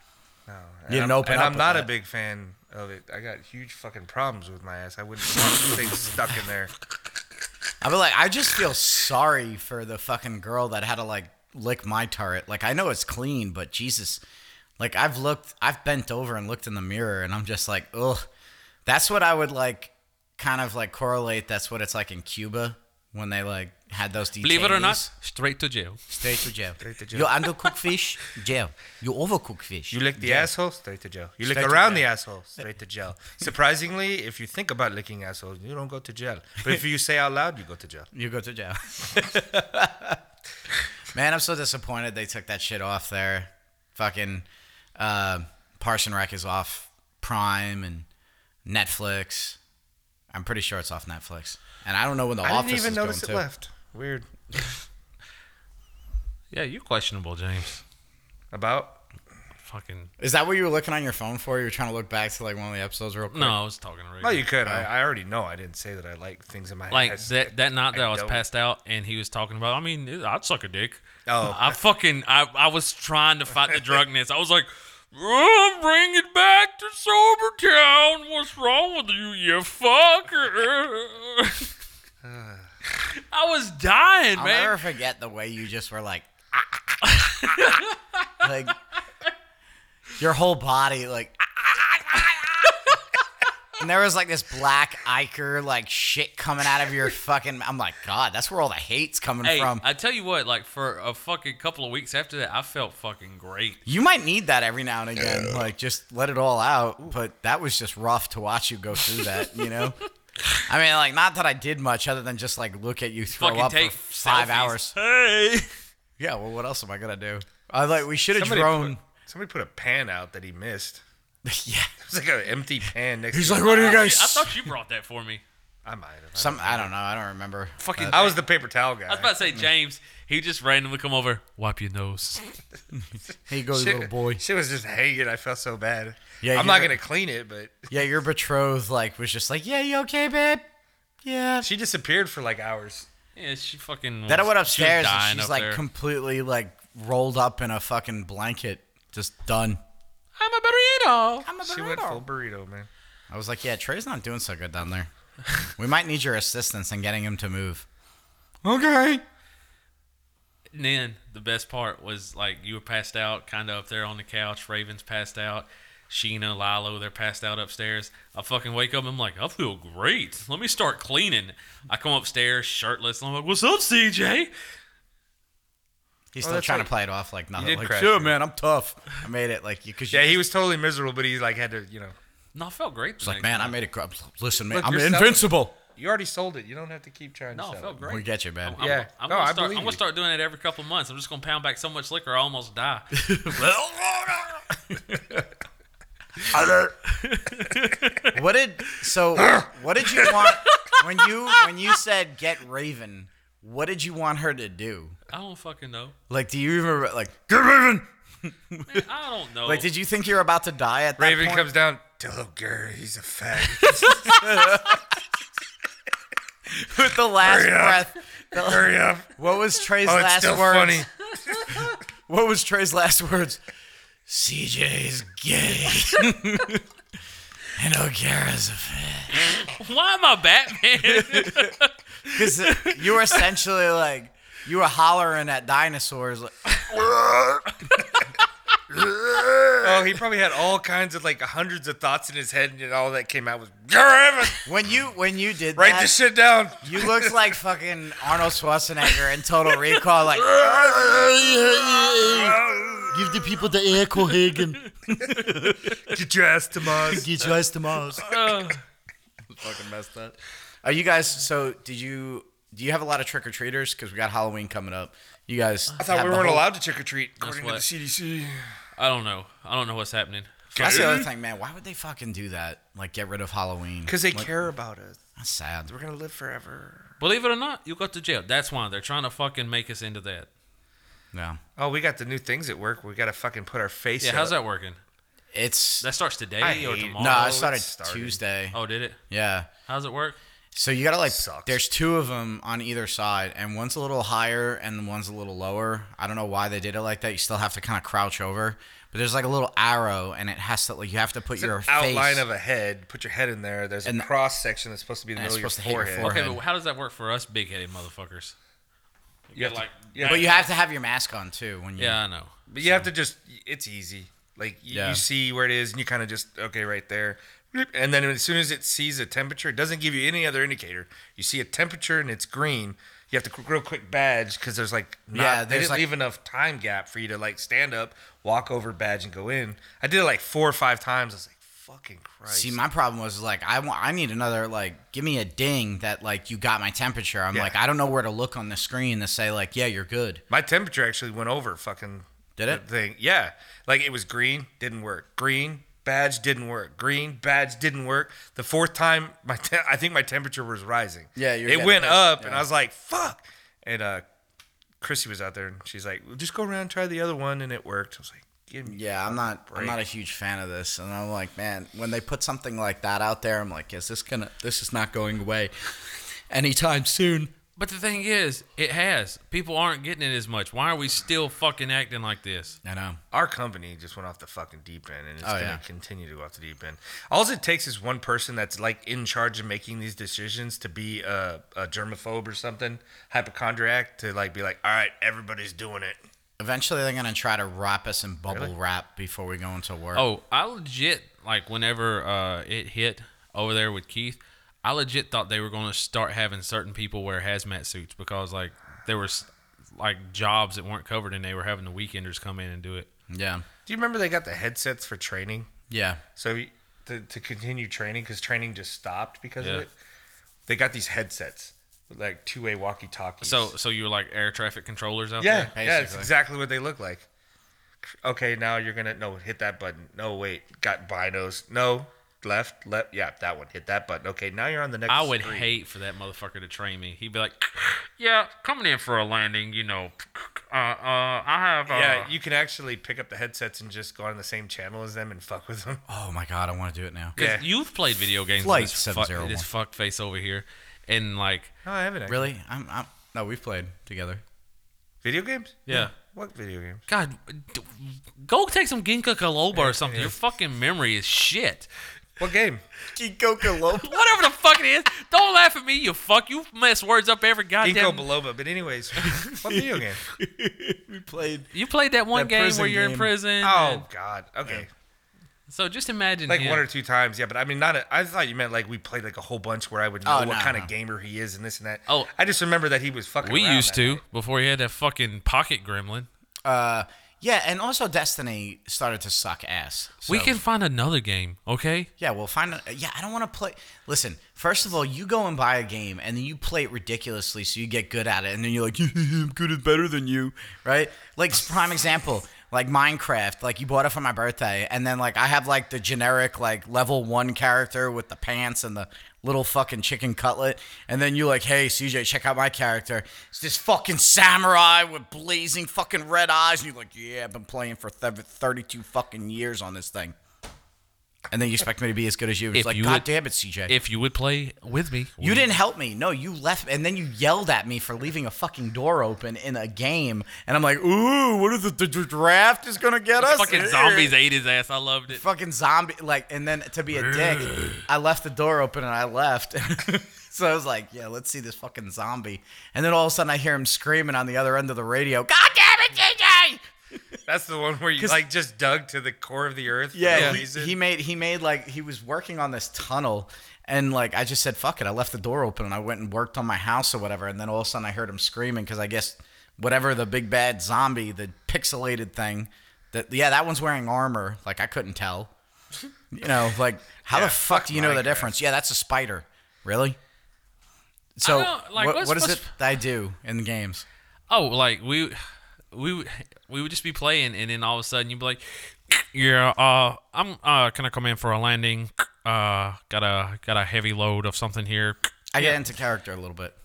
[SPEAKER 1] no,
[SPEAKER 3] You didn't
[SPEAKER 1] and I'm-
[SPEAKER 3] open
[SPEAKER 1] and
[SPEAKER 3] up
[SPEAKER 1] I'm
[SPEAKER 3] with
[SPEAKER 1] not a
[SPEAKER 3] that.
[SPEAKER 1] big fan of it. I got huge fucking problems with my ass. I wouldn't want things stuck in there.
[SPEAKER 3] I feel like I just feel sorry for the fucking girl that had to like lick my turret. Like I know it's clean, but Jesus, like I've looked, I've bent over and looked in the mirror, and I'm just like, ugh. That's what I would like, kind of like correlate. That's what it's like in Cuba when they like had those detainees.
[SPEAKER 2] Believe it or not, straight to jail.
[SPEAKER 3] straight to jail.
[SPEAKER 1] Straight to jail.
[SPEAKER 3] You undercook fish, jail. You overcook fish.
[SPEAKER 1] You lick the asshole, straight to jail. You
[SPEAKER 3] Straight
[SPEAKER 1] lick
[SPEAKER 3] to
[SPEAKER 1] around
[SPEAKER 3] jail.
[SPEAKER 1] the asshole, straight to jail. Surprisingly, if you think about licking assholes, you don't go to jail. But if you say out loud, you go to jail.
[SPEAKER 3] You go to jail. Man, I'm so disappointed they took that shit off there. Fucking uh, Parson Rec is off Prime and Netflix. I'm pretty sure it's off Netflix. And I don't know when the
[SPEAKER 1] I
[SPEAKER 3] office
[SPEAKER 1] didn't even
[SPEAKER 3] is
[SPEAKER 1] notice it
[SPEAKER 3] going to.
[SPEAKER 1] left. Weird.
[SPEAKER 2] Yeah, you questionable, James.
[SPEAKER 1] About
[SPEAKER 2] Fucking
[SPEAKER 3] Is that what you were looking on your phone for? You were trying to look back to like one of the episodes real quick.
[SPEAKER 2] no, I was talking to Ray.
[SPEAKER 1] no, you could. I, I already know. I didn't say that I like things in my
[SPEAKER 2] like
[SPEAKER 1] head.
[SPEAKER 2] that that night that I, was
[SPEAKER 1] don't.
[SPEAKER 2] passed out and he was talking about. I mean, it- I'd suck a dick.
[SPEAKER 1] Oh.
[SPEAKER 2] I fucking I, I was trying to fight the drunkenness. I was like, oh, bring it back to sober town. What's wrong with you, you fucker? I was dying,
[SPEAKER 3] I'll
[SPEAKER 2] man.
[SPEAKER 3] never forget the way you just were like, like your whole body, like, and there was like this black ichor, like shit coming out of your fucking. I'm like, God, that's where all the hate's coming
[SPEAKER 2] Hey,
[SPEAKER 3] from.
[SPEAKER 2] I tell you what, like for a fucking couple of weeks after that, I felt fucking great.
[SPEAKER 3] you might need that every now and again, like just let it all out. But that was just rough to watch you go through that, you know. I mean, like, not that I did much other than just like look at you throw
[SPEAKER 2] Fucking
[SPEAKER 3] up
[SPEAKER 2] take
[SPEAKER 3] for five
[SPEAKER 2] selfies.
[SPEAKER 3] hours.
[SPEAKER 2] Hey,
[SPEAKER 3] Yeah, well, what else am I gonna do? I like we should have
[SPEAKER 1] somebody
[SPEAKER 3] drone.
[SPEAKER 1] put, somebody put a pan out that he missed.
[SPEAKER 3] yeah.
[SPEAKER 1] It's like an empty pan next.
[SPEAKER 3] He's
[SPEAKER 1] to
[SPEAKER 3] like, what are you
[SPEAKER 2] I
[SPEAKER 3] guys?
[SPEAKER 2] thought you brought that for me.
[SPEAKER 1] I might have.
[SPEAKER 3] Some I don't know. I don't remember.
[SPEAKER 2] Fucking,
[SPEAKER 1] I was the paper towel guy.
[SPEAKER 2] I was about to say James. He just randomly come over, wipe your nose.
[SPEAKER 3] He goes,
[SPEAKER 1] shit,
[SPEAKER 3] little boy.
[SPEAKER 1] Shit was just hanging. I felt so bad.
[SPEAKER 3] Yeah,
[SPEAKER 1] I'm not
[SPEAKER 3] you're-
[SPEAKER 1] gonna clean it, but
[SPEAKER 3] Yeah, your betrothed like was just like, yeah, you okay, babe? Yeah.
[SPEAKER 1] she disappeared for like hours.
[SPEAKER 2] Yeah, she fucking.
[SPEAKER 3] Then I
[SPEAKER 2] was-
[SPEAKER 3] went
[SPEAKER 2] she was
[SPEAKER 3] upstairs
[SPEAKER 2] dying
[SPEAKER 3] and she's
[SPEAKER 2] up
[SPEAKER 3] like
[SPEAKER 2] there.
[SPEAKER 3] completely like rolled up in a fucking blanket, just done.
[SPEAKER 2] I'm a burrito.
[SPEAKER 3] I'm a
[SPEAKER 1] She went full burrito, man.
[SPEAKER 3] I was like, yeah, Trey's not doing so good down there. we might need your assistance in getting him to move. Okay.
[SPEAKER 2] And then the best part was like you were passed out, kind of up there on the couch. Ravens passed out. Sheena, Lilo, they're passed out upstairs. I fucking wake up. I'm like, I feel great. Let me start cleaning. I come upstairs shirtless. And I'm like, What's up, CJ?
[SPEAKER 3] He's
[SPEAKER 1] Oh,
[SPEAKER 3] still
[SPEAKER 1] that's
[SPEAKER 3] trying
[SPEAKER 1] right.
[SPEAKER 3] to play it off like nothing.
[SPEAKER 1] did
[SPEAKER 3] Like,
[SPEAKER 1] crash
[SPEAKER 3] sure,
[SPEAKER 1] through.
[SPEAKER 3] man, I'm tough. I made it. Like, you, cause you
[SPEAKER 1] Yeah, he was totally miserable, but he like had to, you know.
[SPEAKER 2] No, I felt great.
[SPEAKER 3] was like, man, I made it. gr- Listen, man,
[SPEAKER 1] Look,
[SPEAKER 3] I'm
[SPEAKER 1] you're selling-
[SPEAKER 3] invincible.
[SPEAKER 1] You already sold it. You don't have to keep trying
[SPEAKER 2] No,
[SPEAKER 1] to
[SPEAKER 2] I
[SPEAKER 1] sell
[SPEAKER 2] felt
[SPEAKER 1] it.
[SPEAKER 2] great.
[SPEAKER 3] We get you, man.
[SPEAKER 2] I'm,
[SPEAKER 1] Yeah.
[SPEAKER 2] I'm
[SPEAKER 1] No,
[SPEAKER 2] gonna
[SPEAKER 1] I
[SPEAKER 2] start, I'm
[SPEAKER 1] believe
[SPEAKER 2] gonna
[SPEAKER 1] you.
[SPEAKER 2] start doing it every couple of months. I'm just gonna pound back so much liquor, I almost die.
[SPEAKER 3] What did so? what did you want when you when you said get Raven? What did you want her to do?
[SPEAKER 2] I don't fucking know.
[SPEAKER 3] Like, do you remember? Like, get Raven.
[SPEAKER 2] Man, I don't know.
[SPEAKER 3] Like, did you think you were about to die at that
[SPEAKER 1] Raven
[SPEAKER 3] point?
[SPEAKER 1] comes down. Tell him, Gary, he's a fag.
[SPEAKER 3] with the last
[SPEAKER 1] Hurry up.
[SPEAKER 3] breath?
[SPEAKER 1] Hurry up.
[SPEAKER 3] What was Trey's
[SPEAKER 1] Oh, it's
[SPEAKER 3] last
[SPEAKER 1] still
[SPEAKER 3] words?
[SPEAKER 1] funny.
[SPEAKER 3] What was Trey's last words? CJ's gay. and O'Gara's a fan.
[SPEAKER 2] Why am I Batman?
[SPEAKER 3] Because you were essentially like you were hollering at dinosaurs. Like,
[SPEAKER 1] Oh, he probably had all kinds of like hundreds of thoughts in his head, and all that came out was Gary, Raven,
[SPEAKER 3] when you when you did
[SPEAKER 1] write
[SPEAKER 3] that,
[SPEAKER 1] this shit down.
[SPEAKER 3] You looked like fucking Arnold Schwarzenegger in Total Recall. Like,
[SPEAKER 4] Give the people the air Hagen.
[SPEAKER 1] Get your ass to Mars.
[SPEAKER 4] Get your eyes to Mars.
[SPEAKER 3] fucking messed up. Are you guys? So, did you? Do you have a lot of trick or treaters? Because we got Halloween coming up. You guys?
[SPEAKER 1] I thought we weren't allowed to trick or treat according to the
[SPEAKER 2] what-
[SPEAKER 1] CDC.
[SPEAKER 2] I don't know. I don't know what's happening.
[SPEAKER 3] That's the other thing, man. Why would they fucking do that? Like, get rid of Halloween?
[SPEAKER 1] Because they care about us.
[SPEAKER 3] That's sad.
[SPEAKER 1] We're gonna live forever.
[SPEAKER 2] Believe it or not, you got to jail. That's why they're trying to fucking make us into that.
[SPEAKER 3] No,
[SPEAKER 1] Oh, we got the new things at work. We gotta fucking put our face.
[SPEAKER 2] Yeah,
[SPEAKER 1] up.
[SPEAKER 2] how's that working?
[SPEAKER 3] it's
[SPEAKER 2] That starts today
[SPEAKER 1] I
[SPEAKER 2] or
[SPEAKER 1] hate it.
[SPEAKER 2] tomorrow?
[SPEAKER 3] no. I
[SPEAKER 1] it
[SPEAKER 3] started
[SPEAKER 1] started.
[SPEAKER 3] Tuesday.
[SPEAKER 2] Oh, did it?
[SPEAKER 3] Yeah.
[SPEAKER 2] How's it work?
[SPEAKER 3] So you gotta like.
[SPEAKER 1] Sucks.
[SPEAKER 3] There's two of them on either side, and one's a little higher and one's a little lower. I don't know why they did it like that. You still have to kind of crouch over, but there's like a little arrow, and it has to like you have to put
[SPEAKER 1] It's
[SPEAKER 3] your
[SPEAKER 1] an outline
[SPEAKER 3] face.
[SPEAKER 1] of a head. Put your head in there. There's
[SPEAKER 3] And
[SPEAKER 1] a cross section that's supposed to be in the
[SPEAKER 3] and
[SPEAKER 1] middle
[SPEAKER 3] it's
[SPEAKER 1] of your
[SPEAKER 3] supposed to hit
[SPEAKER 1] forehead.
[SPEAKER 3] your forehead.
[SPEAKER 2] Okay,
[SPEAKER 3] Go
[SPEAKER 2] but how does that work for us big-headed motherfuckers? You
[SPEAKER 1] have
[SPEAKER 2] got
[SPEAKER 1] to-
[SPEAKER 2] like,
[SPEAKER 1] yeah,
[SPEAKER 3] But you have to have your mask on too when you.
[SPEAKER 2] yeah, I know.
[SPEAKER 1] But you have to just. It's easy. Like you,
[SPEAKER 3] Yeah.
[SPEAKER 1] you see where it is, and you kind of just okay right there. Bloop. And then as soon as it sees a temperature, it doesn't give you any other indicator. You see a temperature and it's green. You have to qu- real quick badge because there's like not,
[SPEAKER 3] Yeah,
[SPEAKER 1] they
[SPEAKER 3] there's,
[SPEAKER 1] didn't
[SPEAKER 3] like-
[SPEAKER 1] leave enough time gap for you to like stand up, walk over, badge, and go in. I did it like four or five times. I was like, fucking Christ.
[SPEAKER 3] See, my problem was like I want I need another like give me a ding that like you got my temperature. I'm
[SPEAKER 1] Yeah.
[SPEAKER 3] like I don't know where to look on the screen to say like yeah you're good.
[SPEAKER 1] My temperature actually went over fucking
[SPEAKER 3] Did it?
[SPEAKER 1] the thing. Yeah. Like it was green, didn't work. Green, badge didn't work. Green, badge didn't work. The fourth time my te- I think my temperature was rising.
[SPEAKER 3] Yeah, you were
[SPEAKER 1] It
[SPEAKER 3] getting
[SPEAKER 1] went
[SPEAKER 3] pissed,
[SPEAKER 1] up and
[SPEAKER 3] yeah.
[SPEAKER 1] I was like, "Fuck." And uh Chrissy was out there and she's like, well, "Just go around try the other one." And it worked. I was like, "Give me
[SPEAKER 3] Yeah, I'm not I'm not a huge fan of this, and I'm like man when they put something like that out there, I'm like is this gonna this is not going away anytime soon.
[SPEAKER 2] But the thing is, it has. People aren't getting it as much. Why are we still fucking acting like this?
[SPEAKER 3] I know.
[SPEAKER 1] our company just went off the fucking deep end and it's
[SPEAKER 3] Oh,
[SPEAKER 1] going to
[SPEAKER 3] yeah.
[SPEAKER 1] continue to go off the deep end. All it takes is one person that's like in charge of making these decisions to be a, a germaphobe or something, hypochondriac, to like be like, all right, everybody's doing it.
[SPEAKER 3] Eventually, they're gonna try to wrap us in bubble
[SPEAKER 1] Really?
[SPEAKER 3] wrap before we go into work.
[SPEAKER 2] Oh, I legit like whenever uh, it hit over there with Keith, I legit thought they were going to start having certain people wear hazmat suits because like there was like jobs that weren't covered and they were having the weekenders come in and do it.
[SPEAKER 3] yeah,
[SPEAKER 1] Do you remember they got the headsets for training?
[SPEAKER 3] yeah.
[SPEAKER 1] So you- to, to continue training, because training just stopped because
[SPEAKER 2] Yeah.
[SPEAKER 1] of it, they got these headsets, with, like two way walkie talkies.
[SPEAKER 2] So so you were like air traffic controllers out
[SPEAKER 1] Yeah,
[SPEAKER 2] there.
[SPEAKER 1] yeah, it's
[SPEAKER 3] basically.
[SPEAKER 1] exactly what they look like. Okay, now you're gonna no hit that button. No, wait, got binos. No, left, left. Yeah, that one. Hit that button. Okay, now you're on the next.
[SPEAKER 2] I would
[SPEAKER 1] screen.
[SPEAKER 2] hate for that motherfucker to train me. He'd be like, "Yeah, coming in for a landing, you know. Uh, uh, I have uh,
[SPEAKER 1] Yeah, you can actually pick up the headsets and just go on the same channel as them and fuck with them.
[SPEAKER 3] Oh my god, I want to do it now.
[SPEAKER 2] 'Cause
[SPEAKER 1] Yeah.
[SPEAKER 2] You've played video games
[SPEAKER 3] Flight
[SPEAKER 2] with this, fuck,
[SPEAKER 3] 701.
[SPEAKER 2] this fuck face over here, and like,
[SPEAKER 1] No, I haven't. actually.
[SPEAKER 3] Really? I'm, I'm. No, we've played together.
[SPEAKER 1] Video games?
[SPEAKER 2] yeah.
[SPEAKER 1] What video games?
[SPEAKER 2] God, d- go take some Ginka Kaloba or something. Your fucking memory is shit.
[SPEAKER 1] What game?
[SPEAKER 2] Whatever the fuck it is, don't laugh at me, you fuck. You mess words up every
[SPEAKER 1] Ginkgo
[SPEAKER 2] goddamn.
[SPEAKER 1] Biloba. But anyways, what video game?
[SPEAKER 3] we played.
[SPEAKER 2] you played that one
[SPEAKER 3] That
[SPEAKER 2] game
[SPEAKER 3] prison
[SPEAKER 2] where you're in
[SPEAKER 3] game.
[SPEAKER 2] prison.
[SPEAKER 1] Oh
[SPEAKER 2] and-
[SPEAKER 1] God. Okay.
[SPEAKER 2] so just imagine
[SPEAKER 1] Like
[SPEAKER 2] him.
[SPEAKER 1] one or two times, yeah. But I mean, not. A, I thought you meant like we played like a whole bunch where I would know
[SPEAKER 3] Oh,
[SPEAKER 1] what
[SPEAKER 3] no,
[SPEAKER 1] kind
[SPEAKER 3] no.
[SPEAKER 1] of gamer he is and this and that.
[SPEAKER 2] Oh.
[SPEAKER 1] I just remember that he was fucking.
[SPEAKER 2] we
[SPEAKER 1] around
[SPEAKER 2] used
[SPEAKER 1] that
[SPEAKER 2] to before he had that fucking pocket gremlin.
[SPEAKER 3] Uh, yeah, and also Destiny started to suck ass.
[SPEAKER 2] We
[SPEAKER 3] so-
[SPEAKER 2] can find another game, okay?
[SPEAKER 3] Yeah, we'll find. A, yeah, I don't want to play. Listen, first of all, you go and buy a game, and then you play it ridiculously, so you get good at it, and then you're like, "I'm good at better than you," right? Like prime example, like Minecraft. Like you bought it for my birthday, and then like I have like the generic like level one character with the pants and the little fucking chicken cutlet, and then you like, "Hey, CJ, check out my character. It's this fucking samurai with blazing fucking red eyes," and you're like, "Yeah, I've been playing for th- thirty-two fucking years on this thing." And then you expect me to be as good as you. It's
[SPEAKER 2] If
[SPEAKER 3] like,
[SPEAKER 2] you
[SPEAKER 3] God
[SPEAKER 2] would-
[SPEAKER 3] damn it, CJ.
[SPEAKER 2] If you would play with me,
[SPEAKER 3] you didn't help me. No, you left. And then you yelled at me for leaving a fucking door open in a game. And I'm like, ooh, what is it? The d- draft is going to get us?
[SPEAKER 2] Fucking zombies ate his ass. I loved it.
[SPEAKER 3] Fucking zombie. Like, and then to be a dick, I left the door open and I left. so I was like, yeah, let's see this fucking zombie. And then all of a sudden I hear him screaming on the other end of the radio, God damn it, CJ!
[SPEAKER 1] That's the one where you
[SPEAKER 3] 'Cause-
[SPEAKER 1] like just dug to the core of the earth. for
[SPEAKER 3] Yeah,
[SPEAKER 1] no
[SPEAKER 3] he,
[SPEAKER 1] reason.
[SPEAKER 3] he made he made like he was working on this tunnel, and like I just said, "Fuck it," I left the door open and I went and worked on my house or whatever, and then all of a sudden I heard him screaming because I guess whatever the big bad zombie, the pixelated thing, that yeah, that one's wearing armor. Like I couldn't tell, you know, like how
[SPEAKER 1] Yeah,
[SPEAKER 3] the fuck
[SPEAKER 1] fuck
[SPEAKER 3] do you know the
[SPEAKER 1] Minecraft.
[SPEAKER 3] difference? Yeah, that's a spider, really. So
[SPEAKER 2] don't- like,
[SPEAKER 3] what-
[SPEAKER 2] what's-
[SPEAKER 3] what is
[SPEAKER 2] what's-
[SPEAKER 3] it that I do in the games?
[SPEAKER 2] Oh, like we, we, we would just be playing, and then all of a sudden you'd be like, "Yeah, uh, I'm uh, can I come in for a landing? Uh, got a got a heavy load of something here.
[SPEAKER 3] I get into character a little bit.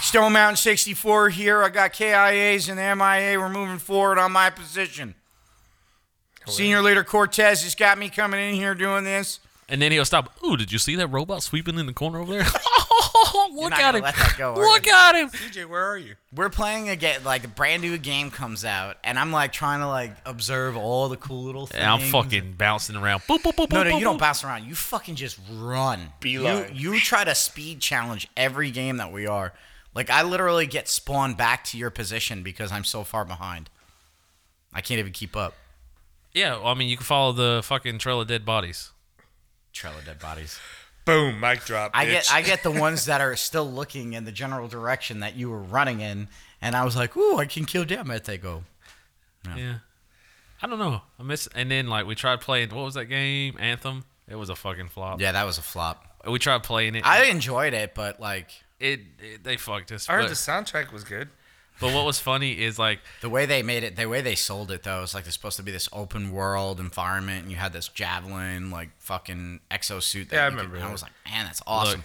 [SPEAKER 3] Stone Mountain 64 here. I got KIAs and MIA. We're moving forward on my position. Senior leader Cortez has got me coming in here doing this.
[SPEAKER 2] And then he'll stop. Ooh, did you see that robot sweeping in the corner over there? Oh, look at
[SPEAKER 3] not gonna
[SPEAKER 2] him!
[SPEAKER 3] let that go, are
[SPEAKER 2] look
[SPEAKER 3] you?
[SPEAKER 2] at him!
[SPEAKER 1] DJ, where are you?
[SPEAKER 3] We're playing a game, like a brand new game comes out, and I'm like trying to like observe all the cool little things.
[SPEAKER 2] And I'm fucking bouncing around. Boop, boop, boop,
[SPEAKER 3] No,
[SPEAKER 2] boop,
[SPEAKER 3] no, you
[SPEAKER 2] boop,
[SPEAKER 3] don't
[SPEAKER 2] boop.
[SPEAKER 3] bounce around. You fucking just run.
[SPEAKER 1] Beeline.
[SPEAKER 3] You, you try to speed challenge every game that we are. Like I literally get spawned back to your position because I'm so far behind. I can't even keep up.
[SPEAKER 2] Yeah, well, I mean, you can follow the fucking trail of dead bodies.
[SPEAKER 3] Trail of dead bodies.
[SPEAKER 1] Boom, mic drop.
[SPEAKER 3] I get
[SPEAKER 1] bitch.
[SPEAKER 3] I get the ones that are still looking in the general direction that you were running in, and I was like, "Ooh, I can kill them as they go."
[SPEAKER 2] Yeah. I don't know. I miss. And then like we tried playing. What was that game? Anthem. It was a fucking flop.
[SPEAKER 3] Yeah, that was a flop.
[SPEAKER 2] We tried playing it.
[SPEAKER 3] I enjoyed it, but like
[SPEAKER 2] it, it they fucked us.
[SPEAKER 1] I heard
[SPEAKER 2] but,
[SPEAKER 1] the soundtrack was good.
[SPEAKER 2] but what was funny is like
[SPEAKER 3] the way they made it, the way they sold it though, it's like it's supposed to be this open world environment, and you had this javelin like fucking exosuit. That
[SPEAKER 1] Yeah, I
[SPEAKER 3] you could-
[SPEAKER 1] remember
[SPEAKER 3] and I
[SPEAKER 1] that.
[SPEAKER 3] was like, "Man, that's awesome."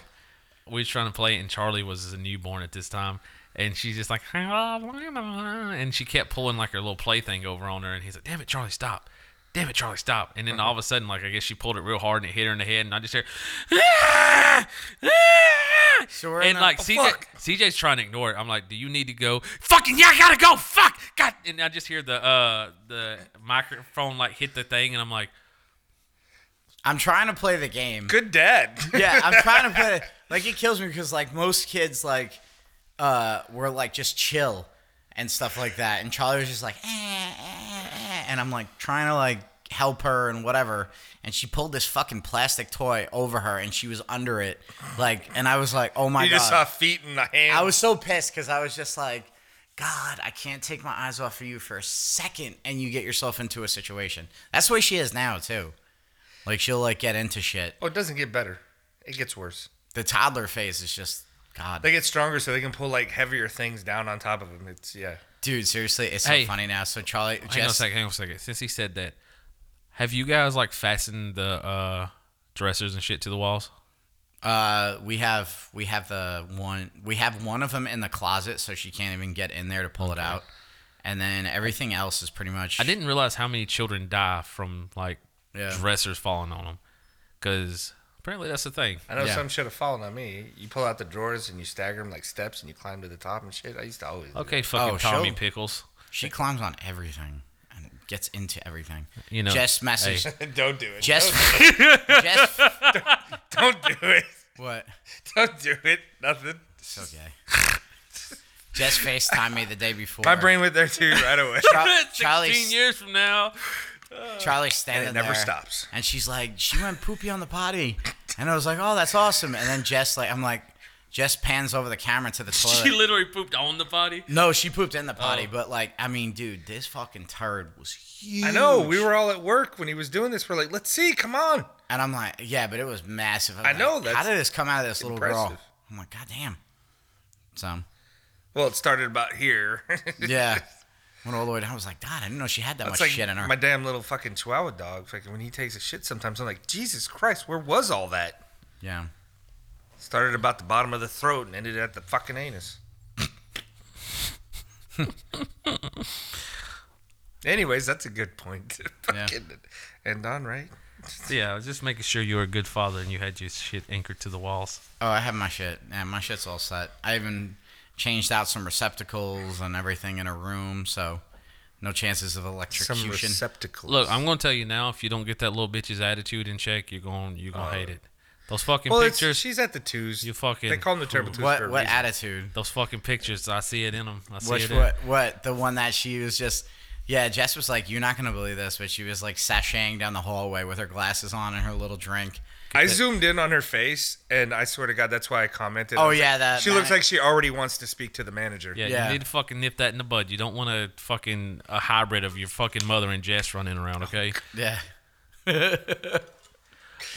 [SPEAKER 2] Look, we was trying to play it, and Charlie was a newborn at this time, and she's just like, ah, and she kept pulling like her little plaything over on her, and he's like, "Damn it, Charlie, stop! Damn it, Charlie, stop!" And then all of a sudden, like I guess she pulled it real hard and it hit her in the head, and I just hear. "Ah,
[SPEAKER 3] So we're in
[SPEAKER 2] and
[SPEAKER 3] a-
[SPEAKER 2] like
[SPEAKER 3] oh,
[SPEAKER 2] CJ, CJ's trying to ignore it. I'm like, "Do you need to go? Fucking yeah, I gotta go. Fuck, God!" And I just hear the uh the microphone like hit the thing, and I'm like,
[SPEAKER 3] I'm trying to play the game.
[SPEAKER 1] Good dad.
[SPEAKER 3] yeah, I'm trying to put it like it kills me because like most kids like uh were like just chill and stuff like that, and Charlie was just like, eh, eh, eh," and I'm like trying to like help her and whatever, and she pulled this fucking plastic toy over her, and she was under it, like, and I was like, oh my
[SPEAKER 1] you
[SPEAKER 3] god,
[SPEAKER 1] just saw feet and a hand.
[SPEAKER 3] I was so pissed because I was just like. God, I can't take my eyes off of you for a second, and you get yourself into a situation. That's the way she is now too. Like she'll like get into shit,
[SPEAKER 1] Oh, it doesn't get better. It gets worse.
[SPEAKER 3] the toddler phase is just God,
[SPEAKER 1] They get stronger so they can pull like heavier things down on top of them. It's yeah.
[SPEAKER 3] dude. Seriously, it's so
[SPEAKER 2] Hey.
[SPEAKER 3] funny now. So Charlie,
[SPEAKER 2] Hang on a
[SPEAKER 3] just
[SPEAKER 2] second. Hang on a second. Since he said that, have you guys like fastened the uh, dressers and shit to the walls?
[SPEAKER 3] uh, we have we have the one we have one of them in the closet, so she can't even get in there to pull it out. And then everything else is pretty much.
[SPEAKER 2] I didn't realize how many children die from like
[SPEAKER 3] Yeah.
[SPEAKER 2] dressers falling on them, because apparently that's the thing.
[SPEAKER 1] I know
[SPEAKER 3] Yeah.
[SPEAKER 1] some should have fallen on me. You pull out the drawers and you stagger them like steps and you climb to the top and shit. I used to always. do
[SPEAKER 2] Okay, fucking
[SPEAKER 3] Oh,
[SPEAKER 2] Tommy
[SPEAKER 3] sure.
[SPEAKER 2] Pickles.
[SPEAKER 3] She climbs on everything and gets into everything.
[SPEAKER 2] You know,
[SPEAKER 3] Jess messaged.
[SPEAKER 1] that. Don't do it.
[SPEAKER 3] Jess. Jess.
[SPEAKER 1] Don't do it.
[SPEAKER 3] What?
[SPEAKER 1] Don't do it. Nothing.
[SPEAKER 3] It's okay. Jess FaceTimed me the day before.
[SPEAKER 1] My brain went there too right away.
[SPEAKER 3] Char-
[SPEAKER 2] Sixteen
[SPEAKER 3] Charlie's
[SPEAKER 2] years from now,
[SPEAKER 3] Charlie's standing
[SPEAKER 1] And it never
[SPEAKER 3] there,
[SPEAKER 1] stops.
[SPEAKER 3] And she's like, she went poopy on the potty, and I was like, oh, that's awesome. And then Jess, like, I'm like, Jess pans over the camera to the toilet.
[SPEAKER 2] she literally pooped on the body.
[SPEAKER 3] no, she pooped in the potty,
[SPEAKER 2] Oh.
[SPEAKER 3] but like, I mean, dude, this fucking turd was huge.
[SPEAKER 1] I know. We were all at work when he was doing this. We're like, let's see. Come on.
[SPEAKER 3] and I'm like, yeah, but it was massive. I'm
[SPEAKER 1] I
[SPEAKER 3] like,
[SPEAKER 1] know,
[SPEAKER 3] How
[SPEAKER 1] that's
[SPEAKER 3] did this come out of this little girl?
[SPEAKER 1] impressive.
[SPEAKER 3] I'm like, god damn. So
[SPEAKER 1] Well, it started about here.
[SPEAKER 3] yeah, went all the way down. I was like, God, I didn't know she had that
[SPEAKER 1] It's
[SPEAKER 3] much
[SPEAKER 1] like
[SPEAKER 3] shit in her.
[SPEAKER 1] my damn little fucking chihuahua dog. Fucking when he takes a shit, sometimes I'm like, Jesus Christ, where was all that?
[SPEAKER 3] yeah.
[SPEAKER 1] Started about the bottom of the throat and ended at the fucking anus. Anyways, that's a good point. to fucking End on, right?
[SPEAKER 2] Yeah, I was just making sure you were a good father and you had your shit anchored to the walls.
[SPEAKER 3] Oh, I have my shit. Yeah, my shit's all set. I even changed out some receptacles and everything in a room, so no chances of
[SPEAKER 1] Some
[SPEAKER 3] electrocution.
[SPEAKER 1] receptacles.
[SPEAKER 2] Look, I'm gonna tell you now. If you don't get that little bitch's attitude in check, you're going to you're gonna hate it. Those fucking
[SPEAKER 1] Uh, well, it's,
[SPEAKER 2] pictures.
[SPEAKER 1] she's at the twos.
[SPEAKER 2] You fucking
[SPEAKER 1] They call them the turbo
[SPEAKER 2] fool.
[SPEAKER 1] twos for
[SPEAKER 3] what
[SPEAKER 1] a
[SPEAKER 3] what
[SPEAKER 1] reason.
[SPEAKER 3] attitude?
[SPEAKER 2] Those fucking pictures, I see it in them. I see
[SPEAKER 3] Which
[SPEAKER 2] it.
[SPEAKER 3] what what the one that she was just yeah, Jess was like, "You're not gonna believe this," but she was like sashaying down the hallway with her glasses on and her little drink.
[SPEAKER 1] I zoomed in on her face, and I swear to God, that's why I commented. I
[SPEAKER 3] Oh,
[SPEAKER 1] was
[SPEAKER 3] yeah,
[SPEAKER 1] like,
[SPEAKER 3] that-
[SPEAKER 1] she looks
[SPEAKER 3] that-
[SPEAKER 1] like she already wants to speak to the manager.
[SPEAKER 2] In. Yeah,
[SPEAKER 3] Yeah.
[SPEAKER 2] you need to fucking nip that in the bud. You don't want a fucking a hybrid of your fucking mother and Jess running around. Okay.
[SPEAKER 3] Yeah,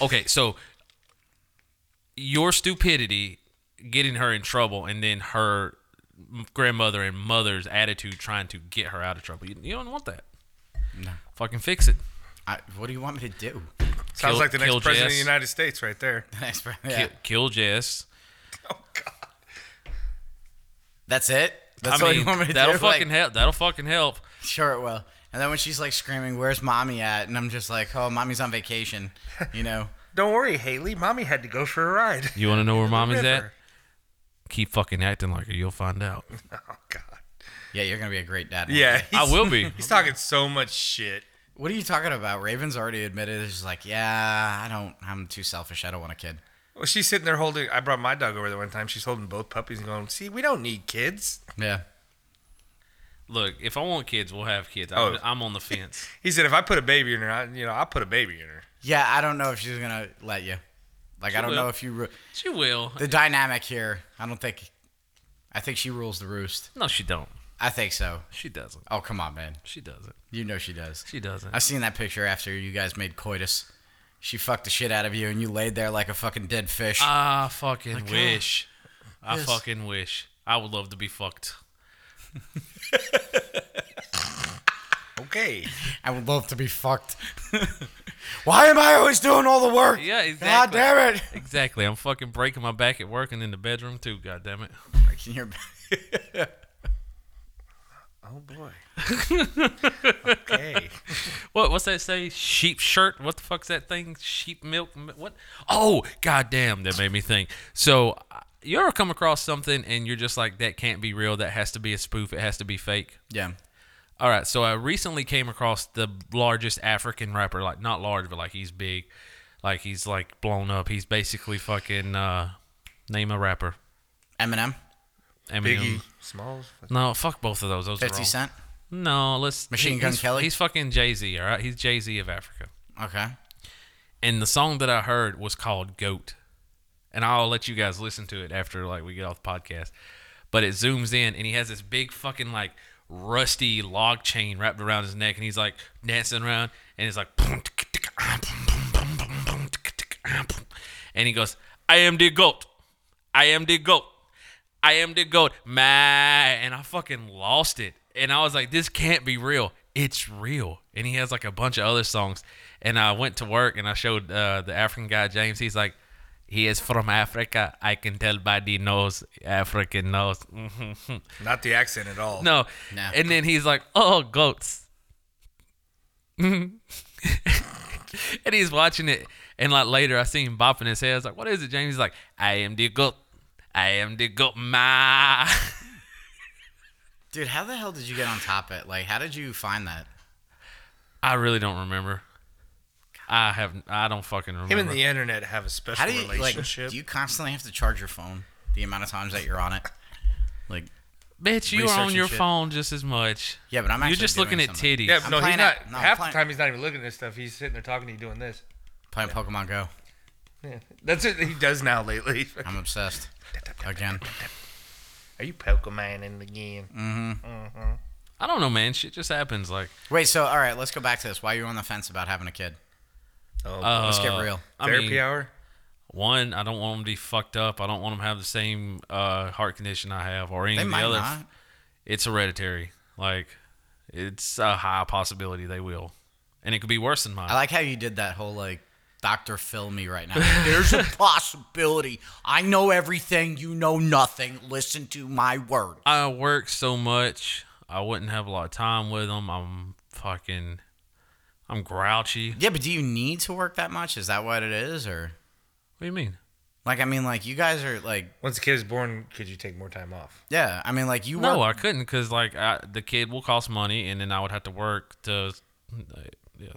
[SPEAKER 2] Okay. So your stupidity, getting her in trouble, and then her grandmother and mother's attitude trying to get her out of trouble. You, you don't want that.
[SPEAKER 3] No.
[SPEAKER 2] Fucking fix it.
[SPEAKER 3] I, what do you want me to do?
[SPEAKER 1] Sounds
[SPEAKER 2] Kill-
[SPEAKER 1] like the next
[SPEAKER 2] kill
[SPEAKER 1] president of
[SPEAKER 2] Jess.
[SPEAKER 1] the United States, right there.
[SPEAKER 3] Thanks, bro.
[SPEAKER 2] Ki-
[SPEAKER 3] Yeah.
[SPEAKER 2] Kill Jess.
[SPEAKER 1] Oh God.
[SPEAKER 3] That's it. That's
[SPEAKER 2] I
[SPEAKER 3] all
[SPEAKER 2] mean,
[SPEAKER 3] you want me to
[SPEAKER 2] that'll
[SPEAKER 3] do.
[SPEAKER 2] fucking
[SPEAKER 3] Like,
[SPEAKER 2] help. That'll fucking help.
[SPEAKER 3] sure, it will. And then when she's like screaming, "Where's mommy at?" and I'm just like, "Oh, mommy's on vacation," you know.
[SPEAKER 1] Don't worry, Haley. Mommy had to go for a ride.
[SPEAKER 2] You want to know where mom is at?
[SPEAKER 1] River.
[SPEAKER 2] Keep fucking acting like her. You'll find out.
[SPEAKER 1] Oh God.
[SPEAKER 3] Yeah, you're gonna be a great dad. one
[SPEAKER 1] Yeah,
[SPEAKER 3] day.
[SPEAKER 2] I
[SPEAKER 1] he's-
[SPEAKER 2] will be.
[SPEAKER 1] He's talking so much shit.
[SPEAKER 3] What are you talking about? Raven's already admitted. She's like, yeah, I don't. I'm too selfish. I don't want a kid.
[SPEAKER 1] Well, she's sitting there holding. I brought my dog over there one time. She's holding both puppies and going, "See, we don't need kids."
[SPEAKER 3] Yeah.
[SPEAKER 2] look, if I want kids, we'll have kids.
[SPEAKER 1] Oh.
[SPEAKER 2] I'm, I'm on the fence.
[SPEAKER 1] He said, if I put a baby in her, I, you know, I'll put a baby in her.
[SPEAKER 3] Yeah, I don't know if she's gonna let you. Like, I don't know
[SPEAKER 2] will.
[SPEAKER 3] if you. Re-
[SPEAKER 2] She will.
[SPEAKER 3] the dynamic here, I don't think. I think she rules the roost.
[SPEAKER 2] No, she don't.
[SPEAKER 3] I think so.
[SPEAKER 2] She doesn't.
[SPEAKER 3] Oh come on, man.
[SPEAKER 2] She doesn't.
[SPEAKER 3] You know she does.
[SPEAKER 2] She doesn't.
[SPEAKER 3] I seen that picture after you guys made coitus. She fucked the shit out of you, and you laid there like a fucking dead fish.
[SPEAKER 2] I fucking wish. I
[SPEAKER 3] Yes.
[SPEAKER 2] fucking wish. I would love to be fucked.
[SPEAKER 1] Okay.
[SPEAKER 3] I would love to be fucked. Why am I always doing all the work?
[SPEAKER 2] Yeah,
[SPEAKER 3] God
[SPEAKER 2] exactly.
[SPEAKER 3] damn it!
[SPEAKER 2] Exactly. I'm fucking breaking my back at work and in the bedroom too. God damn it.
[SPEAKER 3] I can hear.
[SPEAKER 1] Oh boy. okay.
[SPEAKER 2] What? What's that say? Sheep shirt? What the fuck's that thing? Sheep milk? m- What? Oh, goddamn! That made me think. So, uh, you ever come across something and you're just like, that can't be real. That has to be a spoof. It has to be fake.
[SPEAKER 3] Yeah.
[SPEAKER 2] All right, so I recently came across the largest African rapper, like not large, but like he's big, like he's like blown up. He's basically fucking uh, name a rapper.
[SPEAKER 3] Eminem,
[SPEAKER 2] Eminem.
[SPEAKER 1] Biggie Smalls.
[SPEAKER 2] No, fuck both of those. Those are
[SPEAKER 3] Fifty
[SPEAKER 2] wrong.
[SPEAKER 3] Cent.
[SPEAKER 2] No, let's
[SPEAKER 3] Machine Gun
[SPEAKER 2] he's-
[SPEAKER 3] Kelly?
[SPEAKER 2] He's fucking Jay Z. All right, he's Jay Z of Africa.
[SPEAKER 3] Okay.
[SPEAKER 2] And the song that I heard was called Goat, and I'll let you guys listen to it after like we get off the podcast. But it zooms in, and he has this big fucking like rusty log chain wrapped around his neck, and he's like dancing around, and it's like, ah, and he goes, "I am the goat, I am the goat." I am the goat, man. And I fucking lost it. And I was like, this can't be real. It's real. And he has like a bunch of other songs. And I went to work and I showed uh, the African guy, James. He's like, he is from Africa. I can tell by the nose, African nose. Mhm.
[SPEAKER 1] Not the accent at all.
[SPEAKER 2] no.
[SPEAKER 3] Nah.
[SPEAKER 2] And then he's like, oh, goats. Mhm. and he's watching it. And like later, I see him bopping his head. I was like, what is it, James? He's like, I am the goat. I am the goat, ma.
[SPEAKER 3] Dude, how the hell did you get on top of it? Like, how did you find that?
[SPEAKER 2] I really don't remember. I have. I don't fucking remember.
[SPEAKER 1] Him and the internet have a special
[SPEAKER 3] How do you like?
[SPEAKER 1] relationship.
[SPEAKER 3] Do you constantly have to charge your phone? The amount of times that you're on it. Like,
[SPEAKER 2] Bitch, you are
[SPEAKER 3] research
[SPEAKER 2] on
[SPEAKER 3] and
[SPEAKER 2] your
[SPEAKER 3] shit.
[SPEAKER 2] phone just as much.
[SPEAKER 3] yeah, but I'm actually
[SPEAKER 2] You're just
[SPEAKER 3] doing
[SPEAKER 2] looking at
[SPEAKER 3] something.
[SPEAKER 2] titties.
[SPEAKER 1] yeah, but
[SPEAKER 3] I'm
[SPEAKER 1] no, he's
[SPEAKER 3] playing
[SPEAKER 1] not.
[SPEAKER 3] it- no, I'm
[SPEAKER 1] half
[SPEAKER 3] playing-
[SPEAKER 1] the time, he's not even looking at this stuff. He's sitting there talking to you, doing this.
[SPEAKER 3] Playing Pokemon Go.
[SPEAKER 1] Yeah, that's it. He does now lately.
[SPEAKER 3] I'm obsessed. Again.
[SPEAKER 1] Are you Pokemon in the game?
[SPEAKER 2] Mm. I don't know, man. Shit just happens. Like,
[SPEAKER 3] Wait, so all right, let's go back to this. Why are you on the fence about having a kid?
[SPEAKER 1] Oh,
[SPEAKER 2] uh,
[SPEAKER 3] Let's get real.
[SPEAKER 2] I
[SPEAKER 1] therapy
[SPEAKER 2] mean,
[SPEAKER 1] hour.
[SPEAKER 2] one, I don't want them to be fucked up. I don't want them to have the same uh, heart condition I have or any
[SPEAKER 3] They
[SPEAKER 2] of the
[SPEAKER 3] might
[SPEAKER 2] other.
[SPEAKER 3] not.
[SPEAKER 2] It's hereditary. Like, it's a high possibility they will, and it could be worse than mine.
[SPEAKER 3] I like how you did that whole like Doctor Phil me right now. There's a possibility. I know everything. You know nothing. Listen to my word.
[SPEAKER 2] I work so much. I wouldn't have a lot of time with them. I'm fucking. I'm grouchy.
[SPEAKER 3] Yeah, but do you need to work that much? Is that what it is, or
[SPEAKER 2] What do you mean?
[SPEAKER 3] like I mean, like you guys are like
[SPEAKER 1] Once the kid is born, could you take more time off?
[SPEAKER 3] yeah. I mean, like you
[SPEAKER 2] No,
[SPEAKER 3] work.
[SPEAKER 2] I couldn't because like I, the kid will cost money, and then I would have to work to. Yeah.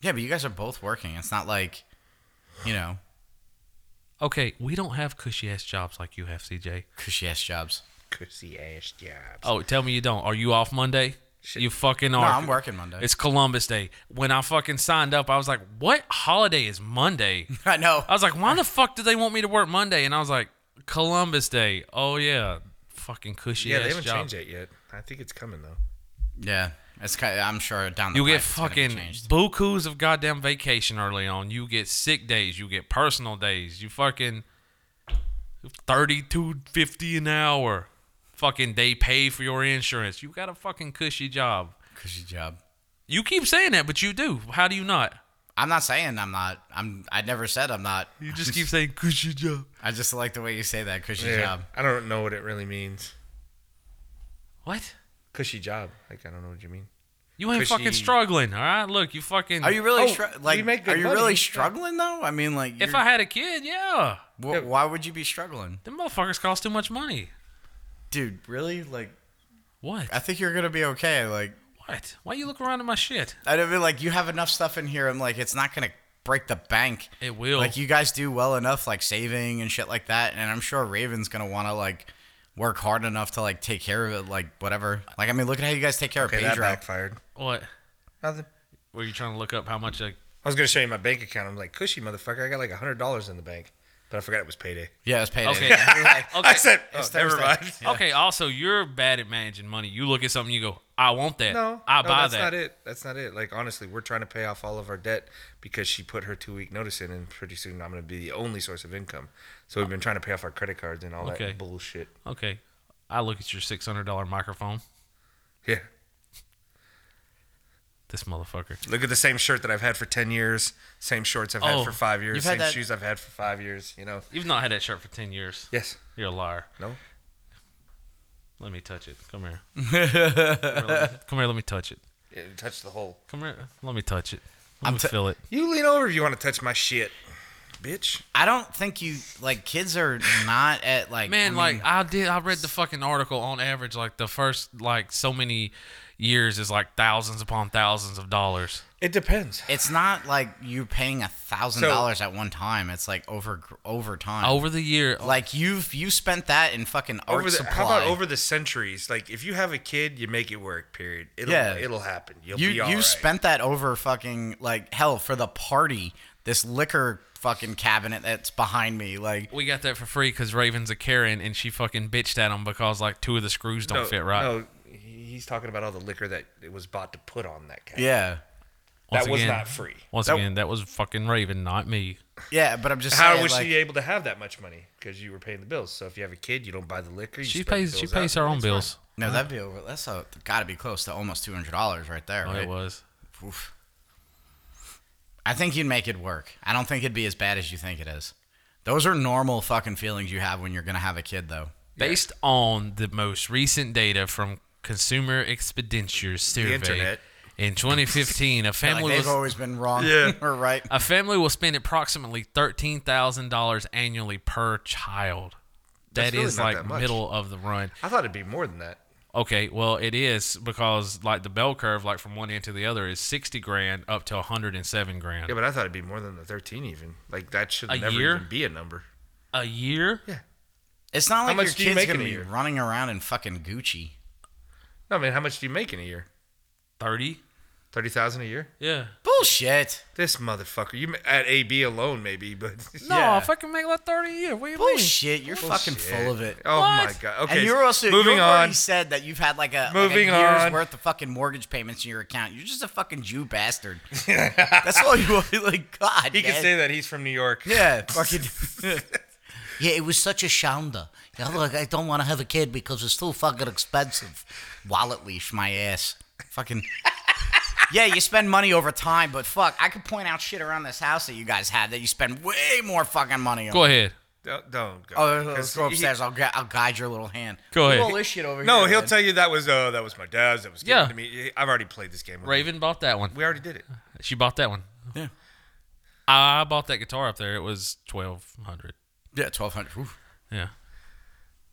[SPEAKER 3] Yeah, but you guys are both working. It's not like you know
[SPEAKER 2] Okay, we don't have cushy ass jobs like you have, CJ.
[SPEAKER 3] cushy ass jobs.
[SPEAKER 1] Cushy ass jobs.
[SPEAKER 2] Oh, tell me you don't. Are you off Monday? You fucking are.
[SPEAKER 3] No, I'm working Monday.
[SPEAKER 2] It's Columbus Day. When I fucking signed up, I was like, "What holiday is Monday?"
[SPEAKER 3] I know.
[SPEAKER 2] I was like, "Why the fuck do they want me to work Monday?" And I was like, "Columbus Day. Oh yeah, fucking cushy
[SPEAKER 1] yeah,
[SPEAKER 2] ass
[SPEAKER 1] they haven't
[SPEAKER 2] job.
[SPEAKER 1] changed it yet. I think it's coming though.
[SPEAKER 3] Yeah, it's kind. Of, I'm sure down the
[SPEAKER 2] You
[SPEAKER 3] pipe
[SPEAKER 2] get
[SPEAKER 3] it's gonna be
[SPEAKER 2] fucking
[SPEAKER 3] changed.
[SPEAKER 2] bukus of goddamn vacation early on. You get sick days. You get personal days. You fucking thirty-two fifty an hour. Fucking they pay for your insurance. You got a fucking cushy job.
[SPEAKER 3] cushy job.
[SPEAKER 2] You keep saying that, but you do. How do you not?
[SPEAKER 3] I'm not saying I'm not. I'm. I never said I'm not.
[SPEAKER 2] You just keep saying cushy job.
[SPEAKER 3] I just like the way you say that cushy job.
[SPEAKER 1] I don't know what it really means.
[SPEAKER 2] What?
[SPEAKER 1] Cushy job. Like I don't know what you mean.
[SPEAKER 2] You ain't fucking
[SPEAKER 1] Cushy.
[SPEAKER 2] struggling, all right? Look, you fucking.
[SPEAKER 3] Are you really
[SPEAKER 1] Oh,
[SPEAKER 3] str-
[SPEAKER 1] we
[SPEAKER 3] like?
[SPEAKER 1] make
[SPEAKER 3] are
[SPEAKER 1] good
[SPEAKER 3] you
[SPEAKER 1] money.
[SPEAKER 3] really struggling though? I mean, like,
[SPEAKER 2] If
[SPEAKER 3] you're-
[SPEAKER 2] I had a kid, yeah.
[SPEAKER 3] wh- why would you be struggling,
[SPEAKER 2] Them motherfuckers cost too much money.
[SPEAKER 3] dude? Really? Like,
[SPEAKER 2] What?
[SPEAKER 3] I think you're gonna be okay. Like,
[SPEAKER 2] What? Why you look around at my shit?
[SPEAKER 3] I don't mean like you have enough stuff in here. I'm like, it's not gonna break the bank.
[SPEAKER 2] It will.
[SPEAKER 3] Like, you guys do well enough, like saving and shit like that. And I'm sure Raven's gonna want to like work hard enough to like take care of it, like whatever. Like I mean, look at how you guys take care
[SPEAKER 1] Okay,
[SPEAKER 3] of
[SPEAKER 1] that
[SPEAKER 3] Pedro.
[SPEAKER 1] backfired.
[SPEAKER 2] What?
[SPEAKER 1] Nothing.
[SPEAKER 2] Were you trying to look up how much? Like,
[SPEAKER 1] I was gonna show you my bank account. I'm like, cushy motherfucker. I got like hundred dollars in the bank, but I forgot it was payday.
[SPEAKER 3] Yeah, it was payday.
[SPEAKER 2] Okay.
[SPEAKER 3] Yeah, you're like,
[SPEAKER 2] Okay.
[SPEAKER 1] I said, oh,
[SPEAKER 3] It's
[SPEAKER 1] never
[SPEAKER 3] Thursday.
[SPEAKER 1] mind.
[SPEAKER 2] Okay. Also, you're bad at managing money. You look at something, you go, "I want that.
[SPEAKER 1] No,
[SPEAKER 2] I
[SPEAKER 1] no,
[SPEAKER 2] buy
[SPEAKER 1] that's
[SPEAKER 2] that."
[SPEAKER 1] not it. That's not it. Like honestly, we're trying to pay off all of our debt because she put her two week notice in, and pretty soon I'm gonna be the only source of income. So we've been trying to pay off our credit cards and all
[SPEAKER 2] Okay.
[SPEAKER 1] that bullshit.
[SPEAKER 2] Okay. I look at your six hundred dollar microphone.
[SPEAKER 1] Yeah.
[SPEAKER 2] This motherfucker.
[SPEAKER 1] Look at the same shirt that I've had for ten years, same shorts I've
[SPEAKER 2] Oh,
[SPEAKER 1] had for five years,
[SPEAKER 3] you've had
[SPEAKER 1] same
[SPEAKER 3] that-
[SPEAKER 1] shoes I've had for five years. You know.
[SPEAKER 2] You've not had that shirt for ten years.
[SPEAKER 1] Yes.
[SPEAKER 2] You're a liar.
[SPEAKER 1] No.
[SPEAKER 2] Let me touch it. Come here. come, here let me, come here. Let me touch it.
[SPEAKER 1] It touched the hole.
[SPEAKER 2] Come here. Let me touch it. Let me
[SPEAKER 3] t-
[SPEAKER 2] feel it.
[SPEAKER 1] You lean over if you want to touch my shit, bitch.
[SPEAKER 3] I don't think you like kids are not at like
[SPEAKER 2] Man,
[SPEAKER 3] I mean,
[SPEAKER 2] like I did. I read the fucking article. On average, like the first like so many years is like thousands upon thousands of dollars.
[SPEAKER 1] It depends.
[SPEAKER 3] it's not like you're paying a thousand
[SPEAKER 1] So-
[SPEAKER 3] dollars at one time. It's like over over time.
[SPEAKER 2] Over the year,
[SPEAKER 3] like you've you spent that in fucking art
[SPEAKER 1] Over the,
[SPEAKER 3] supply.
[SPEAKER 1] how about over the centuries? Like if you have a kid, you make it work. Period. It'll
[SPEAKER 3] Yeah.
[SPEAKER 1] it'll happen. You'll
[SPEAKER 3] you
[SPEAKER 1] be all
[SPEAKER 3] you
[SPEAKER 1] right.
[SPEAKER 3] spent that over fucking like hell for the party. This liquor fucking cabinet that's behind me. Like
[SPEAKER 2] we got that for free because Raven's a Karen and she fucking bitched at him because like two of the screws don't
[SPEAKER 1] no,
[SPEAKER 2] fit right.
[SPEAKER 1] No, he- he's talking about all the liquor that it was bought to put on that cat.
[SPEAKER 3] yeah.
[SPEAKER 2] Once
[SPEAKER 1] that was
[SPEAKER 2] again-
[SPEAKER 1] not free.
[SPEAKER 2] Once
[SPEAKER 3] That-
[SPEAKER 2] again, that was fucking Raven, not me.
[SPEAKER 3] Yeah, but I'm just
[SPEAKER 1] How
[SPEAKER 3] saying,
[SPEAKER 1] was
[SPEAKER 3] like,
[SPEAKER 1] she able to have that much money? Because you were paying the bills. So if you have a kid, you don't buy the liquor. You
[SPEAKER 2] She
[SPEAKER 1] spread the
[SPEAKER 2] pays. She
[SPEAKER 1] bills out
[SPEAKER 2] pays
[SPEAKER 1] for
[SPEAKER 2] her
[SPEAKER 1] the
[SPEAKER 2] own
[SPEAKER 1] next
[SPEAKER 2] bills.
[SPEAKER 3] No, that'd be over. That's a, gotta be close to almost two hundred dollars right there.
[SPEAKER 2] Oh,
[SPEAKER 3] right?
[SPEAKER 2] it was.
[SPEAKER 3] Oof. I think you'd make it work. I don't think it'd be as bad as you think it is. Those are normal fucking feelings you have when you're gonna have a kid, though.
[SPEAKER 2] Based on the most recent data from Consumer Expenditure Survey
[SPEAKER 1] internet.
[SPEAKER 2] in 2015, a
[SPEAKER 3] Like,
[SPEAKER 2] family
[SPEAKER 3] they've
[SPEAKER 2] was
[SPEAKER 3] always been wrong or right.
[SPEAKER 2] a family will spend approximately thirteen thousand dollars annually per child.
[SPEAKER 1] That's
[SPEAKER 2] That
[SPEAKER 1] really
[SPEAKER 2] is
[SPEAKER 1] not
[SPEAKER 2] like
[SPEAKER 1] that much.
[SPEAKER 2] middle of the run.
[SPEAKER 1] one. I thought it'd be more than that.
[SPEAKER 2] Okay, well it is because like the bell curve, like from one end to the other, is sixty grand up to hundred and seven grand
[SPEAKER 1] Yeah, but I thought it'd be more than the thirteen even. Like that should
[SPEAKER 2] A
[SPEAKER 1] never
[SPEAKER 2] year?
[SPEAKER 1] even be a number.
[SPEAKER 2] a year.
[SPEAKER 3] It's not like
[SPEAKER 1] much
[SPEAKER 3] your
[SPEAKER 1] do you
[SPEAKER 3] kid's
[SPEAKER 1] make in
[SPEAKER 3] gonna
[SPEAKER 1] a
[SPEAKER 3] be
[SPEAKER 1] year?
[SPEAKER 3] running around in fucking Gucci.
[SPEAKER 1] No, I mean, how much do you make in a year?
[SPEAKER 2] Thirty.
[SPEAKER 1] Thirty thousand a year?
[SPEAKER 2] Yeah.
[SPEAKER 3] Bullshit.
[SPEAKER 1] This motherfucker. You ma- at AB alone maybe, but
[SPEAKER 2] No,
[SPEAKER 3] Yeah.
[SPEAKER 2] I fucking make like thirty a year. What do you mean?
[SPEAKER 3] Bullshit. You're fucking full of it.
[SPEAKER 1] Oh my
[SPEAKER 2] What?
[SPEAKER 1] god. Okay.
[SPEAKER 3] and you're also
[SPEAKER 1] moving
[SPEAKER 3] you've
[SPEAKER 1] on.
[SPEAKER 3] already said that you've had like a, like a
[SPEAKER 1] Moving
[SPEAKER 3] year's
[SPEAKER 1] on.
[SPEAKER 3] worth of fucking mortgage payments in your account. You're just a fucking Jew bastard. That's all you are. Like God.
[SPEAKER 1] He can
[SPEAKER 3] man.
[SPEAKER 1] say that he's from New York.
[SPEAKER 3] Yeah, fucking.
[SPEAKER 5] Yeah, it was such a shounder. You know, like, I don't want to have a kid because it's too fucking expensive.
[SPEAKER 3] wallet leash my ass. Fucking. yeah, you spend money over time, but fuck, I could point out shit around this house that you guys had that you spend way more fucking money on.
[SPEAKER 2] Go ahead.
[SPEAKER 1] Don't, don't go.
[SPEAKER 3] Oh, let's
[SPEAKER 1] 'Cause
[SPEAKER 3] go
[SPEAKER 1] he-
[SPEAKER 3] upstairs. I'll, gu- I'll guide your little hand.
[SPEAKER 2] Go ahead.
[SPEAKER 3] Roll this shit over
[SPEAKER 1] no,
[SPEAKER 3] here,
[SPEAKER 1] he'll
[SPEAKER 3] man.
[SPEAKER 1] tell you that was uh that was my dad's. That was given
[SPEAKER 2] Yeah.
[SPEAKER 1] to me. I've already played this game. With him.
[SPEAKER 2] Raven bought that one.
[SPEAKER 1] We already did it.
[SPEAKER 2] She bought that one.
[SPEAKER 3] Yeah.
[SPEAKER 2] I bought that guitar up there. It was twelve hundred.
[SPEAKER 3] Yeah, twelve hundred.
[SPEAKER 2] Yeah.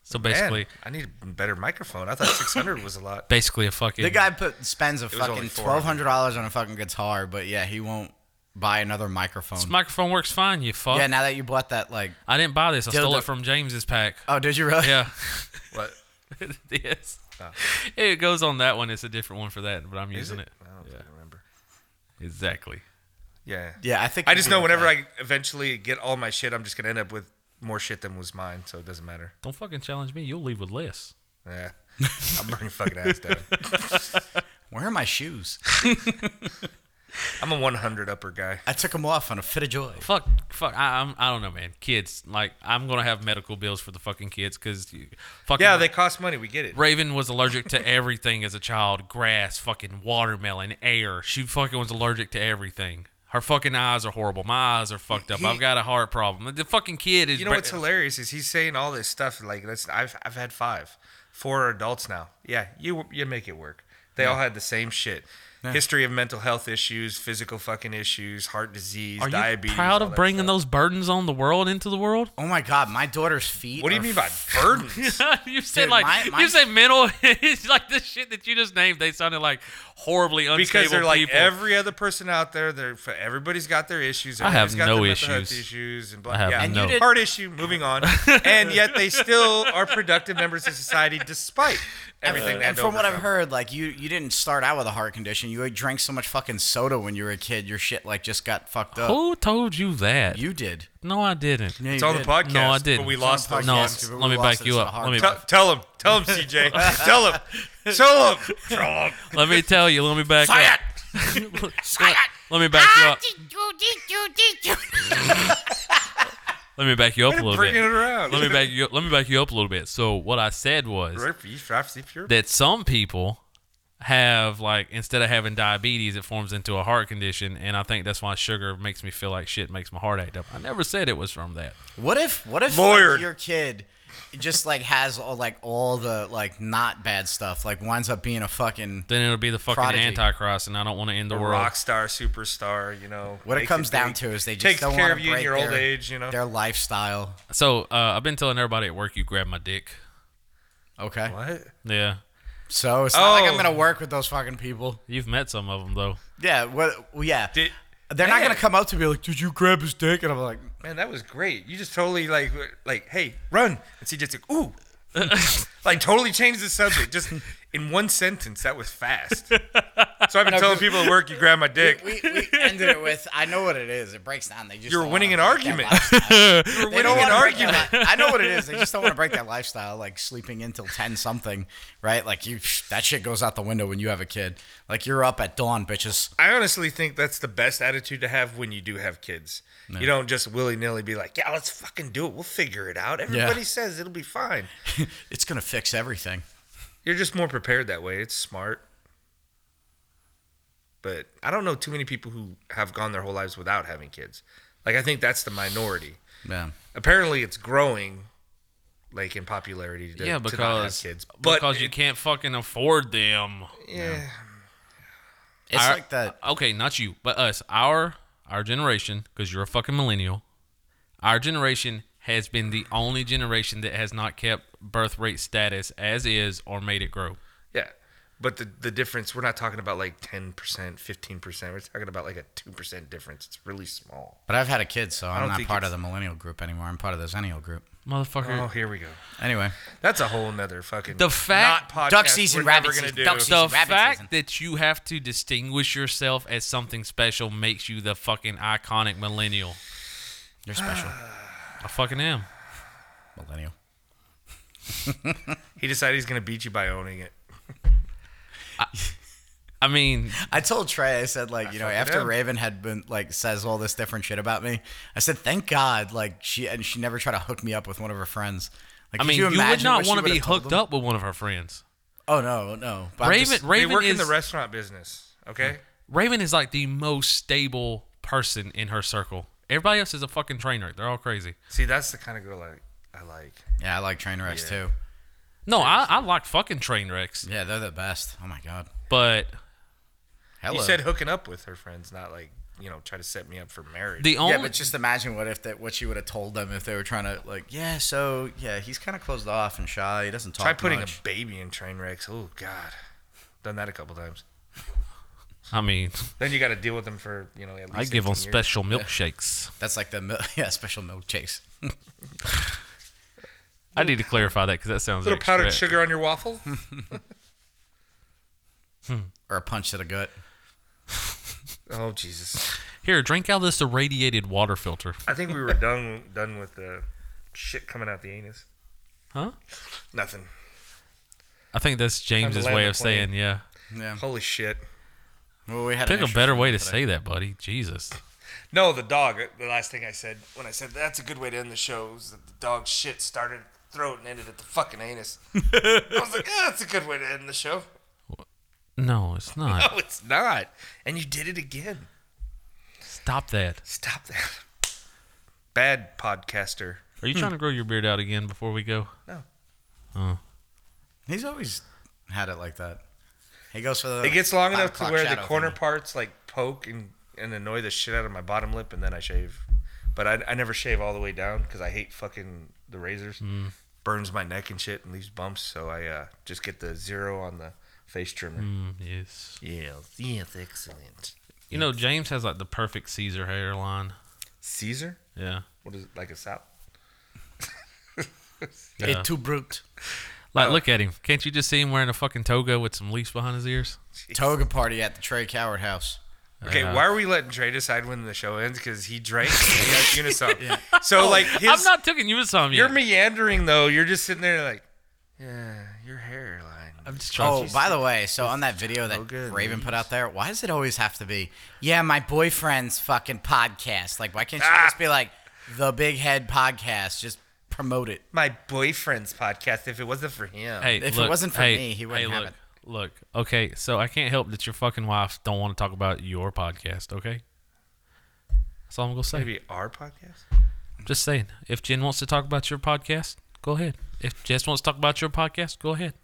[SPEAKER 2] So
[SPEAKER 1] Man,
[SPEAKER 2] basically,
[SPEAKER 1] I need a better microphone. I thought 600 was a lot.
[SPEAKER 2] basically a fucking
[SPEAKER 3] The guy put spends a
[SPEAKER 1] was only
[SPEAKER 3] fucking twelve hundred
[SPEAKER 1] $400.
[SPEAKER 3] dollars on a fucking guitar, but yeah, he won't buy another microphone.
[SPEAKER 2] This microphone works fine. You fuck.
[SPEAKER 3] yeah, now that you bought that, like,
[SPEAKER 2] I didn't buy this. I stole
[SPEAKER 3] Dildo.
[SPEAKER 2] it from James's pack.
[SPEAKER 3] oh, did you really?
[SPEAKER 2] Yeah.
[SPEAKER 1] What?
[SPEAKER 2] it is.
[SPEAKER 3] Oh.
[SPEAKER 2] It goes on that one. It's a different one for that, but I'm using it?
[SPEAKER 1] I don't fucking remember.
[SPEAKER 2] Exactly.
[SPEAKER 1] Yeah.
[SPEAKER 3] Yeah, I think.
[SPEAKER 1] I just know whenever I eventually get all my shit, I'm just gonna end up with more shit than was mine, so it doesn't matter.
[SPEAKER 2] Don't fucking challenge me. You'll leave with less.
[SPEAKER 1] Yeah. I'm burning fucking ass down.
[SPEAKER 3] Where are my shoes?
[SPEAKER 1] I'm a 100 upper guy.
[SPEAKER 3] I took them off on a fit of joy.
[SPEAKER 2] Fuck. Fuck. I, I'm. I don't know, man. Kids. Like I'm gonna have medical bills for the fucking kids because you. Fucking
[SPEAKER 1] Yeah, they cost money. We get it.
[SPEAKER 2] Raven was allergic to everything as a child grass, fucking watermelon, air. She fucking was allergic to everything. Her fucking eyes are horrible. My eyes are fucked up. I've got a heart problem. The fucking kid is.
[SPEAKER 1] You know
[SPEAKER 2] bra-
[SPEAKER 1] what's hilarious is he's saying all this stuff like that's I've I've had five, four adults now. Yeah, you you make it work. They all had the same shit. history of mental health issues, physical fucking issues, heart disease,
[SPEAKER 2] Are you
[SPEAKER 1] diabetes.
[SPEAKER 2] proud
[SPEAKER 1] all
[SPEAKER 2] of
[SPEAKER 1] that
[SPEAKER 2] bringing
[SPEAKER 1] stuff.
[SPEAKER 2] those burdens on the world into the world?
[SPEAKER 3] Oh my god, my daughter's feet.
[SPEAKER 1] What do you
[SPEAKER 3] are
[SPEAKER 1] mean by burdens?
[SPEAKER 2] you said
[SPEAKER 3] Dude,
[SPEAKER 2] like
[SPEAKER 3] my- my-
[SPEAKER 2] you said mental. it's like the shit that you just named. They sounded like horribly unstable
[SPEAKER 1] because they're like
[SPEAKER 2] people.
[SPEAKER 1] every other person out there. They're everybody's got their issues.
[SPEAKER 2] I have
[SPEAKER 1] everybody's got
[SPEAKER 2] no
[SPEAKER 1] their mental health
[SPEAKER 2] issues.
[SPEAKER 1] issues and blah,
[SPEAKER 2] I have
[SPEAKER 1] yeah.
[SPEAKER 2] And you no-
[SPEAKER 3] did-
[SPEAKER 1] heart issue. Moving on, and yet they still are productive members of society despite
[SPEAKER 2] Uh,
[SPEAKER 1] everything.
[SPEAKER 3] And,
[SPEAKER 1] they had
[SPEAKER 3] and
[SPEAKER 1] to
[SPEAKER 3] from what I've
[SPEAKER 1] overcome.
[SPEAKER 3] heard, like you, you didn't start out with a heart condition. You had drank so much fucking soda when you were a kid, your shit like just got fucked up.
[SPEAKER 2] Who told you that?
[SPEAKER 3] Uh, You did.
[SPEAKER 2] no, I didn't.
[SPEAKER 3] Yeah,
[SPEAKER 1] it's
[SPEAKER 3] you
[SPEAKER 1] on the
[SPEAKER 3] did.
[SPEAKER 1] podcast.
[SPEAKER 2] No, I
[SPEAKER 1] But
[SPEAKER 2] didn't.
[SPEAKER 1] we
[SPEAKER 2] It's on
[SPEAKER 1] lost
[SPEAKER 3] the
[SPEAKER 1] the
[SPEAKER 2] No,
[SPEAKER 3] podcast.
[SPEAKER 1] podcast.
[SPEAKER 3] Yes,
[SPEAKER 2] let me
[SPEAKER 3] we
[SPEAKER 2] back
[SPEAKER 3] lost
[SPEAKER 2] you
[SPEAKER 3] it.
[SPEAKER 2] up.
[SPEAKER 3] It's a
[SPEAKER 2] Let me
[SPEAKER 1] Tell, tell him, tell him, CJ, tell him, tell him, tell him.
[SPEAKER 2] let me tell you. Let me back up. let, let me back you up. Let me back you up a little
[SPEAKER 1] Bringing it
[SPEAKER 2] bit.
[SPEAKER 1] around.
[SPEAKER 2] Let me back you. Let me back you up a little bit. So what I said was that some people have like instead of having diabetes, it forms into a heart condition, and I think that's why sugar makes me feel like shit, makes my heart act up. I never said it was from that.
[SPEAKER 3] What if what if
[SPEAKER 1] Lawyered.
[SPEAKER 3] like, your kid just like has all like all the like not bad stuff, like winds up being a fucking
[SPEAKER 2] Then it'll be the fucking
[SPEAKER 3] Prodigy.
[SPEAKER 2] antichrist, and I don't want to end the
[SPEAKER 1] a
[SPEAKER 2] world.
[SPEAKER 1] rock star, superstar, you know.
[SPEAKER 3] what it
[SPEAKER 1] makes
[SPEAKER 3] comes down
[SPEAKER 1] big,
[SPEAKER 3] to is they just
[SPEAKER 1] takes
[SPEAKER 3] don't
[SPEAKER 1] care
[SPEAKER 3] wanna
[SPEAKER 1] of you in
[SPEAKER 3] break
[SPEAKER 1] your old
[SPEAKER 3] their-
[SPEAKER 1] age, you know.
[SPEAKER 3] Their lifestyle.
[SPEAKER 2] So uh, I've been telling everybody at work, you grab my dick.
[SPEAKER 3] Okay.
[SPEAKER 1] What?
[SPEAKER 2] Yeah,
[SPEAKER 3] So it's not like
[SPEAKER 1] Oh.
[SPEAKER 3] I'm gonna work with those fucking people.
[SPEAKER 2] you've met some of them though.
[SPEAKER 3] Yeah, what well, yeah.
[SPEAKER 1] Did-
[SPEAKER 3] They're not
[SPEAKER 1] Man.
[SPEAKER 3] gonna come up to me like, did you grab his dick? And I'm like,
[SPEAKER 1] Man, that was great. You just totally like like hey, run. And she just like, ooh. like totally changed the subject. Just in one sentence, that was fast. So I've been telling people at work you grab my dick.
[SPEAKER 3] we, we ended it with, I know what it is. It breaks down. They just
[SPEAKER 1] You're
[SPEAKER 3] don't
[SPEAKER 1] winning an
[SPEAKER 3] wanna break that
[SPEAKER 1] argument. We're
[SPEAKER 3] lifestyle. They don't
[SPEAKER 1] winning an
[SPEAKER 3] wanna break that
[SPEAKER 1] argument.
[SPEAKER 3] li- I know what it is. They just don't want to break that lifestyle, like sleeping until ten something, right? Like you, that shit goes out the window when you have a kid. Like you're up at dawn, bitches.
[SPEAKER 1] I honestly think that's the best attitude to have when you do have kids. You don't just willy nilly be like, yeah, let's fucking do it. We'll figure it out. Everybody says it'll be fine.
[SPEAKER 3] It's gonna fix everything.
[SPEAKER 1] You're just more prepared that way. It's smart. But I don't know too many people who have gone their whole lives without having kids. Like I think that's the minority.
[SPEAKER 3] Yeah.
[SPEAKER 1] Apparently, it's growing, like in popularity. To,
[SPEAKER 2] yeah,
[SPEAKER 1] to not have
[SPEAKER 2] because
[SPEAKER 1] kids, but eh,
[SPEAKER 2] because you
[SPEAKER 1] it-
[SPEAKER 2] can't fucking afford them.
[SPEAKER 1] yeah,
[SPEAKER 3] It's
[SPEAKER 2] Our-
[SPEAKER 3] like that.
[SPEAKER 2] Okay, not you, but us. Our our generation, because you're a fucking millennial. Our generation has been the only generation that has not kept birth rate status as is or made it grow.
[SPEAKER 1] yeah. But the the difference, we're not talking about like ten percent, fifteen percent. We're talking about like a two percent difference. It's really small.
[SPEAKER 3] But I've had a kid, so I'm
[SPEAKER 1] don't
[SPEAKER 3] not
[SPEAKER 1] think
[SPEAKER 3] part of
[SPEAKER 1] it's-
[SPEAKER 3] the millennial group anymore. I'm part of the zennial group.
[SPEAKER 2] Motherfucker.
[SPEAKER 1] Oh, here we go.
[SPEAKER 3] Anyway,
[SPEAKER 1] That's a whole nother fucking
[SPEAKER 2] The fact-
[SPEAKER 1] not podcast
[SPEAKER 3] Duck season,
[SPEAKER 1] we're never
[SPEAKER 3] rabbit
[SPEAKER 1] gonna
[SPEAKER 3] season,
[SPEAKER 1] do.
[SPEAKER 3] duck season.
[SPEAKER 2] The
[SPEAKER 3] She's rabbit
[SPEAKER 2] fact
[SPEAKER 3] season.
[SPEAKER 2] that you have to distinguish yourself as something special makes you the fucking iconic millennial.
[SPEAKER 3] you're special,
[SPEAKER 2] I fucking am.
[SPEAKER 3] millennial.
[SPEAKER 1] He decided he's gonna beat you by owning it.
[SPEAKER 2] I mean,
[SPEAKER 3] I told Trey, I said, like, you know,
[SPEAKER 1] fucking
[SPEAKER 3] after
[SPEAKER 1] am.
[SPEAKER 3] Raven had been, like, says all this different shit about me, I said, thank God, like, she, and she never tried to hook me up with one of her friends. Like,
[SPEAKER 2] I
[SPEAKER 3] could
[SPEAKER 2] mean, you, would
[SPEAKER 3] imagine
[SPEAKER 2] not
[SPEAKER 3] what she
[SPEAKER 2] want to be
[SPEAKER 3] would've told
[SPEAKER 2] hooked
[SPEAKER 3] them?
[SPEAKER 2] up with one of her friends.
[SPEAKER 3] Oh, no, no. But I'm
[SPEAKER 2] Raven,
[SPEAKER 3] just-
[SPEAKER 1] They
[SPEAKER 2] Raven
[SPEAKER 1] work
[SPEAKER 2] is
[SPEAKER 1] in the restaurant business.
[SPEAKER 3] Hmm.
[SPEAKER 1] Okay.
[SPEAKER 2] Raven is like the most stable person in her circle. Everybody else is a fucking train wreck. They're all crazy.
[SPEAKER 1] See, that's the kind of girl I, I like.
[SPEAKER 3] yeah, I like train wrecks,
[SPEAKER 1] Yeah.
[SPEAKER 3] too.
[SPEAKER 2] No, I, I like fucking train wrecks,
[SPEAKER 3] Yeah, they're the best. Oh, my God.
[SPEAKER 2] but
[SPEAKER 3] Hello.
[SPEAKER 1] You said hooking up with her friends, not like you know try to set me up for marriage.
[SPEAKER 2] the only
[SPEAKER 3] yeah, but just imagine what if that what she would have told them if they were trying to like yeah so yeah he's kind of closed off and shy he doesn't talk
[SPEAKER 1] Try putting
[SPEAKER 3] much.
[SPEAKER 1] a baby in train wrecks. Oh God, done that a couple times.
[SPEAKER 2] I mean,
[SPEAKER 1] Then you got to deal with them for you know. At least
[SPEAKER 2] I give them
[SPEAKER 1] 18 years.
[SPEAKER 2] special milkshakes.
[SPEAKER 3] that's like the mil- yeah special milk chase
[SPEAKER 2] I need to clarify that because that sounds
[SPEAKER 1] little
[SPEAKER 2] like
[SPEAKER 1] powdered sugar on your waffle.
[SPEAKER 3] or a punch to the gut
[SPEAKER 1] oh Jesus!
[SPEAKER 2] Here, drink out of this irradiated water filter,
[SPEAKER 1] I think we were done done with the shit coming out the anus.
[SPEAKER 2] huh?
[SPEAKER 1] Nothing.
[SPEAKER 2] I think that's James's
[SPEAKER 1] land
[SPEAKER 2] way
[SPEAKER 1] the
[SPEAKER 2] of saying, yeah.
[SPEAKER 3] yeah
[SPEAKER 1] Holy shit!
[SPEAKER 3] well we had an
[SPEAKER 2] Pick a
[SPEAKER 3] issue
[SPEAKER 2] better
[SPEAKER 3] with
[SPEAKER 2] way
[SPEAKER 3] that
[SPEAKER 2] to
[SPEAKER 3] today.
[SPEAKER 2] say that, buddy. Jesus.
[SPEAKER 1] No, the dog. Uh, The last thing I said when I said that's a good way to end the show is that the dog shit started at the throat and ended at the fucking anus. I was like, yeah, that's a good way to end the show.
[SPEAKER 2] No, it's not.
[SPEAKER 1] No, it's not. And you did it again.
[SPEAKER 2] Stop that.
[SPEAKER 1] Stop that. Bad podcaster.
[SPEAKER 2] Are you trying to grow your beard out again before we go?
[SPEAKER 1] Hmm. No.
[SPEAKER 3] He's always had it like that. He goes for the.
[SPEAKER 1] It gets long
[SPEAKER 3] five
[SPEAKER 1] enough to
[SPEAKER 3] o'clock
[SPEAKER 1] where the
[SPEAKER 3] shadow
[SPEAKER 1] corner
[SPEAKER 3] thingy.
[SPEAKER 1] parts like poke and, and annoy the shit out of my bottom lip, and then I shave. But I, I never shave all the way down because I hate fucking the razors.
[SPEAKER 2] Mm.
[SPEAKER 1] Burns my neck and shit and leaves bumps. So I uh, just get the zero on the face trimmer.
[SPEAKER 2] Mm, yes.
[SPEAKER 1] Yeah, yes, excellent.
[SPEAKER 2] You know, James has like the perfect Caesar hairline.
[SPEAKER 1] Caesar?
[SPEAKER 2] Yeah.
[SPEAKER 1] What is it like a sap?
[SPEAKER 2] Yeah.
[SPEAKER 5] It too brute.
[SPEAKER 2] Like, look at him. Can't you just see him wearing a fucking toga with some leaves behind his ears?
[SPEAKER 3] Toga party at the Trey Coward house.
[SPEAKER 1] Okay,
[SPEAKER 2] Yeah.
[SPEAKER 1] why are we letting Trey decide when the show ends? Because he drank and he has Unisong. So like his,
[SPEAKER 2] I'm not taking you with some
[SPEAKER 1] you're
[SPEAKER 2] yet.
[SPEAKER 1] meandering though. You're just sitting there like, yeah, your hairline.
[SPEAKER 2] I'm just
[SPEAKER 3] Oh,
[SPEAKER 2] trying. to
[SPEAKER 3] by the way, so on that video that
[SPEAKER 1] good,
[SPEAKER 3] Raven put out there, why does it always have to be, yeah, my boyfriend's fucking podcast? Like, why can't you
[SPEAKER 1] Ah!
[SPEAKER 3] just be like, the Big Head podcast? Just promote it.
[SPEAKER 1] my boyfriend's podcast if it wasn't for him.
[SPEAKER 2] Hey,
[SPEAKER 3] If it
[SPEAKER 2] look,
[SPEAKER 3] wasn't for
[SPEAKER 2] hey,
[SPEAKER 3] me, he wouldn't
[SPEAKER 2] hey,
[SPEAKER 3] have
[SPEAKER 2] look, Look, okay, so I can't help that your fucking wife don't want to talk about your podcast. Okay, that's all I'm gonna say.
[SPEAKER 1] Maybe our podcast?
[SPEAKER 2] Just saying, if Jen wants to talk about your podcast, go ahead. If Jess wants to talk about your podcast, go ahead.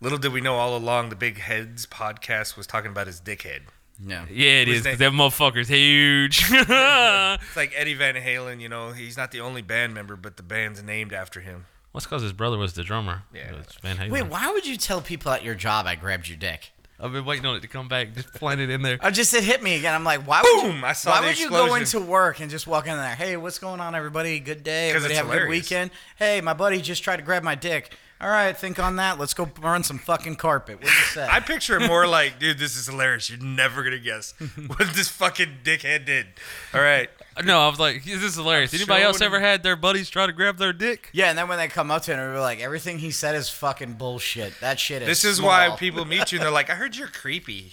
[SPEAKER 1] Little did we know all along the Big Heads podcast was talking about his dickhead.
[SPEAKER 3] No.
[SPEAKER 2] Yeah, it
[SPEAKER 1] Who's
[SPEAKER 2] is.
[SPEAKER 1] that?
[SPEAKER 2] 'cause That motherfucker's huge.
[SPEAKER 3] Uh.
[SPEAKER 1] It's like Eddie Van Halen, you know, he's not the only band member, but the band's named after him.
[SPEAKER 2] What's because his brother was the drummer.
[SPEAKER 1] Yeah.
[SPEAKER 2] It was Van Halen.
[SPEAKER 3] Wait, why would you tell people at your job I grabbed your dick?
[SPEAKER 2] I've been waiting on it to come back. Just plant it in there.
[SPEAKER 3] I just it hit me again. I'm like, why would
[SPEAKER 1] Boom!
[SPEAKER 3] you,
[SPEAKER 1] I saw
[SPEAKER 3] why
[SPEAKER 1] the
[SPEAKER 3] would you go
[SPEAKER 1] explosion.
[SPEAKER 3] into work and just walk in there? Hey, what's going on, everybody? Good day.
[SPEAKER 1] 'Cause
[SPEAKER 3] Everybody
[SPEAKER 1] it's
[SPEAKER 3] have a good
[SPEAKER 1] hilarious.
[SPEAKER 3] weekend. Hey, my buddy just tried to grab my dick. All right, think on that. Let's go burn some fucking carpet. What do you say?
[SPEAKER 1] I picture it more like, dude, this is hilarious. You're never going to guess what this fucking dickhead did. All right.
[SPEAKER 2] No, I was like, this is hilarious.
[SPEAKER 1] I'm
[SPEAKER 2] Anybody else
[SPEAKER 1] showing
[SPEAKER 2] ever
[SPEAKER 1] him-
[SPEAKER 2] had their buddies try to grab their dick?
[SPEAKER 3] yeah, and then when they come up to him, we're like, everything he said is fucking bullshit. That shit is.
[SPEAKER 1] This is
[SPEAKER 3] small.
[SPEAKER 1] why people meet you and they're like, I heard you're creepy.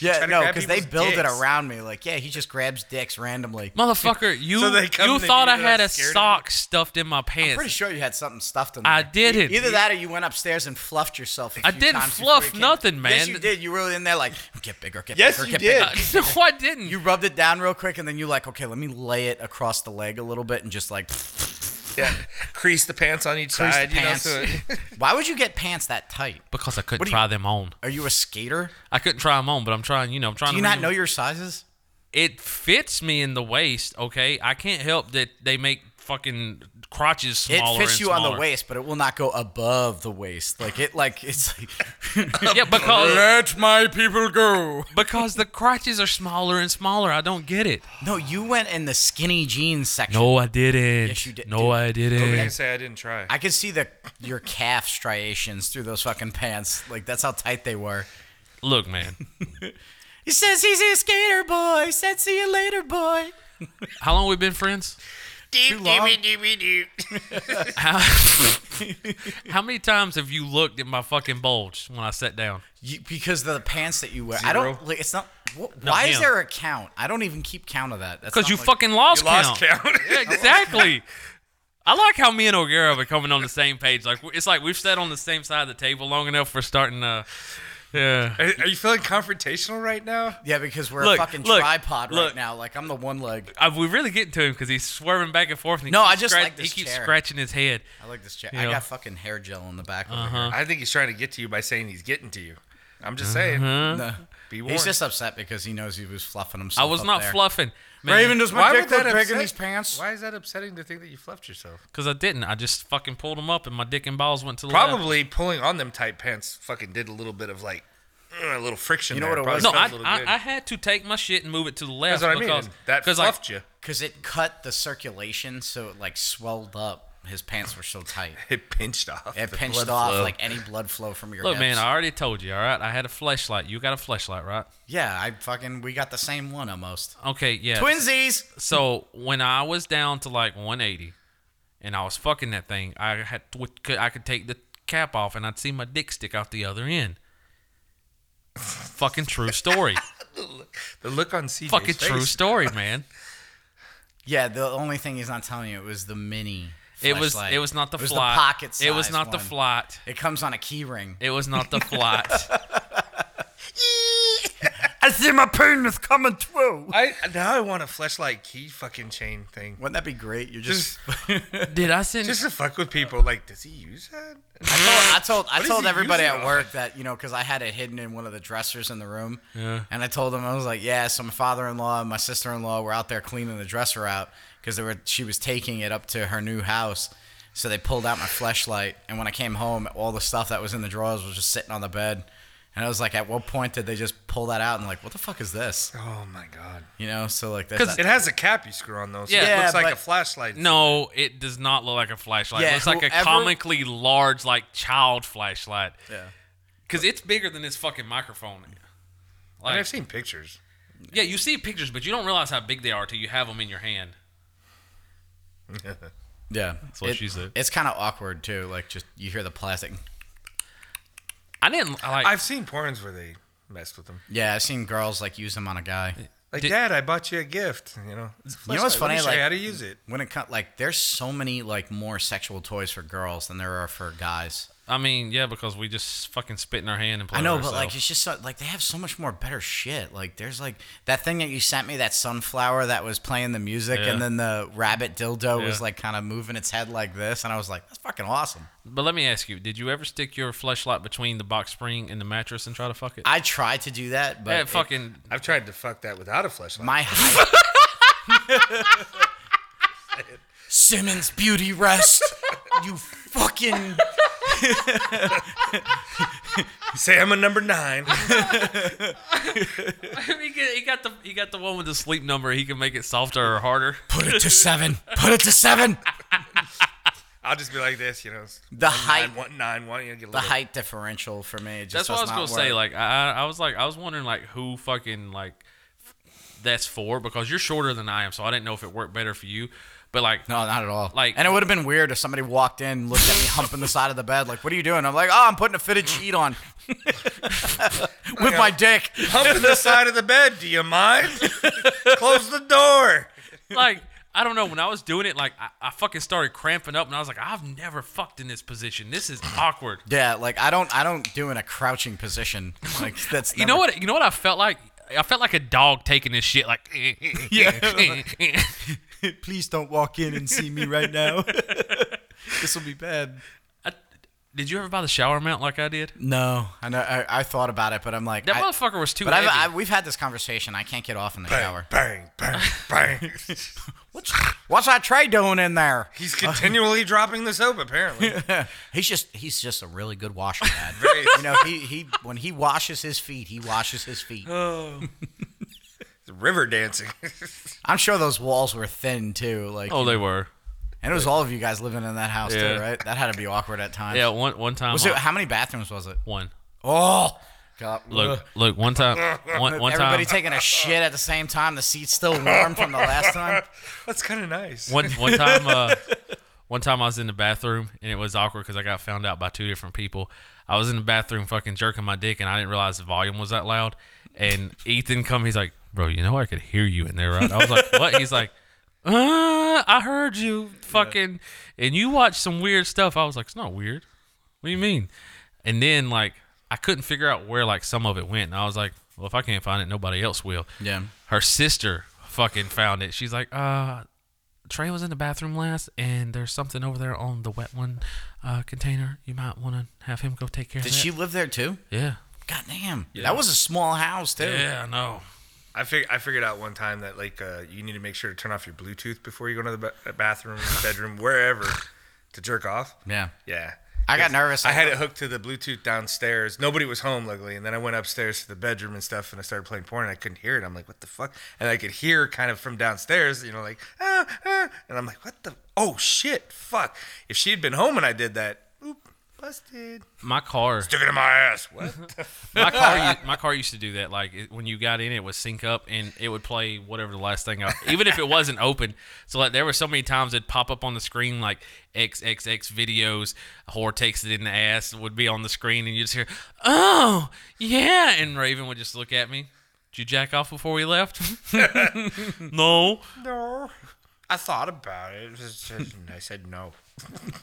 [SPEAKER 3] Yeah,
[SPEAKER 1] try to
[SPEAKER 3] no,
[SPEAKER 1] grab
[SPEAKER 3] because they
[SPEAKER 1] people's
[SPEAKER 3] build it
[SPEAKER 1] dicks.
[SPEAKER 3] around me. Like, yeah, he just grabs dicks randomly.
[SPEAKER 2] Motherfucker, you
[SPEAKER 1] So they come
[SPEAKER 2] you
[SPEAKER 1] and they
[SPEAKER 2] thought
[SPEAKER 1] do
[SPEAKER 2] I
[SPEAKER 1] that,
[SPEAKER 2] had
[SPEAKER 1] I'm
[SPEAKER 2] a
[SPEAKER 1] scared of
[SPEAKER 2] sock stuffed in my pants.
[SPEAKER 3] Pretty sure you had something stuffed in there.
[SPEAKER 2] I didn't.
[SPEAKER 3] E- Either that, or you went upstairs and fluffed yourself. I
[SPEAKER 2] I didn't fluff nothing, man.
[SPEAKER 3] Yes, you did. You were in there like, get bigger, get
[SPEAKER 1] Yes,
[SPEAKER 3] bigger,
[SPEAKER 1] you
[SPEAKER 3] get
[SPEAKER 1] did.
[SPEAKER 3] bigger.
[SPEAKER 2] no, I didn't.
[SPEAKER 3] You rubbed it down real quick, and then you like, okay, let me lay it across the leg a little bit, and just like,
[SPEAKER 1] yeah. Crease the pants on each
[SPEAKER 3] Crease the
[SPEAKER 1] side.
[SPEAKER 3] pants.
[SPEAKER 1] You know, so
[SPEAKER 3] why would you get pants that tight?
[SPEAKER 2] because I couldn't
[SPEAKER 3] do you-
[SPEAKER 2] try them on.
[SPEAKER 3] Are you a skater?
[SPEAKER 2] I couldn't try them on, but I'm trying. You know, I'm trying to.
[SPEAKER 3] Do you not
[SPEAKER 2] really-
[SPEAKER 3] know your sizes?
[SPEAKER 2] it fits me in the waist. Okay, I can't help that they make fucking crotches smaller.
[SPEAKER 3] it fits
[SPEAKER 2] and
[SPEAKER 3] you on the
[SPEAKER 2] smaller.
[SPEAKER 3] waist, but it will not go above the waist. Like it, like it's like.
[SPEAKER 2] Yeah,
[SPEAKER 3] Oh.
[SPEAKER 2] because
[SPEAKER 3] Let my people go.
[SPEAKER 2] because the crotches are smaller and smaller. I don't get it.
[SPEAKER 3] No, you went in the skinny jeans section.
[SPEAKER 2] No, I didn't.
[SPEAKER 3] Yes, you did,
[SPEAKER 2] No,
[SPEAKER 3] dude.
[SPEAKER 2] I didn't.
[SPEAKER 1] I can say I didn't try.
[SPEAKER 3] I could see the your calf striations through those fucking pants. Like that's how tight they were.
[SPEAKER 2] Look, man.
[SPEAKER 3] He says he's a skater boy. Said see you later, boy.
[SPEAKER 2] How long we been friends?
[SPEAKER 3] Too long.
[SPEAKER 2] How, how many times have you looked at my fucking bulge when I sat down?
[SPEAKER 3] You, because of the pants that you wear. I
[SPEAKER 1] Zero.
[SPEAKER 3] don't like. It's not. Wh- why is
[SPEAKER 2] him.
[SPEAKER 3] there a count? I don't even keep count of that. That's
[SPEAKER 2] Because
[SPEAKER 3] not
[SPEAKER 2] you
[SPEAKER 3] like-
[SPEAKER 2] fucking lost
[SPEAKER 1] You lost
[SPEAKER 2] count.
[SPEAKER 1] count.
[SPEAKER 2] Yeah, exactly. I like how me and O'Gara are coming on the same page. Like it's like we've sat on the same side of the table long enough. We're starting to, yeah.
[SPEAKER 1] Are, are you feeling confrontational right now?
[SPEAKER 3] Yeah, because we're
[SPEAKER 2] Look,
[SPEAKER 3] a fucking
[SPEAKER 2] look,
[SPEAKER 3] tripod
[SPEAKER 2] look.
[SPEAKER 3] right now. Like I'm the one leg.
[SPEAKER 2] I, Uh, we really getting to him because he's swerving back and forth. And he
[SPEAKER 3] No,
[SPEAKER 2] keeps
[SPEAKER 3] I just
[SPEAKER 2] scratch-
[SPEAKER 3] like this
[SPEAKER 2] he keeps
[SPEAKER 3] chair.
[SPEAKER 2] scratching his head.
[SPEAKER 3] I like this chair.
[SPEAKER 2] You
[SPEAKER 3] I
[SPEAKER 2] know.
[SPEAKER 3] got fucking hair gel in the back. over
[SPEAKER 2] Uh-huh.
[SPEAKER 3] here.
[SPEAKER 1] I think he's trying to get to you by saying he's getting to you. I'm just saying.
[SPEAKER 2] Uh-huh.
[SPEAKER 3] No.
[SPEAKER 1] Be warned.
[SPEAKER 3] He's just upset because he knows he was fluffing
[SPEAKER 2] I
[SPEAKER 3] himself.
[SPEAKER 2] was
[SPEAKER 3] up
[SPEAKER 2] not
[SPEAKER 3] there.
[SPEAKER 2] fluffing, man,
[SPEAKER 3] Raven, does my dick
[SPEAKER 1] would that
[SPEAKER 3] look big in
[SPEAKER 1] upset-
[SPEAKER 3] these pants?
[SPEAKER 1] Why is that upsetting to think that you fluffed yourself?
[SPEAKER 2] because I didn't. I just fucking pulled him up, and my dick and balls went to the left.
[SPEAKER 1] Probably pulling on them tight pants fucking did a little bit of like mm, a little friction.
[SPEAKER 3] You know
[SPEAKER 1] there.
[SPEAKER 3] what it
[SPEAKER 1] Probably
[SPEAKER 2] No, I,
[SPEAKER 1] felt a little good.
[SPEAKER 2] I, I had to take my shit and move it to the left
[SPEAKER 1] That's what I
[SPEAKER 2] because
[SPEAKER 1] mean. That
[SPEAKER 2] 'cause, like,
[SPEAKER 1] fluffed you.
[SPEAKER 3] Because it cut the circulation, so it like swelled up. His pants were so tight.
[SPEAKER 1] It pinched off.
[SPEAKER 3] It
[SPEAKER 1] the
[SPEAKER 3] pinched
[SPEAKER 1] blood
[SPEAKER 3] off
[SPEAKER 1] flow.
[SPEAKER 3] like any blood flow from your
[SPEAKER 2] Look,
[SPEAKER 3] hips.
[SPEAKER 2] man, I already told you. All right, I had a flashlight. You got a flashlight, right?
[SPEAKER 3] yeah, I fucking we got the same one almost.
[SPEAKER 2] Okay, yeah.
[SPEAKER 3] Twinsies.
[SPEAKER 2] So when I was down to like 180, and I was fucking that thing, I had would- could I could take the cap off, and I'd see my dick stick out the other end. fucking true story.
[SPEAKER 1] the look on CJ's
[SPEAKER 2] fucking
[SPEAKER 1] face.
[SPEAKER 2] true story, man.
[SPEAKER 3] Yeah, the only thing he's not telling you it was the mini.
[SPEAKER 2] It was
[SPEAKER 3] fleshlight.
[SPEAKER 2] it was not the
[SPEAKER 3] it was
[SPEAKER 2] flight.
[SPEAKER 3] The pocket
[SPEAKER 2] it was
[SPEAKER 3] size
[SPEAKER 2] not the
[SPEAKER 3] one.
[SPEAKER 2] flight.
[SPEAKER 3] It comes on a key ring.
[SPEAKER 2] It was not the flight.
[SPEAKER 3] I
[SPEAKER 4] see my penis coming through.
[SPEAKER 1] I now I want a flashlight key fucking chain thing.
[SPEAKER 3] Wouldn't that be great? You're just.
[SPEAKER 2] Did I send?
[SPEAKER 1] Just to fuck with people. Like, does he use that?
[SPEAKER 3] I told I
[SPEAKER 1] What is
[SPEAKER 3] told
[SPEAKER 1] he
[SPEAKER 3] everybody
[SPEAKER 1] using
[SPEAKER 3] at
[SPEAKER 1] on?
[SPEAKER 3] work that you know because I had it hidden in one of the dressers in the room. Yeah. And I told them I was like, yeah. So my father-in-law and my sister-in-law were out there cleaning the dresser out because they were she was taking it up to her new house. So they pulled out my flashlight, and when I came home, all the stuff that was in the drawers was just sitting on the bed. And I was like, at what point did they just pull that out and like, what the fuck is this?
[SPEAKER 1] Oh my god.
[SPEAKER 3] You know, so like that's
[SPEAKER 2] 'Cause
[SPEAKER 1] It has a cap you screw on though, so
[SPEAKER 2] Yeah,
[SPEAKER 1] it looks like
[SPEAKER 3] but-
[SPEAKER 1] a flashlight.
[SPEAKER 2] no, it does not look like a flashlight.
[SPEAKER 3] Yeah,
[SPEAKER 2] it looks like a
[SPEAKER 3] whoever-
[SPEAKER 2] comically large, like child flashlight.
[SPEAKER 3] Yeah.
[SPEAKER 2] Because it's bigger than this fucking microphone.
[SPEAKER 1] I mean,
[SPEAKER 2] Like,
[SPEAKER 1] I've seen pictures.
[SPEAKER 2] yeah, you see pictures, but you don't realize how big they are till you have them in your hand.
[SPEAKER 3] yeah. That's
[SPEAKER 2] what she said.
[SPEAKER 3] It's kind of awkward too. Like just you hear the plastic.
[SPEAKER 2] I didn't I like.
[SPEAKER 1] I've seen porns where they messed with them.
[SPEAKER 3] Yeah, I've seen girls like use them on a guy.
[SPEAKER 1] Like,
[SPEAKER 2] Did-
[SPEAKER 1] Dad, I bought you a gift. You know. It's a
[SPEAKER 3] You know what's
[SPEAKER 1] flashlight. Let me
[SPEAKER 3] funny?
[SPEAKER 1] show you
[SPEAKER 3] Like-
[SPEAKER 1] how to use it.
[SPEAKER 3] when it comes like there's so many like more sexual toys for girls than there are for guys
[SPEAKER 2] I mean, yeah, because we just fucking spit in our hand and play.
[SPEAKER 3] i know
[SPEAKER 2] with
[SPEAKER 3] but like
[SPEAKER 2] ourselves.
[SPEAKER 3] it's just so, like they have so much more better shit like there's like that thing that you sent me that sunflower that was playing the music
[SPEAKER 2] Yeah.
[SPEAKER 3] and then the rabbit dildo was
[SPEAKER 2] Yeah.
[SPEAKER 3] like kind of moving its head like this and i was like that's fucking awesome
[SPEAKER 2] But let me ask you: Did you ever stick your flashlight between the box spring and the mattress and try to fuck it?
[SPEAKER 3] i tried to do that but
[SPEAKER 2] yeah,
[SPEAKER 3] it-
[SPEAKER 2] fucking.
[SPEAKER 1] I've tried to fuck that without a flashlight.
[SPEAKER 3] my simmons beauty rest you fucking
[SPEAKER 1] Say I'm a number nine.
[SPEAKER 2] he, got, he got the he got the one with the sleep number. He can make it softer or harder.
[SPEAKER 3] put it to seven put it to seven
[SPEAKER 1] I'll just be like this, you know. it's
[SPEAKER 3] the
[SPEAKER 1] one
[SPEAKER 3] height
[SPEAKER 1] nine, one nine, one. You know, get a
[SPEAKER 3] the
[SPEAKER 1] little-
[SPEAKER 3] height differential for me.
[SPEAKER 2] that's
[SPEAKER 3] Just
[SPEAKER 2] what I was
[SPEAKER 3] does
[SPEAKER 2] gonna
[SPEAKER 3] not
[SPEAKER 2] say.
[SPEAKER 3] work.
[SPEAKER 2] Like I, I was like, I was wondering like who fucking like that's for because you're shorter than I am, so I didn't know if it worked better for you. But like,
[SPEAKER 3] no, not at all.
[SPEAKER 2] like-
[SPEAKER 3] and it would have been weird if somebody walked in, looked at me humping the side of the bed, like, "What are you doing?" I'm like, "Oh, I'm putting a fitted sheet on with my dick."
[SPEAKER 1] Pumping the side of the bed. Do you mind? Close the door.
[SPEAKER 2] like I don't know. When I was doing it, like I, I fucking started cramping up, and I was like, I've never fucked in this position. This is awkward.
[SPEAKER 3] Yeah, like I don't, I don't do in a crouching position. Like that's
[SPEAKER 2] You
[SPEAKER 3] never-
[SPEAKER 2] know what? You know what I felt like. I felt like a dog taking this shit. Like, yeah.
[SPEAKER 4] Please don't walk in and see me right now. this will be bad.
[SPEAKER 2] did you ever buy the shower mount like I did?
[SPEAKER 3] No, I know. I, I thought about it, but I'm like,
[SPEAKER 2] That
[SPEAKER 3] I-
[SPEAKER 2] motherfucker was too
[SPEAKER 3] But
[SPEAKER 2] heavy.
[SPEAKER 3] I've, I, we've had this conversation. I can't get off in the
[SPEAKER 1] Bang,
[SPEAKER 3] shower.
[SPEAKER 1] bang, bang, bang.
[SPEAKER 3] What's that tray doing in there?
[SPEAKER 1] He's continually dropping the soap, apparently.
[SPEAKER 3] He's just, he's just a really good washer man.
[SPEAKER 1] Very-
[SPEAKER 3] you know, he he when he washes his feet, he washes his feet.
[SPEAKER 2] Uh.
[SPEAKER 1] river dancing.
[SPEAKER 3] I'm sure those walls were thin too. Like,
[SPEAKER 2] oh, they were.
[SPEAKER 3] and it was all of you guys living in that house
[SPEAKER 2] Yeah.
[SPEAKER 3] too, right? That had to be awkward at times.
[SPEAKER 2] Yeah, one one time.
[SPEAKER 3] Was
[SPEAKER 2] I-
[SPEAKER 3] it how many bathrooms was it?
[SPEAKER 2] one.
[SPEAKER 3] Oh, God.
[SPEAKER 2] Look, look, one time, one, one
[SPEAKER 3] Everybody
[SPEAKER 2] time,
[SPEAKER 3] taking a shit at the same time. The seat's still warm from the last time.
[SPEAKER 1] That's kind of nice.
[SPEAKER 2] one, one time, uh, one time I was in the bathroom and it was awkward because I got found out by two different people. I was in the bathroom fucking jerking my dick and I didn't realize the volume was that loud. And Ethan come, he's like, "Bro, you know I could hear you in there, right?" I was like, "What?" He's like, "Uh, I heard you fucking, and you watched some weird stuff." I was like, "It's not weird. What do you mean?" And then like I couldn't figure out where like some of it went. And I was like, "Well, if I can't find it, nobody else will."
[SPEAKER 3] Yeah.
[SPEAKER 2] her sister fucking found it. She's like, uh, Trey was in the bathroom last, and there's something over there on the wet one uh, container. You might want to have him go take care
[SPEAKER 3] Did
[SPEAKER 2] of that.
[SPEAKER 3] she live there too?
[SPEAKER 2] Yeah.
[SPEAKER 3] God damn. That was a small house too.
[SPEAKER 2] Yeah, I know.
[SPEAKER 1] I fig- I figured out one time that like uh, you need to make sure to turn off your Bluetooth before you go into the ba- bathroom, bedroom, wherever, to jerk off.
[SPEAKER 3] Yeah.
[SPEAKER 1] Yeah.
[SPEAKER 3] I got nervous.
[SPEAKER 1] I had it hooked to the Bluetooth downstairs. Nobody was home, luckily. And then I went upstairs to the bedroom and stuff, and I started playing porn, and I couldn't hear it. I'm like, what the fuck? And I could hear kind of from downstairs, you know, like, ah, ah. And I'm like, what the? Oh, shit, fuck. If she had been home and I did that, oop, busted.
[SPEAKER 2] My car,
[SPEAKER 1] Took it in my ass. What? the f-
[SPEAKER 2] my car, u- my car used to do that. Like it, when you got in, it would sync up and it would play whatever the last thing, I, even if it wasn't open. So like there were so many times it'd pop up on the screen like XXX videos, whore takes it in the ass would be on the screen, and you just hear, oh yeah, and Raven would just look at me. Did you jack off before we left? no.
[SPEAKER 1] no. I thought about it. It was just- and I said no.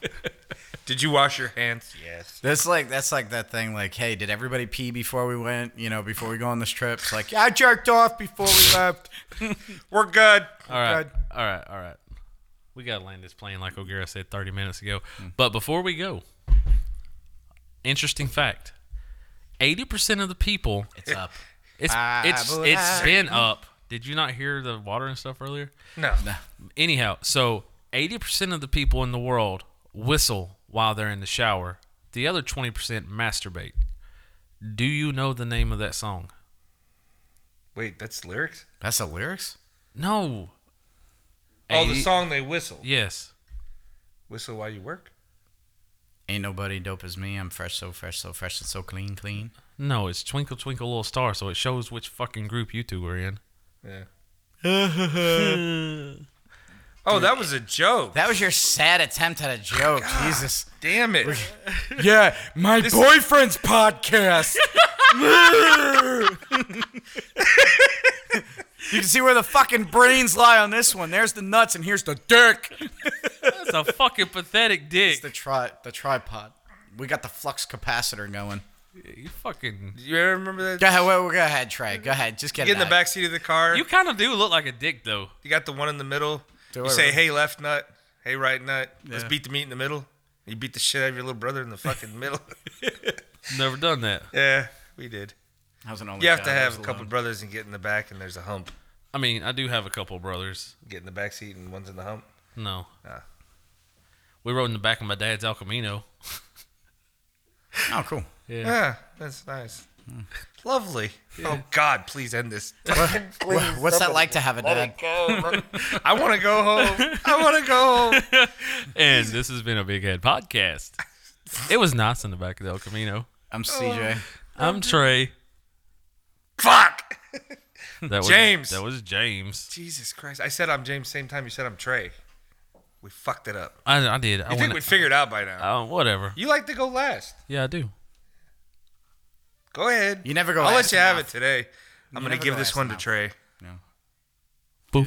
[SPEAKER 1] Did you wash your hands? Yes.
[SPEAKER 3] That's like that's like that thing. Like, hey, did everybody pee before we went? You know, before we go on this trip. It's like, I jerked off before we left.
[SPEAKER 1] We're good.
[SPEAKER 2] All right.
[SPEAKER 4] God.
[SPEAKER 2] All right. All right. We got to land this plane, like O'Gara said 30 minutes ago.
[SPEAKER 1] Hmm.
[SPEAKER 2] But before we go, interesting fact 80% of the people,
[SPEAKER 3] It's up.
[SPEAKER 2] it's,
[SPEAKER 3] I
[SPEAKER 2] it's,
[SPEAKER 3] believe-
[SPEAKER 2] it's been up. Did you not hear the water and stuff earlier?
[SPEAKER 1] No.
[SPEAKER 2] Anyhow, so 80% of the people in the world whistle while they're in the shower, the other 20% masturbate. Do you know the name of that song?
[SPEAKER 1] Wait, that's lyrics?
[SPEAKER 3] That's the lyrics.
[SPEAKER 2] No.
[SPEAKER 1] Oh, the
[SPEAKER 2] 80
[SPEAKER 1] song they whistle.
[SPEAKER 2] Yes.
[SPEAKER 1] Whistle while you work?
[SPEAKER 3] Ain't nobody dope as me. I'm fresh, so fresh, so fresh, and so clean, clean.
[SPEAKER 2] No, it's Twinkle Twinkle Little Star, so it shows which fucking group you two were in.
[SPEAKER 1] Yeah. oh, that was a joke.
[SPEAKER 3] That was your sad attempt at a joke. Jesus.
[SPEAKER 1] Damn it.
[SPEAKER 4] Yeah, my boyfriend's podcast.
[SPEAKER 3] You can see where the fucking brains lie on this one. There's the nuts, and here's the dick.
[SPEAKER 2] That's a fucking pathetic dick.
[SPEAKER 3] It's the tri- the tripod. We got the flux capacitor going.
[SPEAKER 2] You fucking.
[SPEAKER 1] You ever remember that?
[SPEAKER 3] Go ahead, wait, go ahead, Trey. Go ahead, just get,
[SPEAKER 1] Get in
[SPEAKER 3] it
[SPEAKER 1] the
[SPEAKER 3] out.
[SPEAKER 1] back seat of the car.
[SPEAKER 2] You
[SPEAKER 1] You,
[SPEAKER 2] kind of do look like a dick, though.
[SPEAKER 1] got the one in the middle.
[SPEAKER 3] I
[SPEAKER 1] you say,
[SPEAKER 3] really?
[SPEAKER 1] hey, left nut. Hey, right nut. Let's
[SPEAKER 4] Yeah.
[SPEAKER 1] beat the meat in the middle. You beat the shit out of your little brother in the fucking middle.
[SPEAKER 2] Never done that.
[SPEAKER 1] yeah, we did.
[SPEAKER 3] I was an only
[SPEAKER 1] You have to
[SPEAKER 3] child, I
[SPEAKER 1] have
[SPEAKER 3] was
[SPEAKER 1] a couple
[SPEAKER 3] alone.
[SPEAKER 1] brothers and get in the back, and there's a hump.
[SPEAKER 2] I mean, I do have a couple brothers.
[SPEAKER 1] Get in the back seat, and one's in the hump.
[SPEAKER 2] No.
[SPEAKER 1] Ah.
[SPEAKER 2] We rode in the back of my dad's El Camino.
[SPEAKER 3] Oh, cool.
[SPEAKER 1] Yeah, Hmm. that's nice. Lovely. Oh God, please end this.
[SPEAKER 3] Wha- What's that like to have a dad?
[SPEAKER 1] I want to go home. I want to go home.
[SPEAKER 2] And this has been a Big Head Podcast. It was nice in the back of the El Camino.
[SPEAKER 3] I'm CJ.
[SPEAKER 2] I'm Trey.
[SPEAKER 1] Fuck.
[SPEAKER 2] That was,
[SPEAKER 1] James.
[SPEAKER 2] That was James.
[SPEAKER 1] Jesus Christ! I said I'm James. Same time you said I'm Trey. We fucked it up.
[SPEAKER 2] I, I did. I
[SPEAKER 1] I think we'd
[SPEAKER 2] went,
[SPEAKER 1] figure it out by now.
[SPEAKER 2] uh, whatever.
[SPEAKER 1] You like to go last.
[SPEAKER 2] Yeah, I do.
[SPEAKER 1] Go ahead.
[SPEAKER 3] You never go
[SPEAKER 1] I'll
[SPEAKER 3] last
[SPEAKER 1] let you have
[SPEAKER 3] enough.
[SPEAKER 1] it today. I'm gonna
[SPEAKER 3] never
[SPEAKER 1] give
[SPEAKER 3] go
[SPEAKER 1] this
[SPEAKER 3] last
[SPEAKER 1] one to
[SPEAKER 3] enough.
[SPEAKER 1] Trey.
[SPEAKER 3] No.